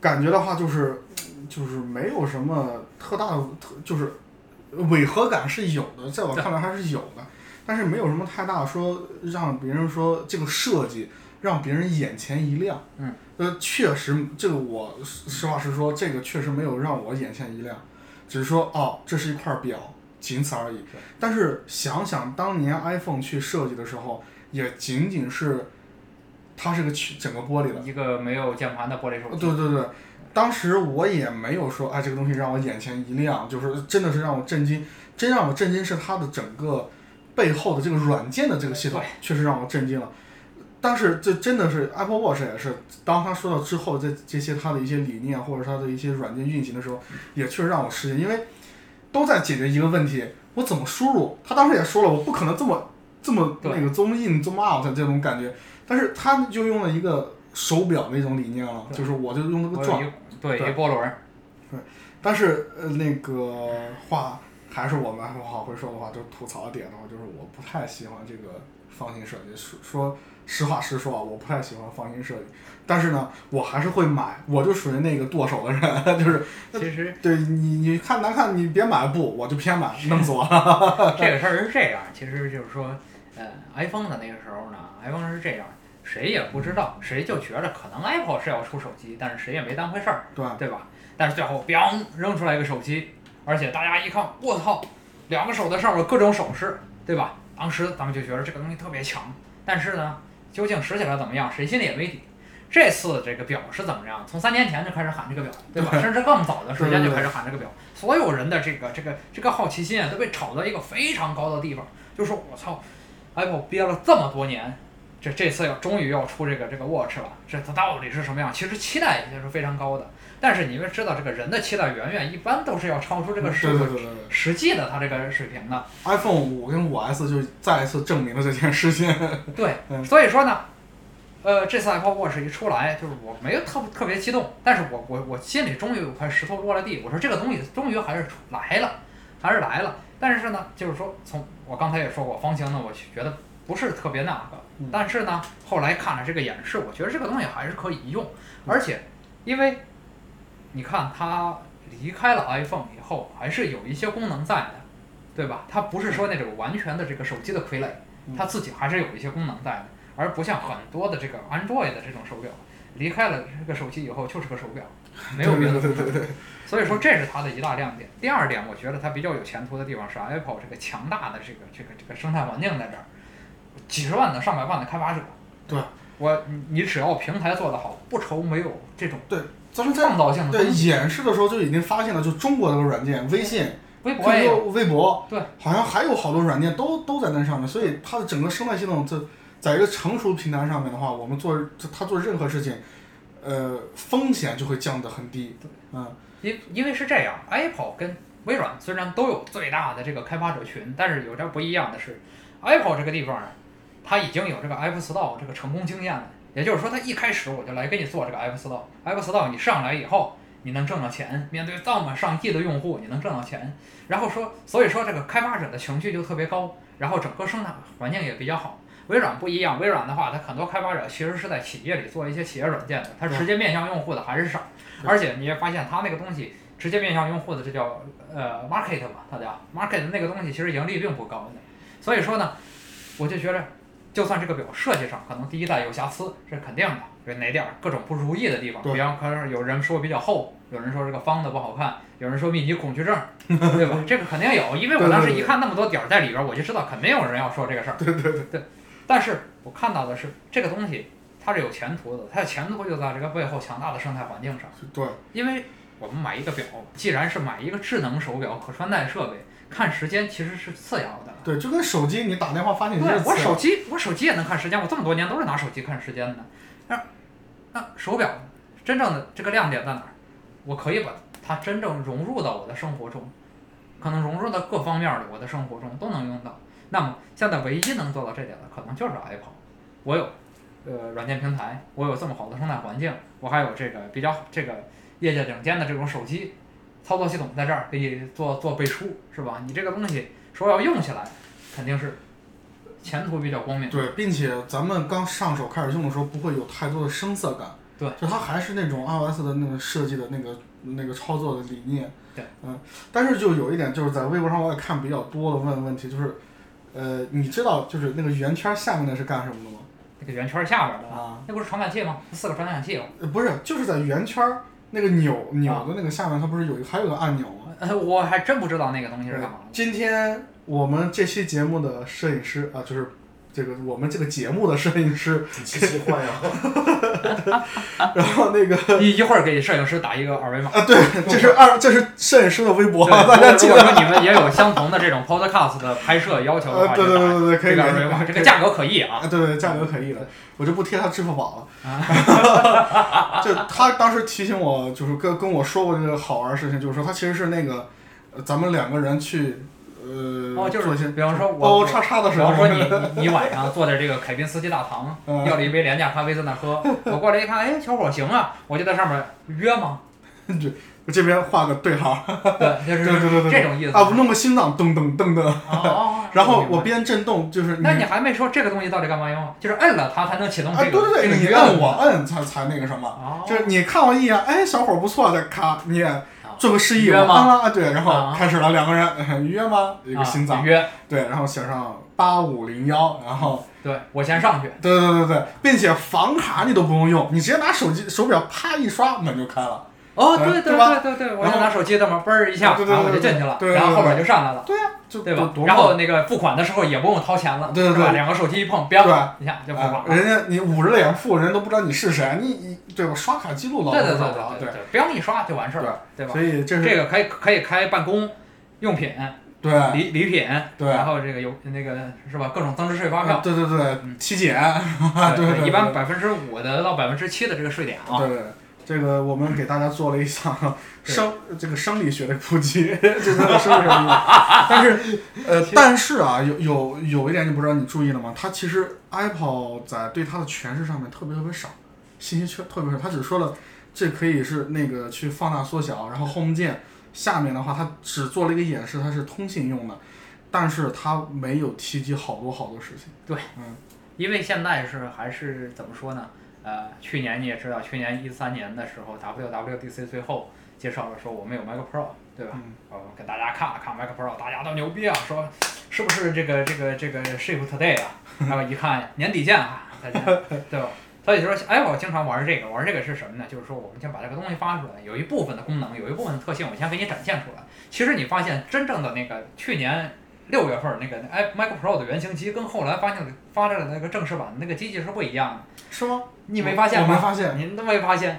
S2: 感觉的话就是嗯就是没有什么特大的特，就是违和感是有的，在我看来还是有的，但是没有什么太大说让别人说这个设计让别人眼前一亮。
S1: 嗯，
S2: 呃，确实这个我实实话实说，这个确实没有让我眼前一亮，只是说哦，这是一块表，仅此而已。但是想想当年 iPhone 去设计的时候，也仅仅是它是个全整个玻璃的。
S1: 一个没有键盘的玻璃手机，
S2: 哦对对对，当时我也没有说，哎，这个东西让我眼前一亮，就是真的是让我震惊。真让我震惊是它的整个背后的这个软件的这个系统，确实让我震惊了。但是这真的是 Apple Watch 也是，当他说到之后这这些它的一些理念或者它的一些软件运行的时候，也确实让我吃惊，因为都在解决一个问题，我怎么输入？他当时也说了，我不可能这么这么
S1: 对
S2: 那个 zoom in zoom out 这种感觉，但是他就用了一个手表那种理念了，
S1: 对
S2: 就是我就用那
S1: 我
S2: 个
S1: 有
S2: 转
S1: 一，对
S2: 对
S1: 一波轮儿，
S2: 但是呃那个话还是我们我好会说的话，就吐槽的点的话，就是我不太喜欢这个方形设计。说说实话实说啊，我不太喜欢方形设计，但是呢，我还是会买，我就属于那个剁手的人， [LAUGHS] 就是
S1: 其实 [LAUGHS]
S2: 对你你看难看你别买不，我就偏买，弄死 [LAUGHS] 我。
S1: 这个事儿是这样，其实就是说，呃，iPhone 的那个时候呢，iPhone 是这样，谁也不知道，谁就觉着可能 Apple 是要出手机，但是谁也没当回事儿，
S2: 对吧，
S1: 对吧？但是最后 biang 扔出来一个手机，而且大家一看，我操，两个手在上面各种手势，对吧？当时咱们就觉得这个东西特别强，但是呢，究竟使起来怎么样，谁心里也没底。这次这个表是怎么样？从三年前就开始喊这个表，对
S2: [LAUGHS]
S1: 吧？甚至更早的时间就开始喊这个表，所有人的这个这个这个好奇心啊，都被炒到一个非常高的地方，就说我操，Apple 憋了这么多年，这这次要终于要出这个这个 Watch 了，这它到底是什么样？其实期待也是非常高的，但是你们知道，这个人的期待远远一般都是要超出这个实
S2: 嗯对对对对对
S1: 实际的它这个水平的。
S2: ，iPhone 五跟五 S 就再一次证明了这件事情。
S1: 对，
S2: 嗯
S1: 所以说呢，呃，这次 Apple Watch 一出来，就是我没有特特别激动，但是我我我心里终于有块石头落了地，我说这个东西终于还是出来了，还是来了。但是呢，就是说从我刚才也说过，方形呢，我觉得不是特别那个，
S2: 嗯
S1: 但是呢，后来看了这个演示，我觉得这个东西还是可以用，而且因为你看它离开了 iPhone 以后，还是有一些功能在的。对吧？它不是说那种完全的这个手机的傀儡，它自己还是有一些功能在的，而不像很多的这个 Android 的这种手表，离开了这个手机以后就是个手表，没有别的功能。所以说这是它的一大亮点。第二点，我觉得它比较有前途的地方是 Apple 这个强大的这个这个这个生态环境在这儿，几十万的上百万的开发者，
S2: 对
S1: 我你你只要平台做得好，不愁没有这种
S2: 对，咱们在
S1: 创造性的
S2: 对
S1: 东西。
S2: 演示的时候就已经发现了，就中国这个软件，微信、
S1: 微博也有，
S2: QQ、微博，
S1: 对，
S2: 好像还有好多软件都都在那上面，所以它的整个生态系统在在一个成熟平台上面的话，我们做它做任何事情，呃，风险就会降得很低。嗯，
S1: 因因为是这样，Apple 跟微软虽然都有最大的这个开发者群，但是有点不一样的是，Apple 这个地方啊，它已经有这个 App Store 这个成功经验了。也就是说，它一开始我就来给你做这个 App Store，App Store 你上来以后，你能挣到钱，面对这么上亿的用户，你能挣到钱。然后说，所以说这个开发者的情绪就特别高，然后整个生态环境也比较好。微软不一样，微软的话，它很多开发者其实是在企业里做一些企业软件的，它直接面向用户的还是少，
S2: 对
S1: 而且你也发现它那个东西直接面向用户的，这叫呃 market 嘛，它叫 market 那个东西其实盈利并不高的，所以说呢，我就觉着，就算这个表设计上可能第一代有瑕疵，这是肯定的，有哪点儿各种不如意的地方，
S2: 对
S1: 比方可能有人说比较厚，有人说这个方的不好看，有人说密集恐惧症，
S2: [LAUGHS]
S1: 对吧？这个肯定有，因为我
S2: 对对
S1: 当时
S2: 对
S1: 一看那么多点儿在里边儿，我就知道肯定有人要说这个事儿。
S2: 对对对，
S1: 但是我看到的是这个东西，它是有前途的，它的前途就在这个背后强大的生态环境上。
S2: 对，
S1: 因为我们买一个表，既然是买一个智能手表、可穿戴设备，看时间其实是次要的。
S2: 对，就跟手机你打电话发信息
S1: 对
S2: 是，
S1: 我
S2: 次要
S1: 手机我手机也能看时间，我这么多年都是拿手机看时间的。那那手表真正的这个亮点在哪儿？我可以把它真正融入到我的生活中，可能融入到各方面儿的我的生活中都能用到。那么现在唯一能做到这点的，可能就是 Apple。我有呃软件平台，我有这么好的生态环境，我还有这个比较这个业界顶尖的这种手机操作系统在这儿给你做做背书，是吧？你这个东西说要用起来，肯定是前途比较光明。
S2: 对，并且咱们刚上手开始用的时候，不会有太多的生涩感。
S1: 对
S2: 就它还是那种 iOS 的那个设计的那个那个操作的理念。
S1: 对，
S2: 嗯，但是就有一点，就是在微博上我也看比较多的问问题，就是，呃，你知道就是那个圆圈下面那是干什么的吗？
S1: 那个圆圈下边儿的，
S2: 啊，
S1: 那不是传感器吗？四个传感器吗。
S2: 呃不是，就是在圆圈儿那个钮钮的那个下面，它不是有一个还有个按钮吗？
S1: 呃，我还真不知道那个东西是干嘛的。
S2: 今天我们这期节目的摄影师啊，就是这个我们这个节目的摄
S1: [LAUGHS]
S2: 影师，
S8: 你奇奇幻呀！
S2: 然后那个。
S1: 一一会儿给摄影师打一个二维
S2: [LAUGHS]
S1: 码。
S2: 啊，对，这是二，这是摄影师的微博，
S1: 对，
S2: 大家记
S1: 如
S2: 得
S1: 果。说你们也有相同的这种 podcast 的拍摄要求的
S2: 呃，
S1: 话，
S2: 对
S1: 就
S2: 对
S1: 打
S2: 对对对，可以
S1: 这个
S2: 可
S1: 二
S2: 以
S1: 维码，
S2: 可
S1: 这
S2: 以
S1: 个价格可议啊。
S2: 啊，对对，价格可以的，我就不贴他支付宝
S1: 啊
S2: 了。就他当时提醒我，就是跟跟我说过这个好玩的事情，就是说他其实是那个，呃咱们两个人去，呃，
S1: 哦就是
S2: 做一些
S1: 比方说我
S2: 哦叉叉的
S1: 比
S2: 时候，
S1: 方
S2: [LAUGHS]
S1: 说你你你晚上坐在这个凯宾斯基大堂，
S2: 嗯
S1: 要了一杯廉价咖啡在那喝，我过来一看，哎，小伙儿行啊，我就在上面约吗？
S2: 我这边画个对号，
S1: 对，就是
S2: 对对对对
S1: 这
S2: 对，
S1: 种意思。
S2: 啊，弄个心脏噔噔噔噔，
S1: 哦哦，
S2: [LAUGHS] 然后
S1: 明
S2: 我
S1: 白
S2: 边震动，就是你
S1: 那你
S2: 啊，
S1: 还没说这个东西到底干嘛用？啊就是摁了它才能启动这
S2: 对
S1: 个。
S2: 啊对
S1: 这个
S2: 对，你
S1: 约
S2: 摁
S1: 吗
S2: 我。摁才才那个什么。
S1: 哦，
S2: 就是你看我一眼，哎，小伙儿不错，再咔，你也做个示意，
S1: 啊约
S2: 我
S1: 吗
S2: 按了，啊对，然后
S1: 啊
S2: 开始了，两个人 [LAUGHS] 呃约吗？一个心
S1: 啊
S2: 脏，
S1: 约，
S2: 对，然后写上八五零幺，然后
S1: 对我先上去。
S2: 对对对对，并且房卡你都不用用，你直接拿手机手表啪一刷，门就开了。
S1: 哦，
S2: 呃
S1: 对
S2: 对吧
S1: 对对对，我
S2: 然
S1: 就
S2: 后
S1: 拿手机这么嘣儿一下，
S2: 对对对
S1: 然后我就
S2: 对对
S1: 进去了，
S2: 对对
S1: 然后
S2: 对
S1: 后边就上来了，
S2: 对呀，就
S1: 对吧
S2: 多？
S1: 然后那个付款的时候也不用掏钱了，
S2: 对对
S1: 是吧
S2: 对
S1: 两个手机一碰，
S2: 对，
S1: 彪一下就付款了。
S2: 哎人家你捂着脸付，人都不知道你是谁，你你哦对吧？刷卡记录老
S1: 对对
S2: 多少了
S1: 对对，彪一刷就完事儿了，对吧？
S2: 所以这是
S1: 这个可以可以开办公用品、
S2: 对
S1: 礼礼品，
S2: 对
S1: 然后这个有那个是吧？各种增值税发
S2: 呃
S1: 票，
S2: 对对对
S1: 嗯
S2: 体 [LAUGHS] 检，对对对，
S1: 一般百分之五的到百分之七的这个税点啊，
S2: 对，这个我们给大家做了
S1: [LAUGHS]
S2: 一项
S1: 对
S2: 生这个生理学的普及， [LAUGHS] 这个生理学的普及。但是，呃，但是啊，有有有一点你不知道，你注意了吗？它其实 Apple 在对它的诠释上面特别特别少，信息缺特别少，它只说了这可以是那个去放大缩小，然后 Home 键下面的话，它只做了一个演示，它是通信用的，但是它没有提及好多好多事情。
S1: 因为现在是还是怎么说呢？呃，去年你也知道，去年一三年的时候，WWDC 最后介绍了说我们有 Mac Pro，对吧？
S2: 嗯
S1: 呃，给大家看了看 Mac Pro，大家都牛逼啊，说是不是这个这个这个 Ship Today 啊？然后一看年底见啊，大家对吧？所以说，哎，我经常玩这个，玩这个是什么呢？就是说，我们先把这个东西发出来，有一部分的功能，有一部分的特性，我先给你展现出来。其实你发现，真正的那个去年六月份儿那个哎 Mac Pro 的原型机，跟后来发现的发展的那个正式版的那个机器是不一样的。
S2: 是吗？
S1: 你没发现
S2: 我
S1: 吗？
S2: 没发现。
S1: 您都没发现？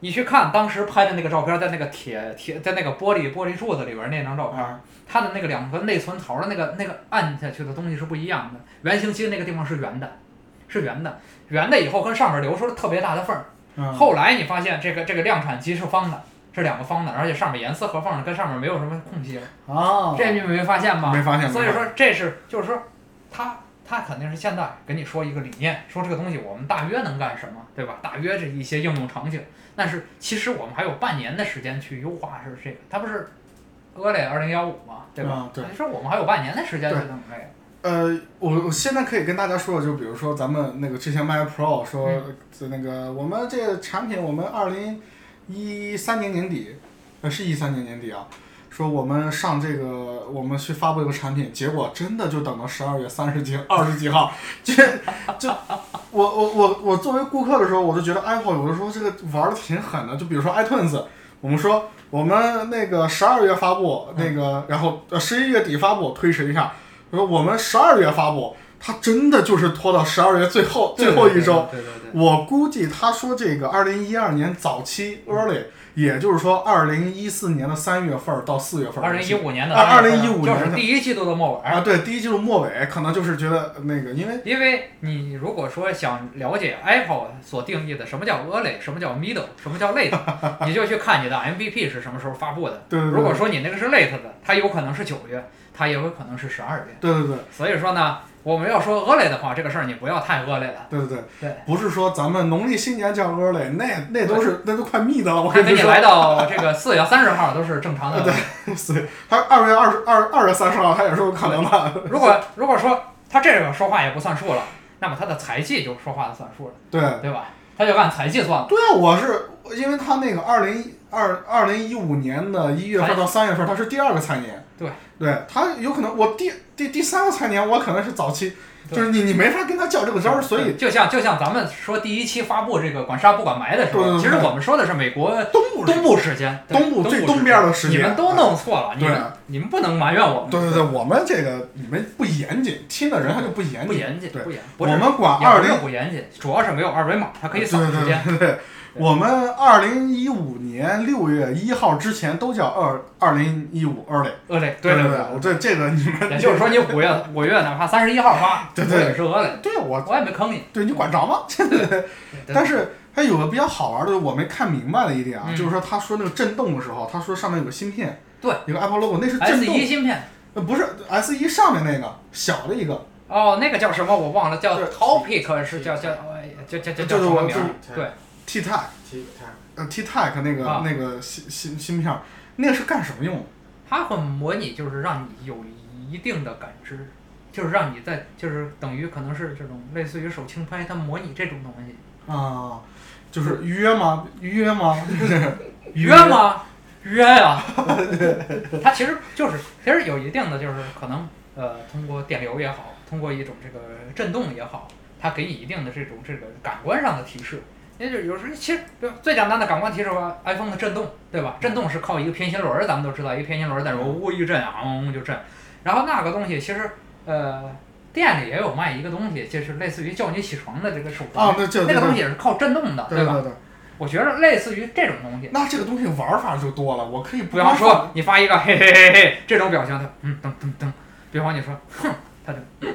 S1: 你去看当时拍的那个照片，在那个铁铁在那个玻璃玻璃柱子里边儿那张照片，
S2: 啊，
S1: 它的那个两个内存槽的那个那个按下去的东西是不一样的。原型机那个地方是圆的，是圆的，圆的以后跟上面留出了特别大的缝儿。
S2: 嗯
S1: 后来你发现这个这个量产机是方的，是两个方的，而且上面严丝合缝的，跟上面没有什么空隙了。
S2: 啊，
S1: 这你没发现吗？
S2: 没发现没
S1: 所以
S2: 发
S1: 说这是就是说，他他肯定是现在给你说一个理念，说这个东西我们大约能干什么，对吧？大约这一些应用场景，但是其实我们还有半年的时间去优化是这个，它不是。阿雷二零幺五嘛，对吧
S2: 啊？对
S1: 你说我们还有半年的时间去
S2: 对
S1: 弄这个，
S2: 呃，我我现在可以跟大家说，就比如说咱们那个之前卖 Pro 说
S1: 嗯，
S2: 就那个我们这个产品，我们二零一三年年底，呃，是一三年年底啊，说我们上这个，我们去发布这个产品，结果真的就等到十二月三十几、二十几号， [LAUGHS] 这就我我我我作为顾客的时候，我就觉得 Apple 有的时候这个玩的挺狠的，就比如说 iTunes，我们说我们那个十二月发布，那
S1: 嗯
S2: 个然后呃十一月底发布，推迟一下。我说我们十二月发布，他真的就是拖到十二月最后最后一周。
S1: 对，对对对，
S2: 我估计他说这个二零一二年早期 early，也就是说二零一四年的三月份儿到四月份儿
S1: 二
S2: 的
S1: 零
S2: 期
S1: 一
S2: 间。
S1: 五年的
S2: 啊
S1: 当时
S2: 2015
S1: 就
S2: 年
S1: 是
S2: 的
S1: 第一季度的末尾，
S2: 啊，对，第一季度末尾可能就是觉得那个，因为
S1: 因为你如果说想了解 Apple 所定义的什么叫 early，什么叫 middle，什么叫
S2: [LAUGHS]
S1: late，你就去看你的 MVP 是什么时候发布的。
S2: 对对对，
S1: 如果说你那个是 late 的，它有可能是九月，它也有可能是十二月。
S2: 对对对
S1: 所以说呢，我们要说 early 的话，这个事儿你不要太 early 了。
S2: 对对对，
S1: 对
S2: 不是说咱们农历新年叫 early，那那都是那都快密的了，我
S1: 他
S2: 跟
S1: 给你
S2: 说，
S1: 来到这个四月三十号都是正常的。
S2: [LAUGHS] 所以他二月二十二二月三十号他也是有可能的，
S1: 如果如果说他这个说话也不算数了，那么他的财季就说话的算数了，
S2: 对，
S1: 对吧？他就按财季算了。
S2: 对啊，我是因为他那个二零二二零一五年的一月份到三月份，他是第二个财年。
S1: 对，
S2: 对他有可能我第第第三个财年，我可能是早期，
S1: 对
S2: 就是你你没法跟他较这个真儿，所以
S1: 就像就像咱们说第一期发布这个管杀不管埋的时
S2: 对对
S1: 候，
S2: 对
S1: 其实我们说的是美国
S2: 东部
S1: 东部时间，对
S2: 东部
S1: 部
S2: 最
S1: 时
S2: 东边的时间
S1: 你们都弄错了，你
S2: 对
S1: 们你们不能埋怨我们，
S2: 对对对，我们这个你们不严谨，听的人他就不严谨。
S1: 不严谨，
S2: 对
S1: 不严，不
S2: 我
S1: 是
S2: 们管
S1: 也
S2: 啊二
S1: 不
S2: 零
S1: 是不严谨，主要是没有二维码，它可以扫
S2: 对
S1: 时间。
S2: 对对对，我们二零一五年六月一号之前都叫二二零一五 early。
S1: 呃嘞，
S2: 对
S1: 对
S2: 对，我这这个你们
S1: 也就是说你五月五月哪怕三十一号发，
S2: 对对
S1: 我也是鹅嘞，
S2: 对我
S1: 我也没坑你。
S2: 对你管着吗？
S1: 对
S2: 但是它有个比较好玩的，我没看明白的一点啊，
S1: 嗯
S2: 就是说他说那个震动的时候，他说上面有个芯片，
S1: 对，
S2: 有个 Apple logo，那是震
S1: S
S2: 动
S1: 一，芯片
S2: 呃不是 S 1上面那个小的一个，
S1: 哦，那个叫什么我忘了，叫
S2: 对
S1: Topic 是叫叫哎叫叫叫
S2: 就
S1: 叫
S2: 是
S1: 什
S2: 我
S1: 么名
S2: 就
S1: 儿？
S8: 是
S1: 对，
S2: T Tag，
S8: Tic Tac，
S2: 呃 T Tag 那个、
S1: 啊
S2: 那个芯芯芯片儿，那个是干什么用的？
S1: 它会模拟，就是让你有一定的感知，就是让你在，就是等于可能是这种类似于手轻拍，它模拟这种东西，
S2: 啊，就是预约吗？预约
S1: [LAUGHS]
S2: 吗？
S1: 约吗？约呀、 [LAUGHS] 它其实就是，其实有一定的就是可能，呃，通过电流也好，通过一种这个震动也好，它给你一定的这种这个感官上的提示。也就是有时候，其实对吧最简单的感官提示吧，iPhone 的震动，对吧？震动是靠一个偏心轮儿，咱们都知道，一个偏心轮儿在柔屋一震，昂就震。然后那个东西其实，呃，店里也有卖一个东西，就是类似于叫你起床的这个手环，
S2: 啊，那就
S1: 那个东西
S2: 西，
S1: 也是靠震动的，
S2: 对
S1: 吧？
S2: 对。
S1: 我觉得类似于这种东西，
S2: 那这个东西玩法就多了，我可以不
S1: 比方
S2: 光 [LAUGHS]
S1: 说你发一个嘿嘿嘿嘿这种表情，他嗯噔噔噔；比方你说哼，他就、嗯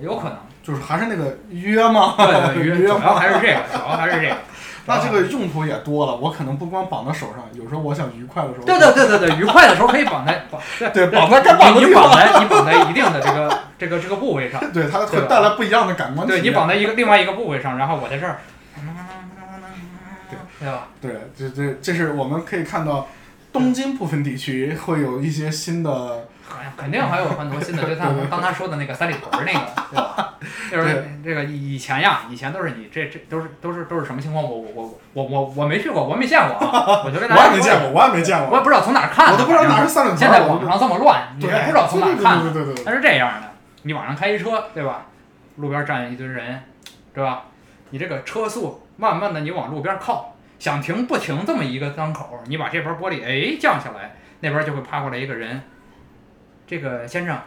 S1: 有可能。
S2: 就是还是那个约吗？
S1: 对对，主
S2: [LAUGHS] 约
S1: 要
S2: 吗？
S1: 还是这个，主要还是这个。
S2: [LAUGHS] 那这个用途也多了，我可能不光绑在手上，有时候我想愉快的时候，
S1: 对对对对对，愉快的时候可以绑在绑
S2: 对，绑在该绑的
S1: 你
S2: 地
S1: 你绑
S2: 方，
S1: 在你绑在一定的这个这个这个部位
S2: [LAUGHS]
S1: 上，
S2: 对它
S1: 对
S2: 会
S1: 吧
S2: 带来不一样的感官体
S1: 对
S2: 验。
S1: 你绑在一个另外一个部位上，然后我在这
S2: [LAUGHS]
S1: 儿，对吧？
S2: 对，这这这是我们可以看到，东京部分地区会有一些新的，
S1: 哎呀肯定还有很多新的，就
S2: [LAUGHS]
S1: 像刚才说的那个三里屯儿那个，对吧？就是这个以前呀，以前都是你这这都是都是都是什么情况？我我我我我我没去过，我没见过
S2: [LAUGHS]
S1: 啊！我就跟大
S2: 我
S1: 家
S2: 也没见过，我也没见
S1: 过
S2: 过
S1: 我也，不知道从哪儿看的，
S2: 我都不知道哪是三里
S1: 现
S2: 屯
S1: 在
S2: 儿，
S1: 网
S2: 我
S1: 上这么乱，你
S2: 对，
S1: 也不知道从哪儿看的。
S2: 对对对对对
S1: 它是这样的，你晚上开一车，对吧？路边站一堆人，对吧？你这个车速慢慢的你往路边靠，想停不停这么一个当口，你把这边玻璃哎降下来，那边就会趴过来一个人，这个先生，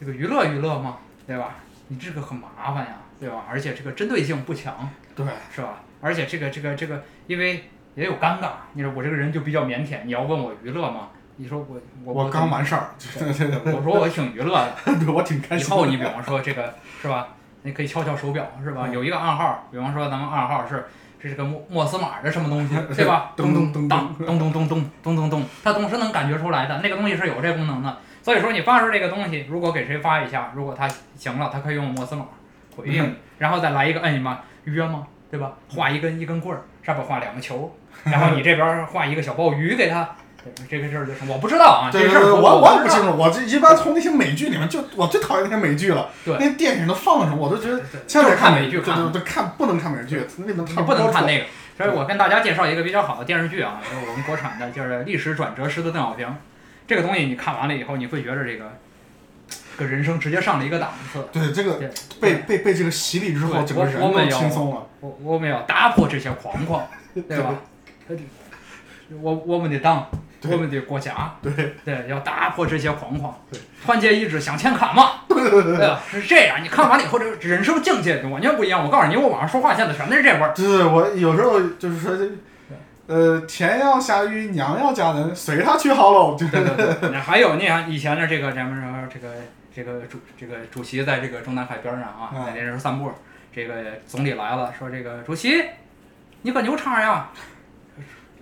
S1: 这个娱乐娱乐嘛，对吧？你这个很麻烦呀，对吧？而且这个针对性不强，
S2: 对，
S1: 是吧？而且这个这个这个，因为也有尴尬，你说我这个人就比较腼腆，你要问我娱乐吗？你说我我
S2: 我刚完事儿，
S1: 对
S2: 对对对，
S1: 我说我挺娱乐的，
S2: [LAUGHS] 对我挺开
S1: 以
S2: 心的。
S1: 后你比方说这个是吧？你可以敲敲手表是吧？
S2: 嗯
S1: 有一个暗号，比方说咱们暗号是这是个莫莫斯码的什么东
S2: [LAUGHS]
S1: 西，对吧？
S2: 咚
S1: 咚咚
S2: 咚咚
S1: 当咚
S2: 咚
S1: 咚咚咚咚咚咚，它总是能感觉出来的，那个东西是有这功能的。所以说你发出这个东西，如果给谁发一下，如果他行了，他可以用摩斯码回
S2: 嗯
S1: 应，然后再来一个摁一嘛约吗？对吧？画一根一根棍儿，上面画两个球，然后你这边画一个小鲍鱼给他，这个事儿就成。我不知道啊，这
S2: 对
S1: 事
S2: 对
S1: 儿
S2: 对，我
S1: 我
S2: 也不
S1: 知
S2: 清
S1: 道
S2: 楚，我这一般从那些美剧里面就我最讨厌那些美剧了，
S1: 对
S2: 那电影都放了什么，我都觉得
S1: 对
S2: 现在
S1: 就是看美
S2: 美
S1: 剧
S2: 对
S1: 看
S2: 对对，看不能看美剧，那边
S1: 你
S2: 太
S1: 不能看
S2: 个。
S1: 那个。所以我跟大家介绍一个比较好的电视剧啊，就是我们国产的，就是《历史转折：师的邓小平》。这个东西你看完了以后，你会觉得这个，这个人生直接上了一个档次。
S2: 对这个
S1: 对
S2: 被被被这个洗礼之后，
S1: 对
S2: 整个
S1: 我
S2: 人
S1: 我们
S2: 都
S1: 有
S2: 轻松了。
S1: 我我们要打破这些框框，对吧？ [LAUGHS] 我我们得当，
S2: 对
S1: 我们的国家，
S2: 对
S1: 对，要打破这些框框
S2: 对，
S1: 团结一致向前看嘛，
S2: [LAUGHS] 对对对
S1: 对吧？是这样，你看完了以后，这个人生境界完全不一样。我告诉你，我网上说话现在全都是这味儿，
S2: 就是我有时候就是说这，呃，田要下雨，娘要嫁人，随他去好喽。就
S1: 对对对。那还有那样以前的这个咱们说这个这个主这个主席在这个中南海边上啊，
S2: 嗯
S1: 在那时候散步，这个总理来了，说这个主席，你可牛叉呀！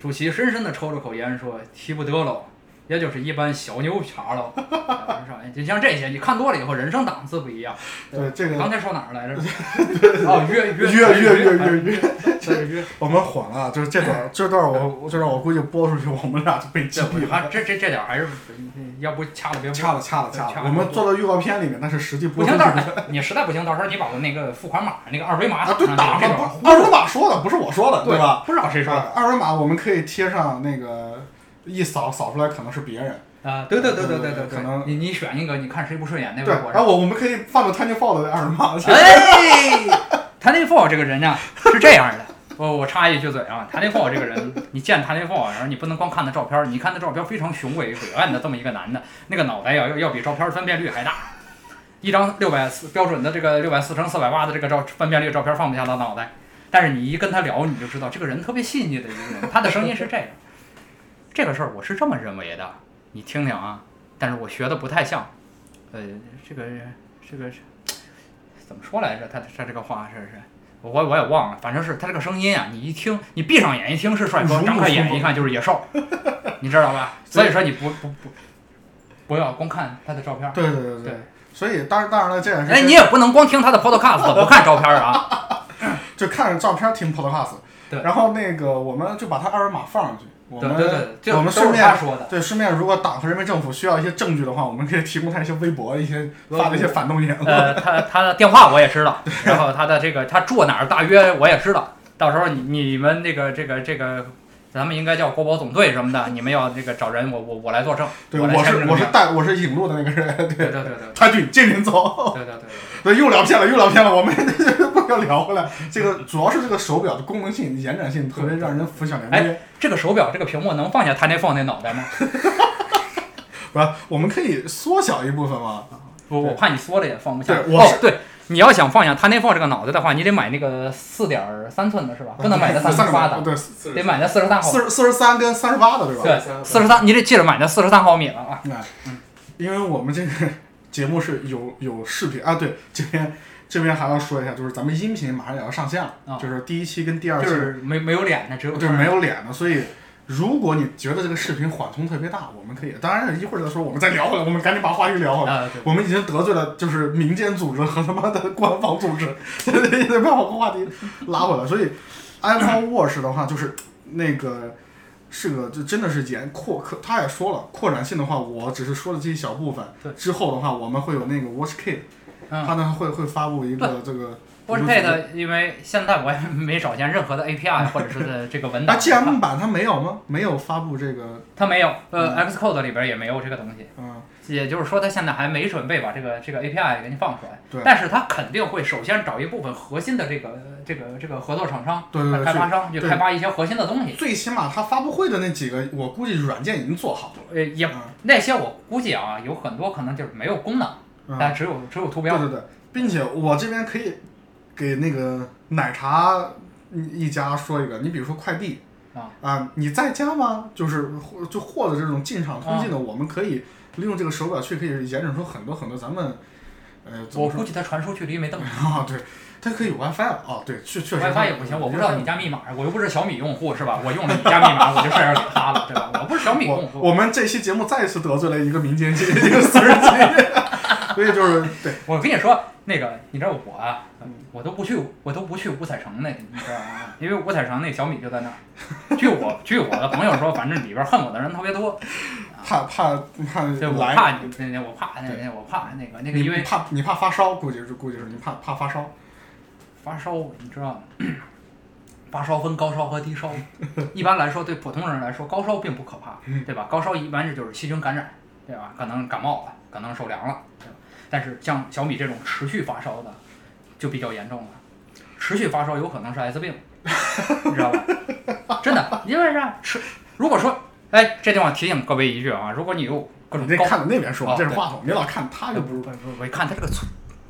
S1: 主席深深地抽了口烟，说：“提不得喽，也就是一般小牛叉喽。啊”就像这些，你看多了以后，人生档次不一样。
S2: 对这个
S1: 刚才说哪儿来着？哦，约约
S2: 越越越
S1: 哎
S2: 越越，
S1: 对对约。
S2: 我们混了。就是这段这段我这段我估计播出去，我们俩就被击
S1: 这
S2: 毙
S1: 还
S2: 了。
S1: 这这这点儿还是，要不掐了别播
S2: 掐了掐了掐
S1: 掐了
S2: 了，我们做到预告片里面，但是实际
S1: 不
S2: 播出
S1: 行，
S2: 去
S1: 到时候你实在不行，到时候你把我那个付款码那个二维码
S2: 啊，对，打
S1: 上
S2: 上
S1: 去
S2: 不是二维码说的，不是我说的，
S1: 对
S2: 吧？？
S1: 不知道谁说的
S2: 啊，二维码我们可以贴上那个，一扫扫出来可能是别人。
S1: 啊？对对对对对
S2: 对
S1: 对，
S2: 可能
S1: 你你选一个，你看谁不顺眼那
S2: 对，
S1: 微博
S2: 然后
S1: 上。
S2: 我我们可以放着 Tiny Fold 的二维码去。
S1: 哎，谭立富这个人呢是这样的，我我插一句嘴啊，谭立富这个人，你见谭立富，然后你不能光看他照片，你看他照片非常雄伟伟岸的这么一个男的，那个脑袋要要要比照片分辨率还大。一张六百四标准的这个六百四乘四百八的这个照分辨率照片放不下他脑袋，但是你一跟他聊，你就知道这个人特别细腻的一个人，他的声音是这样。这个事儿我是这么认为的，你听听啊，但是我学的不太像，呃，这个这个怎么说来着？他他这个话是是，我我也忘了，反正是他这个声音啊，你一听，你闭上眼一听是帅哥，张开眼一看就是野
S2: [LAUGHS]
S1: 兽，你知道吧？所以说你不不不不要光看他的照片儿，
S2: 对对对对
S1: 对。
S2: 所以当然当然了，这也是
S1: 哎，你也不能光听他的
S2: [LAUGHS]
S1: podcast，不看照片啊。
S2: 就看着照片听 Podcast。
S1: 对
S2: 然后那个我们就把它二维码放上去。我
S1: 对
S2: 们
S1: 对对，这
S2: 我们
S1: 都
S2: 顺
S1: 是他
S2: 便
S1: 说的。
S2: 对顺便，如果党和人民政府需要一些证据的话，我们可以提供他一些微博一些发的一些反动 [LAUGHS] 言论。
S1: 呃，他他的电话我也知道，然后他的这个他住哪儿大约我也知道。到时候你你们那个这个这个，咱们应该叫国保总队什么的，你们要这个找人，我我我来作证，
S2: 对，
S1: 来
S2: 我
S1: 签
S2: 是
S1: 证。
S2: 我是带我是引路的那个人，
S1: 对
S2: 对，
S1: 对对对对
S2: 他就接您走。 [LAUGHS]
S1: 对对对。
S2: 对，又聊偏了，又聊偏了，我们不要聊回来。这个主要是这个手表的功能性、延展性特别让人浮想联翩。
S1: 这个手表这个屏幕能放下他那放那脑袋吗？
S2: 不是，我们可以缩小一部分吗？
S1: 我我怕你缩了也放不下。
S2: 对我
S1: 哦
S2: 是，
S1: 对，你要想放下他那放这个脑袋的话，你得买那个四点三寸的是
S2: 啊
S1: 吧？不能买那
S2: [LAUGHS] 三
S1: 三十八的，
S2: 对，
S8: 四
S1: 得买那四十三毫米
S2: 四。十四十三跟三十八的，对吧？
S1: 对，四十三，你得记着买那四十三毫米了啊。
S2: 因为我们这个节目是有有视频啊，对，这边这边还要说一下，就是咱们音频马上也要上线了，
S1: 啊
S2: 就是第一期跟第二期，
S1: 就是没没有脸的，只有
S2: 对，没有脸的，所以。如果你觉得这个视频缓冲特别大，我们可以，当然一会儿再说，我们再聊回来，我们赶紧把话题聊回来。
S1: 啊，对，
S2: 我们已经得罪了，就是民间组织和他妈的官方组织， [LAUGHS] 也得把我话题拉回来。所以，Apple Watch 的话，就是那个是个，就真的是严扩扩，他也说了，扩展性的话，我只是说了这一小部分
S1: 对。
S2: 之后的话，我们会有那个 Watch Kit，
S1: 嗯
S2: 他呢会会发布一个这个。
S1: w a t c h p a 因为现在我也没找见任何的 API 或者是这个文
S2: 那
S1: 档，
S2: GM 啊版它没有吗？没有发布这个，
S1: 它没有，呃
S2: 嗯
S1: ，Xcode 里边也没有这个东西，
S2: 嗯，
S1: 也就是说它现在还没准备把这个这个 API 给你放出来，
S2: 对
S1: 但是它肯定会首先找一部分核心的这个这个这个合作厂商、
S2: 对对对，
S1: 开
S2: 最
S1: 发商去
S2: 对
S1: 开发一些核心的东西，
S2: 最起码它发布会的那几个，我估计软件已经做好了。
S1: 呃，也
S2: 嗯
S1: 那些我估计啊，有很多可能就是没有功能，
S2: 嗯
S1: 但只有只有图标
S2: 对，对对，并且我这边可以给那个奶茶一家说一个，你比如说快递
S1: 啊
S2: 你在家吗？就是或就或
S1: 啊
S2: 者这种进厂通信的，我们可以利用这个手表去可以延展出很多很多咱们呃，怎么
S1: 我
S2: 说
S1: 估计它传输距离没那么长
S2: 啊，对，它可以有 WiFi 了啊，对，确确实
S1: ，WiFi 也不行，我不知道你家密码，我又不是小米用户是吧？我用了你家密码，我就晒着给他了，对吧？我不是小米用
S2: 我
S1: 户，
S2: 我们这期节目再一次得罪了一个民间界，一个私人界，所以就是对，
S1: 我跟你说，那个你知道我啊，
S2: 嗯
S1: 我都不去，我都不去五彩城那，你知道吗？因为五彩城那小米就在那
S2: [LAUGHS]
S1: 儿。据我据我的朋友说，反正里边恨我的人特别多，
S2: 怕怕怕
S1: 对，我
S2: 来，
S1: 怕那那我怕那那我怕那个那个，
S2: 你
S1: 因为
S2: 怕你怕发烧，估计是估计是你怕怕发烧，
S1: 发烧，你知道吗？ [COUGHS] 发烧分高烧和低烧，一般来说对普通人来说，高烧并不可怕，
S2: 嗯
S1: 对吧？高烧一般就是细菌感染，对吧？可能感冒了，可能受凉了，对吧？但是像小米这种持续发烧的，就比较严重了。持续发烧有可能是艾滋病，你知道吧？
S2: [LAUGHS]
S1: 真的，因为啥？持如果说，哎，这地方提醒各位一句啊，如果你有各种
S2: 你这
S1: 高，
S2: 看着那边说
S1: 哦，
S2: 这是
S1: 对
S2: 话筒，你老看他就不是
S1: 不不不，看它这个存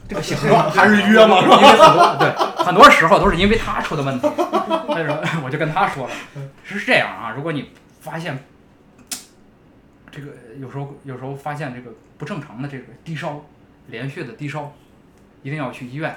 S1: 这个啊形状。
S2: [LAUGHS] 还是约嘛是吧？
S1: 因为很多对很多时候都是因为他出的
S2: [LAUGHS]
S1: 问题，所以说 [LAUGHS] 我就跟他说了，
S2: 嗯
S1: 是这样啊，如果你发现这个有时候有时候发现这个不正常的这个低烧，连续的低烧，一定要去医院，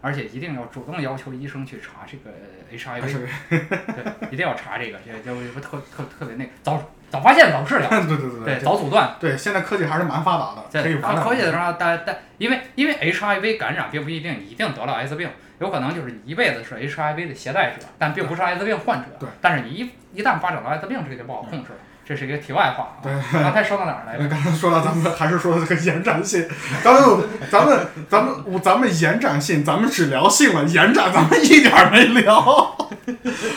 S1: 而且一定要主动要求医生去查这个 HIV，
S2: 啊是，
S1: 对，一定要查这个，这这这特特特别那个早早发现早治疗，
S2: [LAUGHS] 对对对
S1: 对，
S2: 对
S1: 早阻断。
S2: 对，现在科技还是蛮发达的，可以
S1: 对，高
S2: 玩两
S1: 科技
S2: 年
S1: 的时候，但但因为因为 HIV 感染并不一定你一定得了艾滋病，有可能就是你一辈子是 HIV 的携带者，但并不是艾滋病患者。
S2: 对
S1: 但是你一一旦发展了艾滋病，这个就不好控制了。这是一个题外话啊。
S2: 对
S1: 刚才说到哪儿来着？
S2: 刚才说到咱们还是说这个延展性，咱们咱们咱们我咱们延展性，咱们只聊性了，延展咱们一点儿没聊。 [LAUGHS]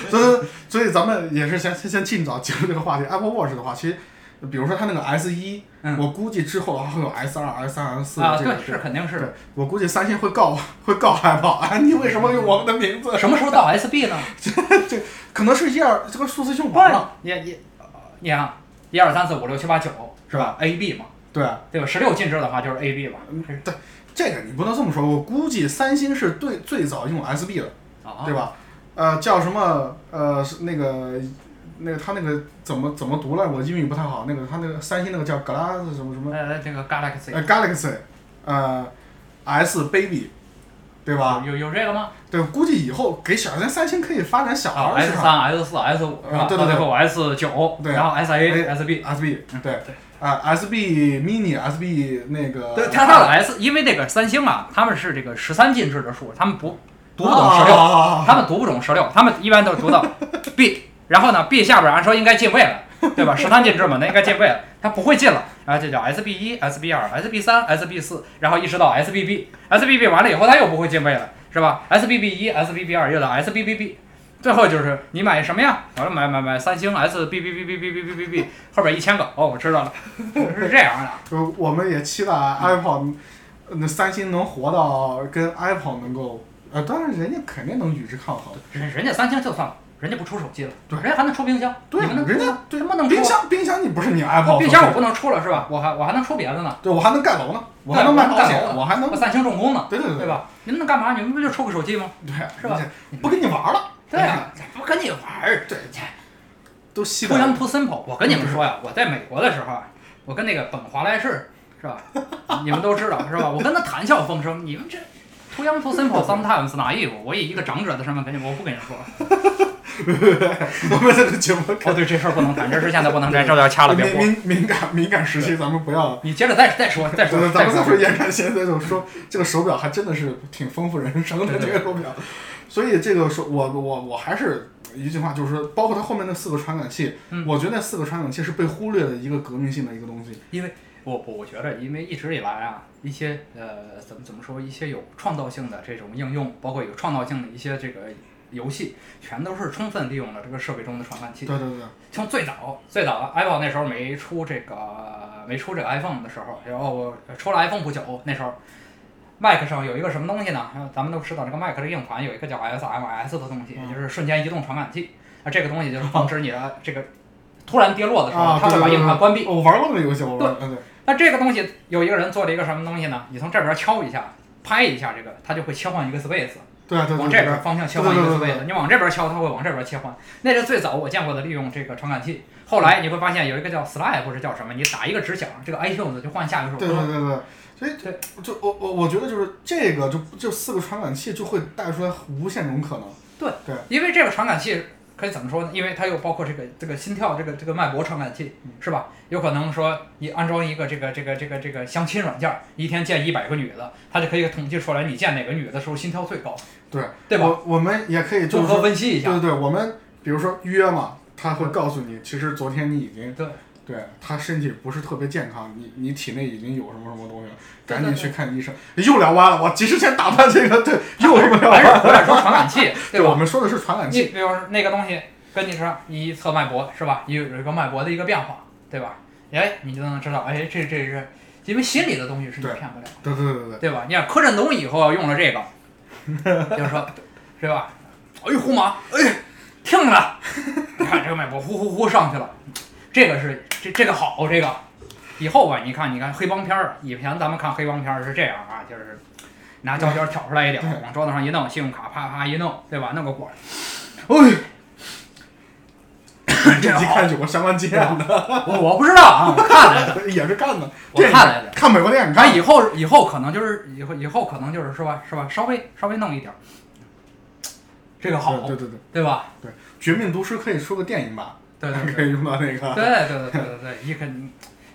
S2: 所以所以咱们也是先先先尽早结束这个话题。Apple Watch 的话，其实比如说它那个 S 一、
S1: 嗯
S2: 我估计之后还会有 S 二、S 三、S [LAUGHS] 四
S1: 啊，
S2: 这个
S1: 对，是肯定
S2: 对
S1: 是。，
S2: 我 [LAUGHS] 估计三星会告会告 Apple，啊，你为什么用我们的名字？
S1: 呃什么时候到 SB 呢？
S2: 可能是一二这个数字用完了，
S1: 你你呃你啊，一二三四五六七八九是吧？AB 嘛，
S2: 对。
S1: 对吧？十六进制的话就是 AB 嘛。
S2: 对，这个你不能这么说。我估计三星是最最早用 SB 的，
S1: 啊
S2: 对，吧？呃，叫什么？呃，是那个那个他那个怎么怎么读来？我英语不太好。那个他那个三星那个叫 Glass 什么什么，
S1: 呃，这个 Galaxy
S2: 呃，Galaxy，呃，S Baby，对吧？
S1: 有有这个吗？
S2: 对，估计以后给小咱三星可以发展小
S1: 啊
S2: 孩儿
S1: ，S
S2: 市场。
S1: 三、S 四、S 五是吧？
S2: 啊对对对
S1: 到最后 S 九，
S2: 对
S1: 然后 SA、
S2: 哎
S1: SB。
S2: SB
S1: 嗯
S2: 对，啊，SB Mini、SB 那个，
S1: 对，它它的 S，因为那个三星啊，他们是这个十三进制的数，他们不读不懂十
S2: 啊
S1: 六、
S2: 啊啊啊
S1: 他们读不懂十六，他们一般都是读
S2: [LAUGHS]
S1: 到 B，然后呢 B 下边按说应该进位了，对吧？十三进制嘛，那应该进位了，他不会进了，然后就叫 SB 一、SB 二、SB 三、SB 四，然后一直到 SBB、SBB 完了以后，他又不会进位了，是吧？SBB 一、SBB 二又到 SBBB。最后就是你买什么呀？完了买买买三星 S B B B B B B B B B 后边一千个哦，我知道了，是这样的。啊 [LAUGHS]
S2: 就我们也期待
S1: 嗯
S2: Apple，那三星能活到跟 Apple 能够，呃，当然人家肯定能与之抗衡。
S1: 人人家三星就算了，人家不出手机了，
S2: 对
S1: 人家还能出冰箱，
S2: 对啊
S1: 你们能
S2: 人家
S1: 出吗
S2: 对
S1: 他妈能出啊
S2: 冰箱，冰箱你不是你 Apple，
S1: 冰箱我
S2: 不
S1: 不能出了是吧？我还我还能出别的呢，
S2: 对我还能盖楼呢，我
S1: 对
S2: 还能卖
S1: 我
S2: 保
S1: 还能盖
S2: 险，
S1: 楼
S2: 我还能
S1: 我，三星重工呢，
S2: 对嗯对
S1: 对？吧？你们能干嘛？你们不就出个手机吗？
S2: 对，
S1: 是吧？
S2: 不跟你玩了，哎
S1: 对啊，不跟你玩儿，对
S2: 都西
S1: ，too
S2: 南
S1: young too simple。我跟你
S2: 嗯
S1: 们说呀，我在美国的时候啊，我跟那个本华莱士是吧？你们都知道是吧？我跟他谈笑风生，你们这 too young too simple sometimes naive。我以一个长者的身份跟你们，我不跟你
S2: [LAUGHS]
S1: 说了。
S2: 我们这
S1: [LAUGHS]
S2: 个节目
S1: 哦，对，这事儿不能谈，这事儿现在不能谈，这要掐了，别
S2: 敏
S1: 播。
S2: 敏敏感敏感时期，咱们不要。
S1: 你接着再再说，再
S2: [LAUGHS] 咱
S1: 说，
S2: 们咱们再
S1: 说
S2: 说。延展线，再就说这个手表还真的是挺丰富人生的
S1: 对
S2: 这
S1: 对
S2: 个手表，所以这个手我我我还是一句话，就是说，包括它后面那四个传感器，
S1: 嗯
S2: 我觉得那四个传感器是被忽略的一个革命性的一个东西。
S1: 我我我觉得，因为一直以来啊，一些呃怎么怎么说，一些有创造性的这种应用，包括有创造性的一些这个游戏，全都是充分利用了这个设备中的传感器
S2: 对。对对，
S1: 从最早最早 iPhone 那时候没出这个没出这个 iPhone 的时候，然后我出了 iPhone 不久，那时候 Mac 上有一个什么东西呢？呃咱们都知道，这个 Mac 的硬盘有一个叫 SMS 的东西，
S2: 嗯
S1: 就是瞬间移动传感器。啊，这个东西就是防止你的这个突然跌落的时候，
S2: 啊
S1: 它会
S2: 对
S1: 把
S2: 对对
S1: 硬盘关闭。
S2: 我玩过那个游戏，我玩嗯对
S1: 那这个东西有一个人做了一个什么东西呢？你从这边敲一下，拍一下这个，它就会切换一个 space，
S2: 对啊对对对
S1: 往这边方向切换一
S2: 对
S1: 个
S2: 对对对
S1: space。你往这边敲，它会往这边切换。那是最早我见过的利用这个传感器。后来你会发现有一个叫 Slide 或者叫什么，你打一个直响，这个 iTunes 就换下一首
S2: 对对
S1: 歌。
S2: 对对，所以
S1: 对
S2: 就我我我觉得就是这个就这四个传感器就会带出来无限种可能。
S1: 对
S2: 对，
S1: 因为这个传感器可以怎么说呢？因为它又包括这个这个心跳这个这个脉搏传感器，
S2: 嗯
S1: 是吧？有可能说你安装一个这个这个这个这个相亲软件儿，一天见一百个女的，它就可以统计出来你见哪个女的时候心跳最高，
S2: 对，
S1: 对吧？
S2: 我我们也可以就
S1: 综
S2: 是
S1: 合
S2: 说，
S1: 分析一
S2: 对
S1: 下
S2: 对。对，我们比如说约嘛，他会告诉你，其实昨天你已经
S1: 对
S2: 对他身体不是特别健康，你你体内已经有什么什么东西了，
S1: 对
S2: 赶
S1: 对
S2: 紧去看医生。哎又聊歪了，我及时先打断这个，
S1: [LAUGHS]
S2: 对，又
S1: 还是
S2: 聊
S1: 还
S2: 歪
S1: 是
S2: 了。
S1: 回来说传感 [LAUGHS] 器，对
S2: 我
S1: 吧？
S2: 们说的是传感
S1: 你
S2: 器，
S1: 比如说那个东西跟你说你测脉搏是吧？你有一个脉搏的一个变化，对吧？哎，你就能知道，哎，这这是因为心理的东西是你
S2: 对
S1: 骗不了的。
S2: 对对对对
S1: 对吧？你看柯震东以后要用了这
S2: [LAUGHS]
S1: 个，就是说，是吧？哎呦，胡马，哎，听着呢，你看这个脉搏呼呼呼上去了，这个是这这个好，这个以后吧，你看你看黑帮片儿啊，以前咱们看黑帮片儿是这样啊，就是拿胶卷挑出来一点儿，往桌子上一弄，信用卡啪啪一弄，对吧？弄个管儿，
S2: [LAUGHS]
S1: 哎，这
S2: 对，这
S1: 个
S2: 集
S1: 好
S2: 看有个相关经验的，
S1: 我我不知道啊，我 [LAUGHS] 看来的，
S2: 也是干的。
S1: 我
S2: 电影
S1: 看来的。
S2: 看美国电影，
S1: 反
S2: 看
S1: 正以后以后可能就是以后以后可能就是是吧是吧，稍微稍微弄一点儿，这个好，
S2: 对对对对，《
S1: 对吧？
S2: 绝命毒师》可以出个电影版，
S1: 对对对
S2: 可以用到 [LAUGHS] 那个。
S1: 对对对对对，你肯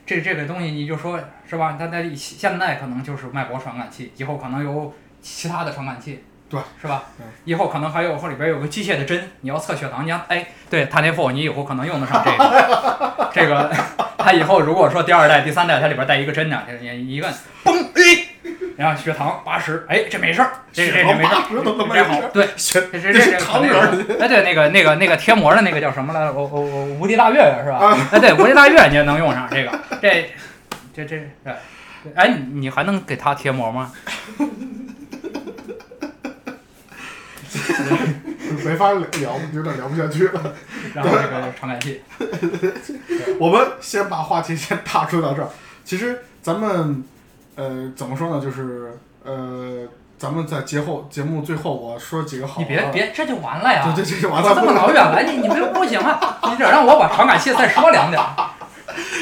S1: 这这个东西你就说是吧？它在现在可能就是脉搏传感器，以后可能有其他的传感器，
S2: 对，
S1: 是吧
S2: 嗯？
S1: 以后可能还有后里边有个机械的针，你要测血糖，你要哎，对，碳天赋你以后可能用得上这个，这个 [LAUGHS] 它以后如果说第二代、第三代它里边带一个针呢，你一摁，嘣，哎。然后血糖八十，哎，这没事儿，这这
S2: 血
S1: 这
S2: 糖
S1: 没事儿，
S2: 80都他 [LAUGHS] 妈
S1: 这
S2: 没
S1: 好
S2: 事儿，
S1: 对，
S2: 选
S1: 这这这
S2: 这是糖
S1: 那
S2: 人
S1: 个
S2: 儿
S1: 哎，对，那个那个那个贴膜的那个叫什么来着？我我我无敌大月是吧
S2: 啊？
S1: 哎，对，无敌大月你也能用上这个，这这这哎哎，你你还能给它贴膜吗？
S2: 没法聊，有点聊不下去了。
S1: 然后这个传感器，
S2: 我们先把话题先踏出到这儿。其实咱们，呃，怎么说呢？就是呃，咱们在节后节目最后，我说几个
S1: [LAUGHS]
S2: 好
S1: 你
S2: 玩
S1: 别
S2: 的，
S1: 别，这就完了呀！
S2: 对对对，完
S1: 我
S2: 了，
S1: 这么老远来，你你不不行啊！你得让我把传感器再说两点儿。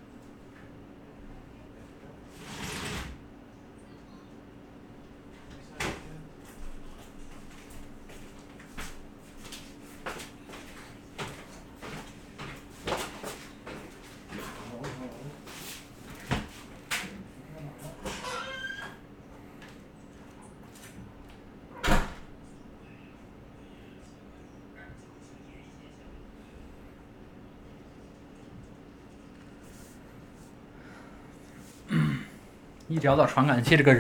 S1: 一聊到传感器这个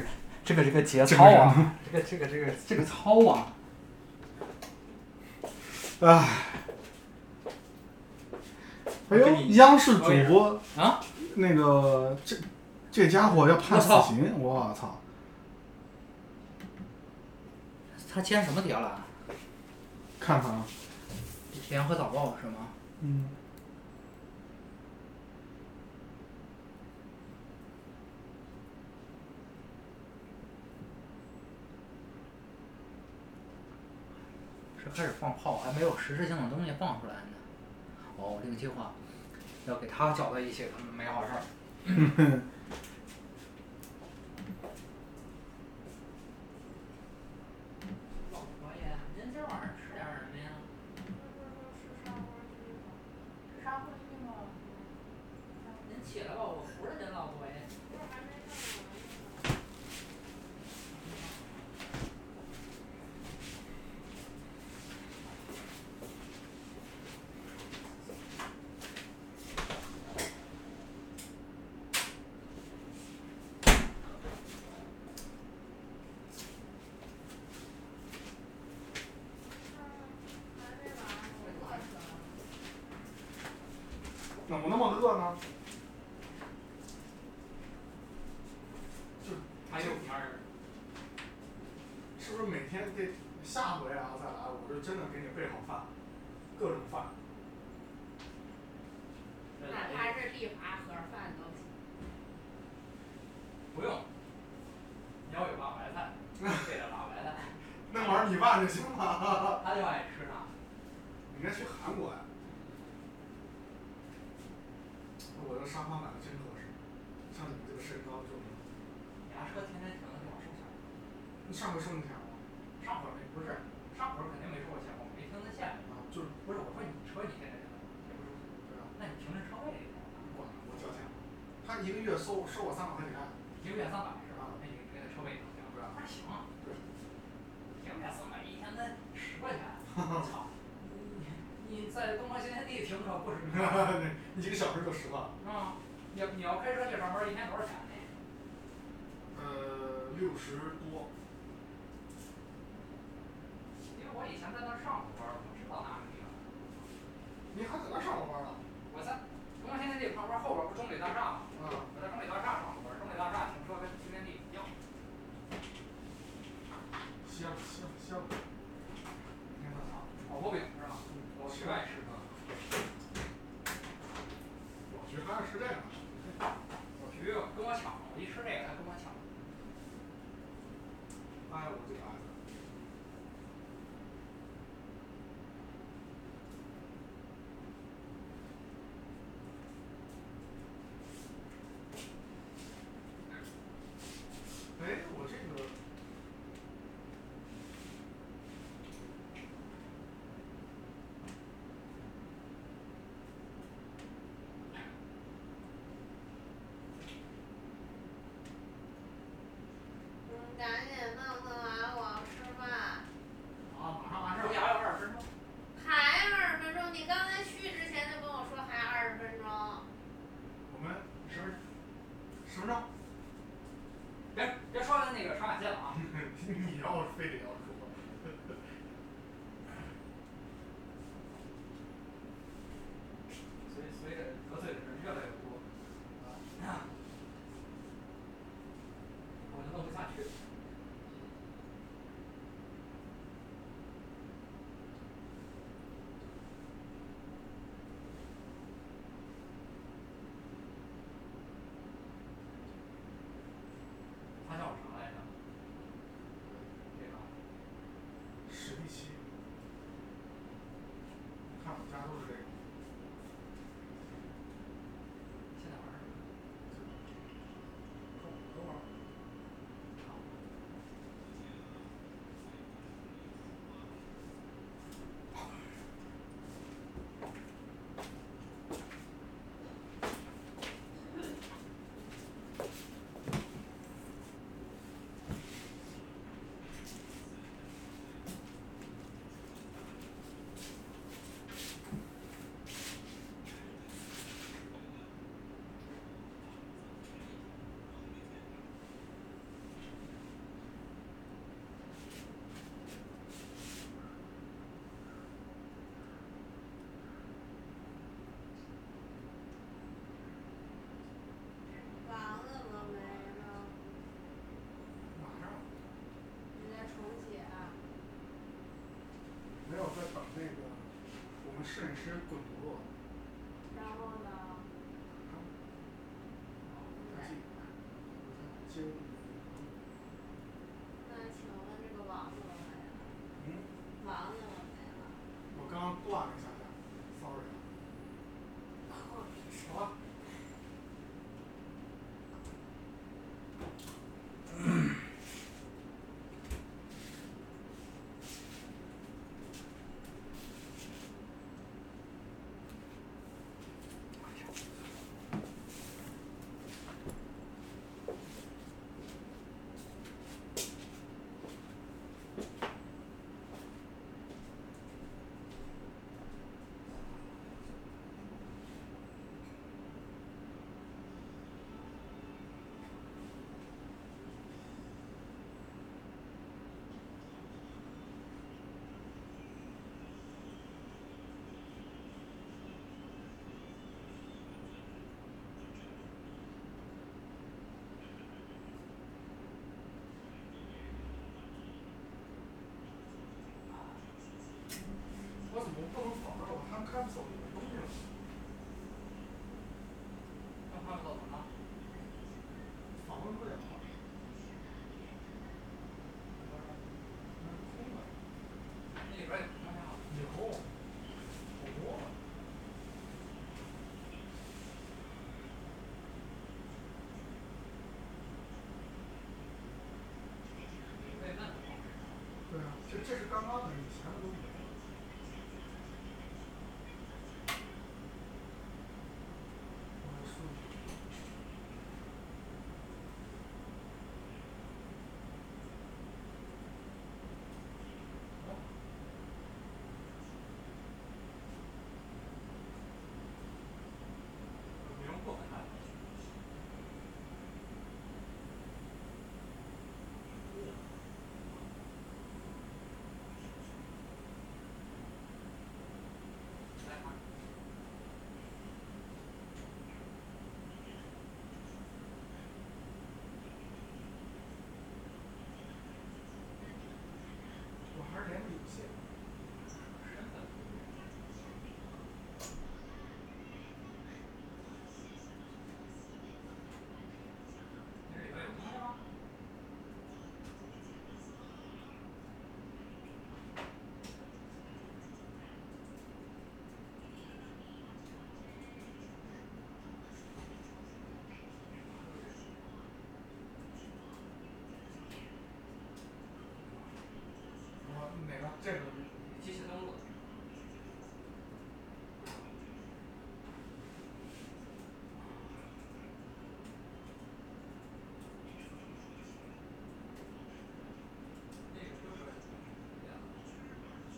S1: 这个这个节操啊，这个这个这个这个操啊，
S2: 唉。哎呦，央视主播
S1: 啊，
S2: 那个这这家伙要判死
S1: 我操
S2: 刑，我操！
S1: 他签什么碟了？
S2: 看看啊，
S1: 联合早报是吗？
S2: 嗯，
S1: 是开始放炮，还没有实质性的东西放出来呢。哦，这个计划要给他搅在一起，可能没好事儿。
S7: 老佛爷，您今儿晚上吃点什么呀？吃砂锅居吗？您起来吧，我扶着您，老佛爷。
S1: 哎，
S2: 怎么那么饿呢？
S1: 还有蔫儿，
S2: 是不是每天得下回啊再来，我就真的给你备好饭，各种饭。
S1: 呃
S4: 哪
S7: 哎
S4: 怕是丽华盒饭都行。
S1: 不用，你要有辣白菜，备点辣白菜，
S2: 那碗米饭就行了。
S1: 他就爱吃啥。
S2: 你应该去韩国呀、那我这沙发买的真合适，像你们这个身高就没有。
S1: 你家车天天停的地方是啥？
S2: 你上回收你钱吗？
S1: 上会儿没不是，上会儿肯定没收我钱，我没听他下来。
S2: 啊，就是
S1: 不是我说你车你现在停的，也不是我停的，
S2: 对啊，
S1: 那你停这车位里头
S2: 不管了，我交钱了。他一个月收收我三百块钱，
S1: 一个月三百是吧？那你给他车位能行？
S2: 对啊
S1: 那行，
S2: 对，
S1: 停点三百一天才十块钱，我操！你你在东方新天地停车不止啊？
S2: 你一个小时就十万，
S1: 你要你要开车去上班，一天多少钱呢？
S2: 呃，六十多，
S1: 因为我以前在那儿上过班，我知道那个地方。
S2: 你还在那上过班呢？
S1: 我在东方新天地旁边后边不中旅大厦吗？
S2: 啊，
S1: 我在中旅大厦上过班，中旅大厦停车跟新天地一样。
S2: 行行行，你看他
S1: 啊炒锅饼是吧？我去爱吃啊，
S2: 我觉得还是这样。
S1: 我皮皮跟我抢，我一吃这个他跟我抢。
S2: 哎，我这个儿子，哎，我这个，
S4: 你赶紧弄弄完我吃饭。
S1: 啊，马上
S7: 嗯
S1: 完事儿，回家要二十分钟。
S4: 还二十分钟，你刚才去之前就跟我说还二十分钟。
S2: 我们
S1: 十分钟，
S2: 什么时候？
S1: 别别说那个双眼线了啊！
S2: [LAUGHS] 你要是非得要说，
S1: 随随着得罪的人越来越多，啊，我就弄不下去了。他叫我啥来着？这个。
S2: 史密奇，你看我们家都是这个，
S1: 现在玩什么？说我都玩儿。啊
S4: 房子怎么没了？
S2: 马上
S4: 你再重写啊。
S2: 没有在等那个我们摄影师滚犊子。啊
S4: 然后呢？那请问这个网怎么没了？
S2: 嗯，
S4: 网怎么没了？
S2: 我刚刚断了一下下，sorry 啊。好吧。
S1: 哎
S2: 啊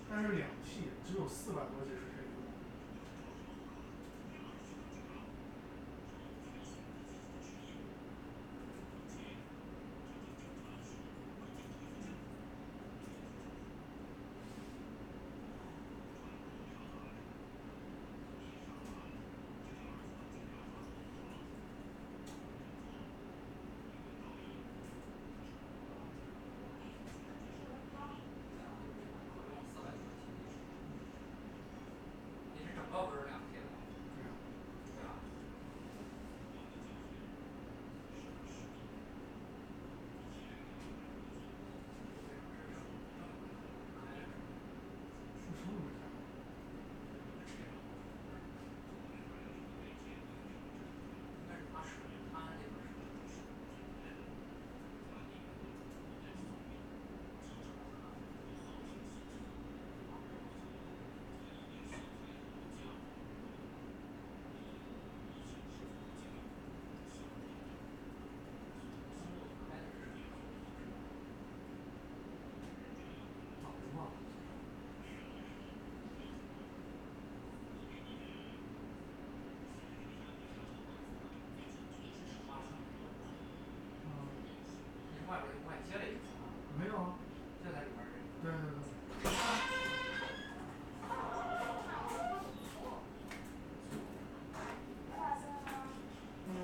S6: 但是两 T 只有四百多 G 是谁用的？
S7: 你是整个不是两 T 的，
S6: 对呀、
S7: 对吧？
S6: 我什么都没看过。
S7: 应该是他使的，他那边使的。
S6: 早就忘了。嗯，
S7: 你外边儿我也接了一个，
S6: 没有啊，
S7: 就在里边儿这个。
S6: 对对对，
S3: 那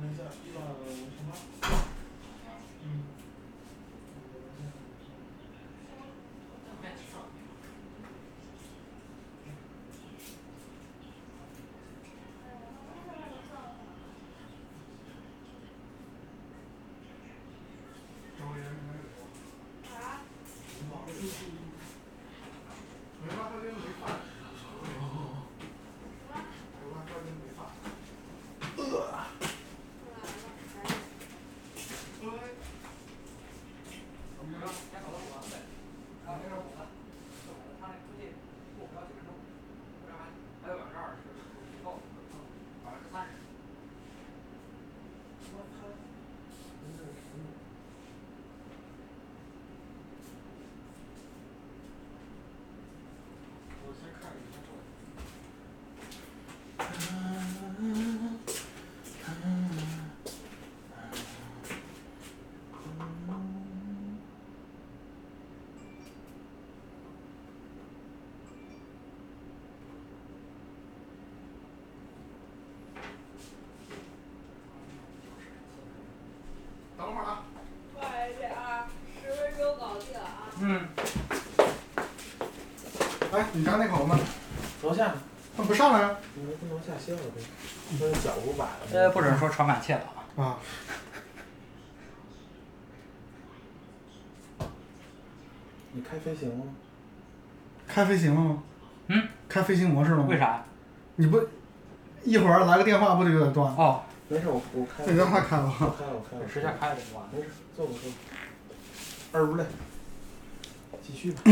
S3: 没事儿，一晚我什么？
S6: 嗯，
S7: 没事儿
S6: 周围人应该有。
S4: 啊？
S6: 没办法，跟没饭。没办法，跟没饭。哎。
S7: 我们先搞到五万呗，然后这是我的，是我的，他那估计过不了几分钟，这还还有百分之二十不够，百分之三十。
S3: 我先看一下这。
S6: 等会儿啊，
S4: 不好意思啊，十分钟搞定啊。
S2: 嗯。
S6: 哎，你家那口呢？
S8: 楼下，
S6: 他不上来啊？
S8: 你们跟楼下歇会儿呗，那脚五百了。
S1: 呃，不准说传感器了啊。
S6: 啊。
S8: 你开飞行吗？
S2: 开飞行了吗？
S1: 嗯，
S2: 开飞行模式了吗？
S1: 为？啥？
S2: 你不一会儿来个电话，不就有点断了？
S1: 哦，
S8: 没事，我我开。
S2: 那你让他开
S8: 我
S2: 吧。
S8: 开我开我开。
S1: 直接开了就完了。
S8: 没事，坐吧坐吧。二不累，继续吧。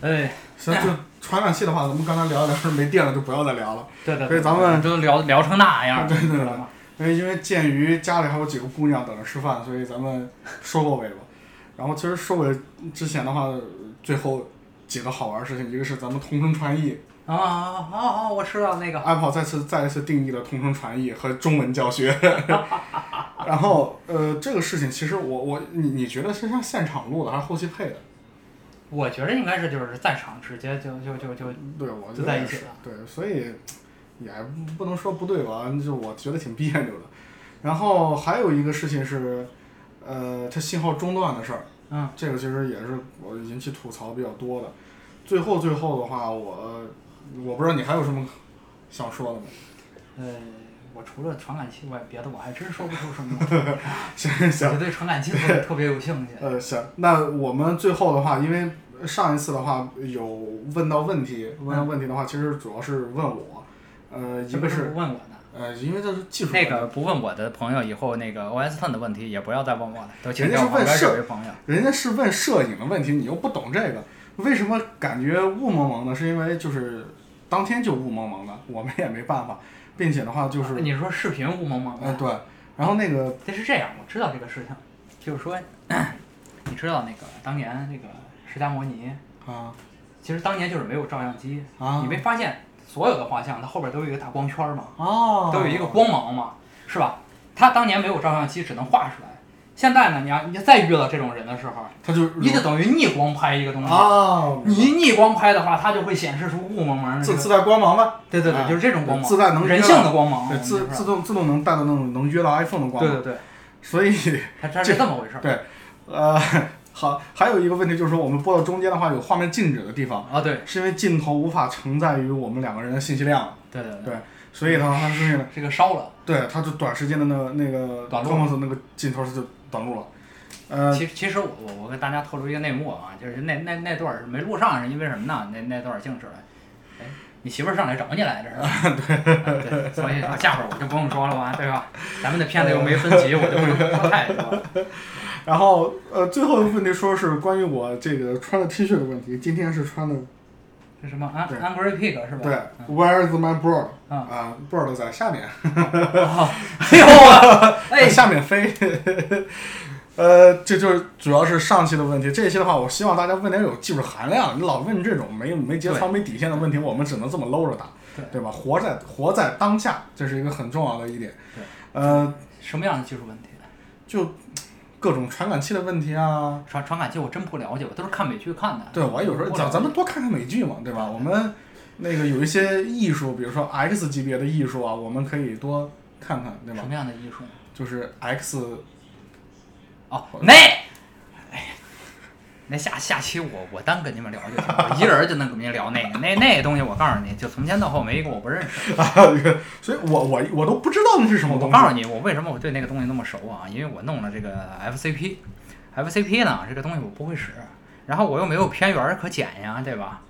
S1: 哎，
S2: 行，就传感器的话，咱们刚才聊一聊是没电了，就不要再聊了。
S1: 对对
S2: 所
S1: 对，
S2: 以咱们
S1: 都聊聊成那样了，
S2: 对对对
S1: 知道吗？
S2: 因为因为鉴于家里还有几个姑娘等着吃饭，所以咱们收个尾吧。然后其实收尾之前的话，最后几个好玩的事情，一个是咱们同声传译
S1: 啊啊啊啊！我知道那个，
S2: ，Apple 再次再一次定义了同声传译和中文教学。然后呃，这个事情其实我我你你觉得是像现场录的还是后期配的？
S1: 我觉得应该是就是在场直接就就就就
S2: 对，我觉
S1: 就
S2: 得
S1: 在一
S2: 也
S1: 起
S2: 是
S1: 了
S2: 对，所以也不能说不对吧，就我觉得挺别扭的。然后还有一个事情是，呃，它信号中断的事儿，
S1: 嗯，
S2: 这个其实也是我引起吐槽比较多的。最后最后的话，我我不知道你还有什么想说的吗？ [LAUGHS]
S1: 呃，我除了传感器外，别的我还真说不出什么来。
S2: [LAUGHS] 行
S1: 我
S2: 行
S1: 就，对传感器特别特别有兴趣。
S2: 呃，行，那我们最后的话，因为上一次的话有问到问题，问到问题的话，其实主要是问我，呃， [LAUGHS] 一
S1: 这不
S2: 个
S1: 是
S2: 是
S1: 不问我呢？
S2: 呃，因为这是技术
S1: 那
S2: 问题
S1: 个不问我的朋友，以后那个 OS Ten 的问题也不要再问我了，都请
S2: 人家
S1: 教
S2: 是
S1: 旁边
S2: 问
S1: 这
S2: 事
S1: 位朋友。
S2: 人家是问摄影的问题，你又不懂这个，为什么感觉雾蒙蒙的？是因为就是当天就雾蒙蒙的，我们也没办法，并且的话就是，
S1: 啊你说视频雾蒙蒙
S2: 呃，
S1: 的，
S2: 对，然后那个
S1: 这是这样，我知道这个事情， [CLEARS THROAT] 就是说，你知道那个当年那个释迦摩尼
S2: 啊，
S1: 其实当年就是没有照相机，
S2: 啊
S1: 你没发现所有的画像它后边都有一个大光圈吗？
S2: 哦，
S1: 都有一个光芒嘛，是吧？他当年没有照相机，只能画出来。现在呢，你要你再遇到这种人的时候，
S2: 它就
S1: 你就等于逆光拍一个东西。
S2: 啊，
S1: 你一逆光嗯拍的话，它就会显示出雾蒙蒙的这
S2: 自
S1: 个。
S2: 自带光芒呗，
S1: 对对对，
S2: 啊
S1: 就是这种光芒，
S2: 自带能
S1: 人
S2: 约
S1: 性
S2: 到
S1: 的光芒。
S2: 对，自
S1: 我们
S2: 自
S1: 说
S2: 动自动能带到那种能约到 iPhone 的光
S1: 对
S2: 芒，
S1: 对对，
S2: 所以 [LAUGHS]
S1: 它它
S2: 这
S1: 是这么回事儿
S2: 对呃，好，还有一个问题就是说，我们播到中间的话有画面静止的地方，
S1: 啊。对
S2: 是因为镜头无法承载于我们两个人的信息量，
S1: 对对
S2: 对所以的话它是
S1: 这个烧了。
S2: 对，它就短时间的那个那个
S1: 短路
S2: Cosmos 那个镜头它就短路了，呃，
S1: 其其实我我我跟大家透露一个内幕啊，就是那那那段儿是没录上，是因为什么呢？那那段儿静止了。哎，你媳妇儿上来找你来着是吧？
S2: [LAUGHS]
S1: 对对，所以说下边儿我就不用说了吧，对吧？咱们的片子又没分
S2: [LAUGHS]
S1: 级，我就不用说太多。
S2: 然后呃，最后一个问题说是关于我这个穿的 T 恤的问题，今天是穿的
S1: 这什么安
S2: 对
S1: Angry Pig 是吧？
S2: 对
S1: 嗯
S2: ，Where's my bird
S1: 嗯
S2: 啊，bird 在下面。 [LAUGHS]
S1: 哎呦我，
S2: 在
S1: 哎，
S2: 下面飞。呃，这就是主要是上期的问题，这一期的话，我希望大家问点有技术含量。你老问这种没没节操、没底线的问题，我们只能这么搂着打，
S1: 对
S2: 对吧？活在活在当下，这是一个很重要的一点
S1: 对。
S2: 呃，
S1: 什么样的技术问题？
S2: 就各种传感器的问题啊，
S1: 传传感器我真不了解，我都是看美剧看的。
S2: 对我有时候
S1: 不了
S2: 咱
S1: 解
S2: 咱们多看看美剧嘛，对吧？我们那个有一些艺术，比如说 X 级别的艺术啊，我们可以多看看，对吧
S1: 什？么样的艺术？
S2: 就是 X
S1: 哦，那，哎呀，那下下期我我单跟你们聊就行，我一人儿就能跟你们聊那个那那东西，我告诉你就从前到后没一个我不认识。
S2: [LAUGHS] 啊，这个所以我我我都不知道那是什么
S1: 我
S2: 东
S1: 告诉
S2: 西。
S1: 你，我为什么我对那个东西那么熟啊？因为我弄了这个 FCP，FCP 呢这个东西我不会使，然后我又没有片源儿可剪呀，对吧？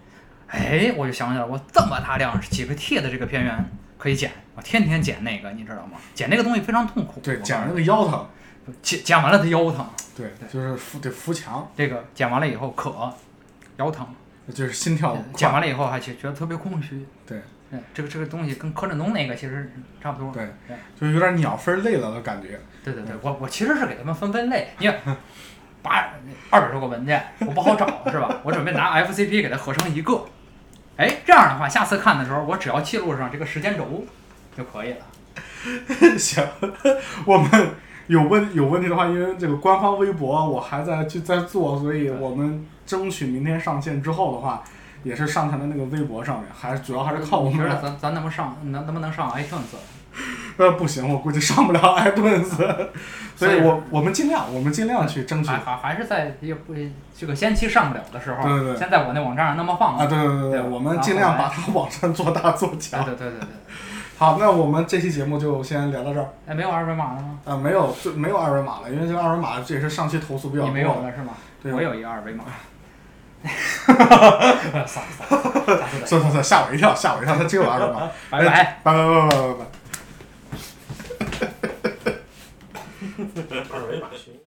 S1: 哎，我就想起来，我这么大量几个 T 的这个片源可以剪，我天天剪那个，你知道吗？剪那个东西非常痛苦。
S2: 对
S1: 我，告
S2: 剪
S1: 诉
S2: 那
S1: 你
S2: 个腰疼，
S1: 剪剪完了它腰疼，
S2: 对
S1: 对，
S2: 就是扶得扶墙，
S1: 这个剪完了以后渴，腰疼。
S2: 就是心跳
S1: 剪
S2: 快。
S1: 完了以后还觉觉得特别空虚。
S2: 嗯对
S1: 嗯，这个这个东西跟柯震东那个其实差不多。
S2: 对，嗯就是有点鸟分类了的感觉。 [LAUGHS]
S1: 对对对，我我其实是给他们分分类，因为八二百多个文件我不
S2: [LAUGHS]
S1: 好找是吧？我准备拿 FCP 给它合成一个。哎，这样的话，下次看的时候，我只要记录上这个时间轴就可以了。
S2: 行，我们有问有问题的话，因为这个官方微博我还在去在做，所以我们争取明天上线之后的话，也是上传到那个微博上面，还是主要还是靠我
S1: 你觉
S2: 们
S1: 得
S2: 俩。
S1: 咱咱能不能上能能不能上 iTunes？
S2: [LAUGHS] 呃，不行，我估计上不了 iTunes，所以
S1: 啊所以啊
S2: 我我们尽量，我们尽量去争取
S1: 还还还是在也不这个先期上不了的时候，
S2: 对对对
S1: 先在我那网站上那么放
S2: 啊，对对对对，
S1: 对
S2: 我们尽量
S1: 然
S2: 把
S1: 后
S2: 它 [LAUGHS] 网站做大做
S1: 对
S2: 强。
S1: 对对对对。
S2: 好，那我们这期节目就先聊到这儿。
S1: 哎，没有二维码了吗？
S2: 啊，没有，就没有二维码了，因为这个二维码这也是上期投诉比较
S1: 你
S2: 多
S1: 没
S2: 的。
S1: 有了是吗？
S2: 对
S1: 我有一个二维码。 [LAUGHS] 算了算了，下次再
S2: 算算算，吓我一跳，吓我一跳，他真有二维码。
S1: 拜拜。
S2: 拜拜拜拜拜拜。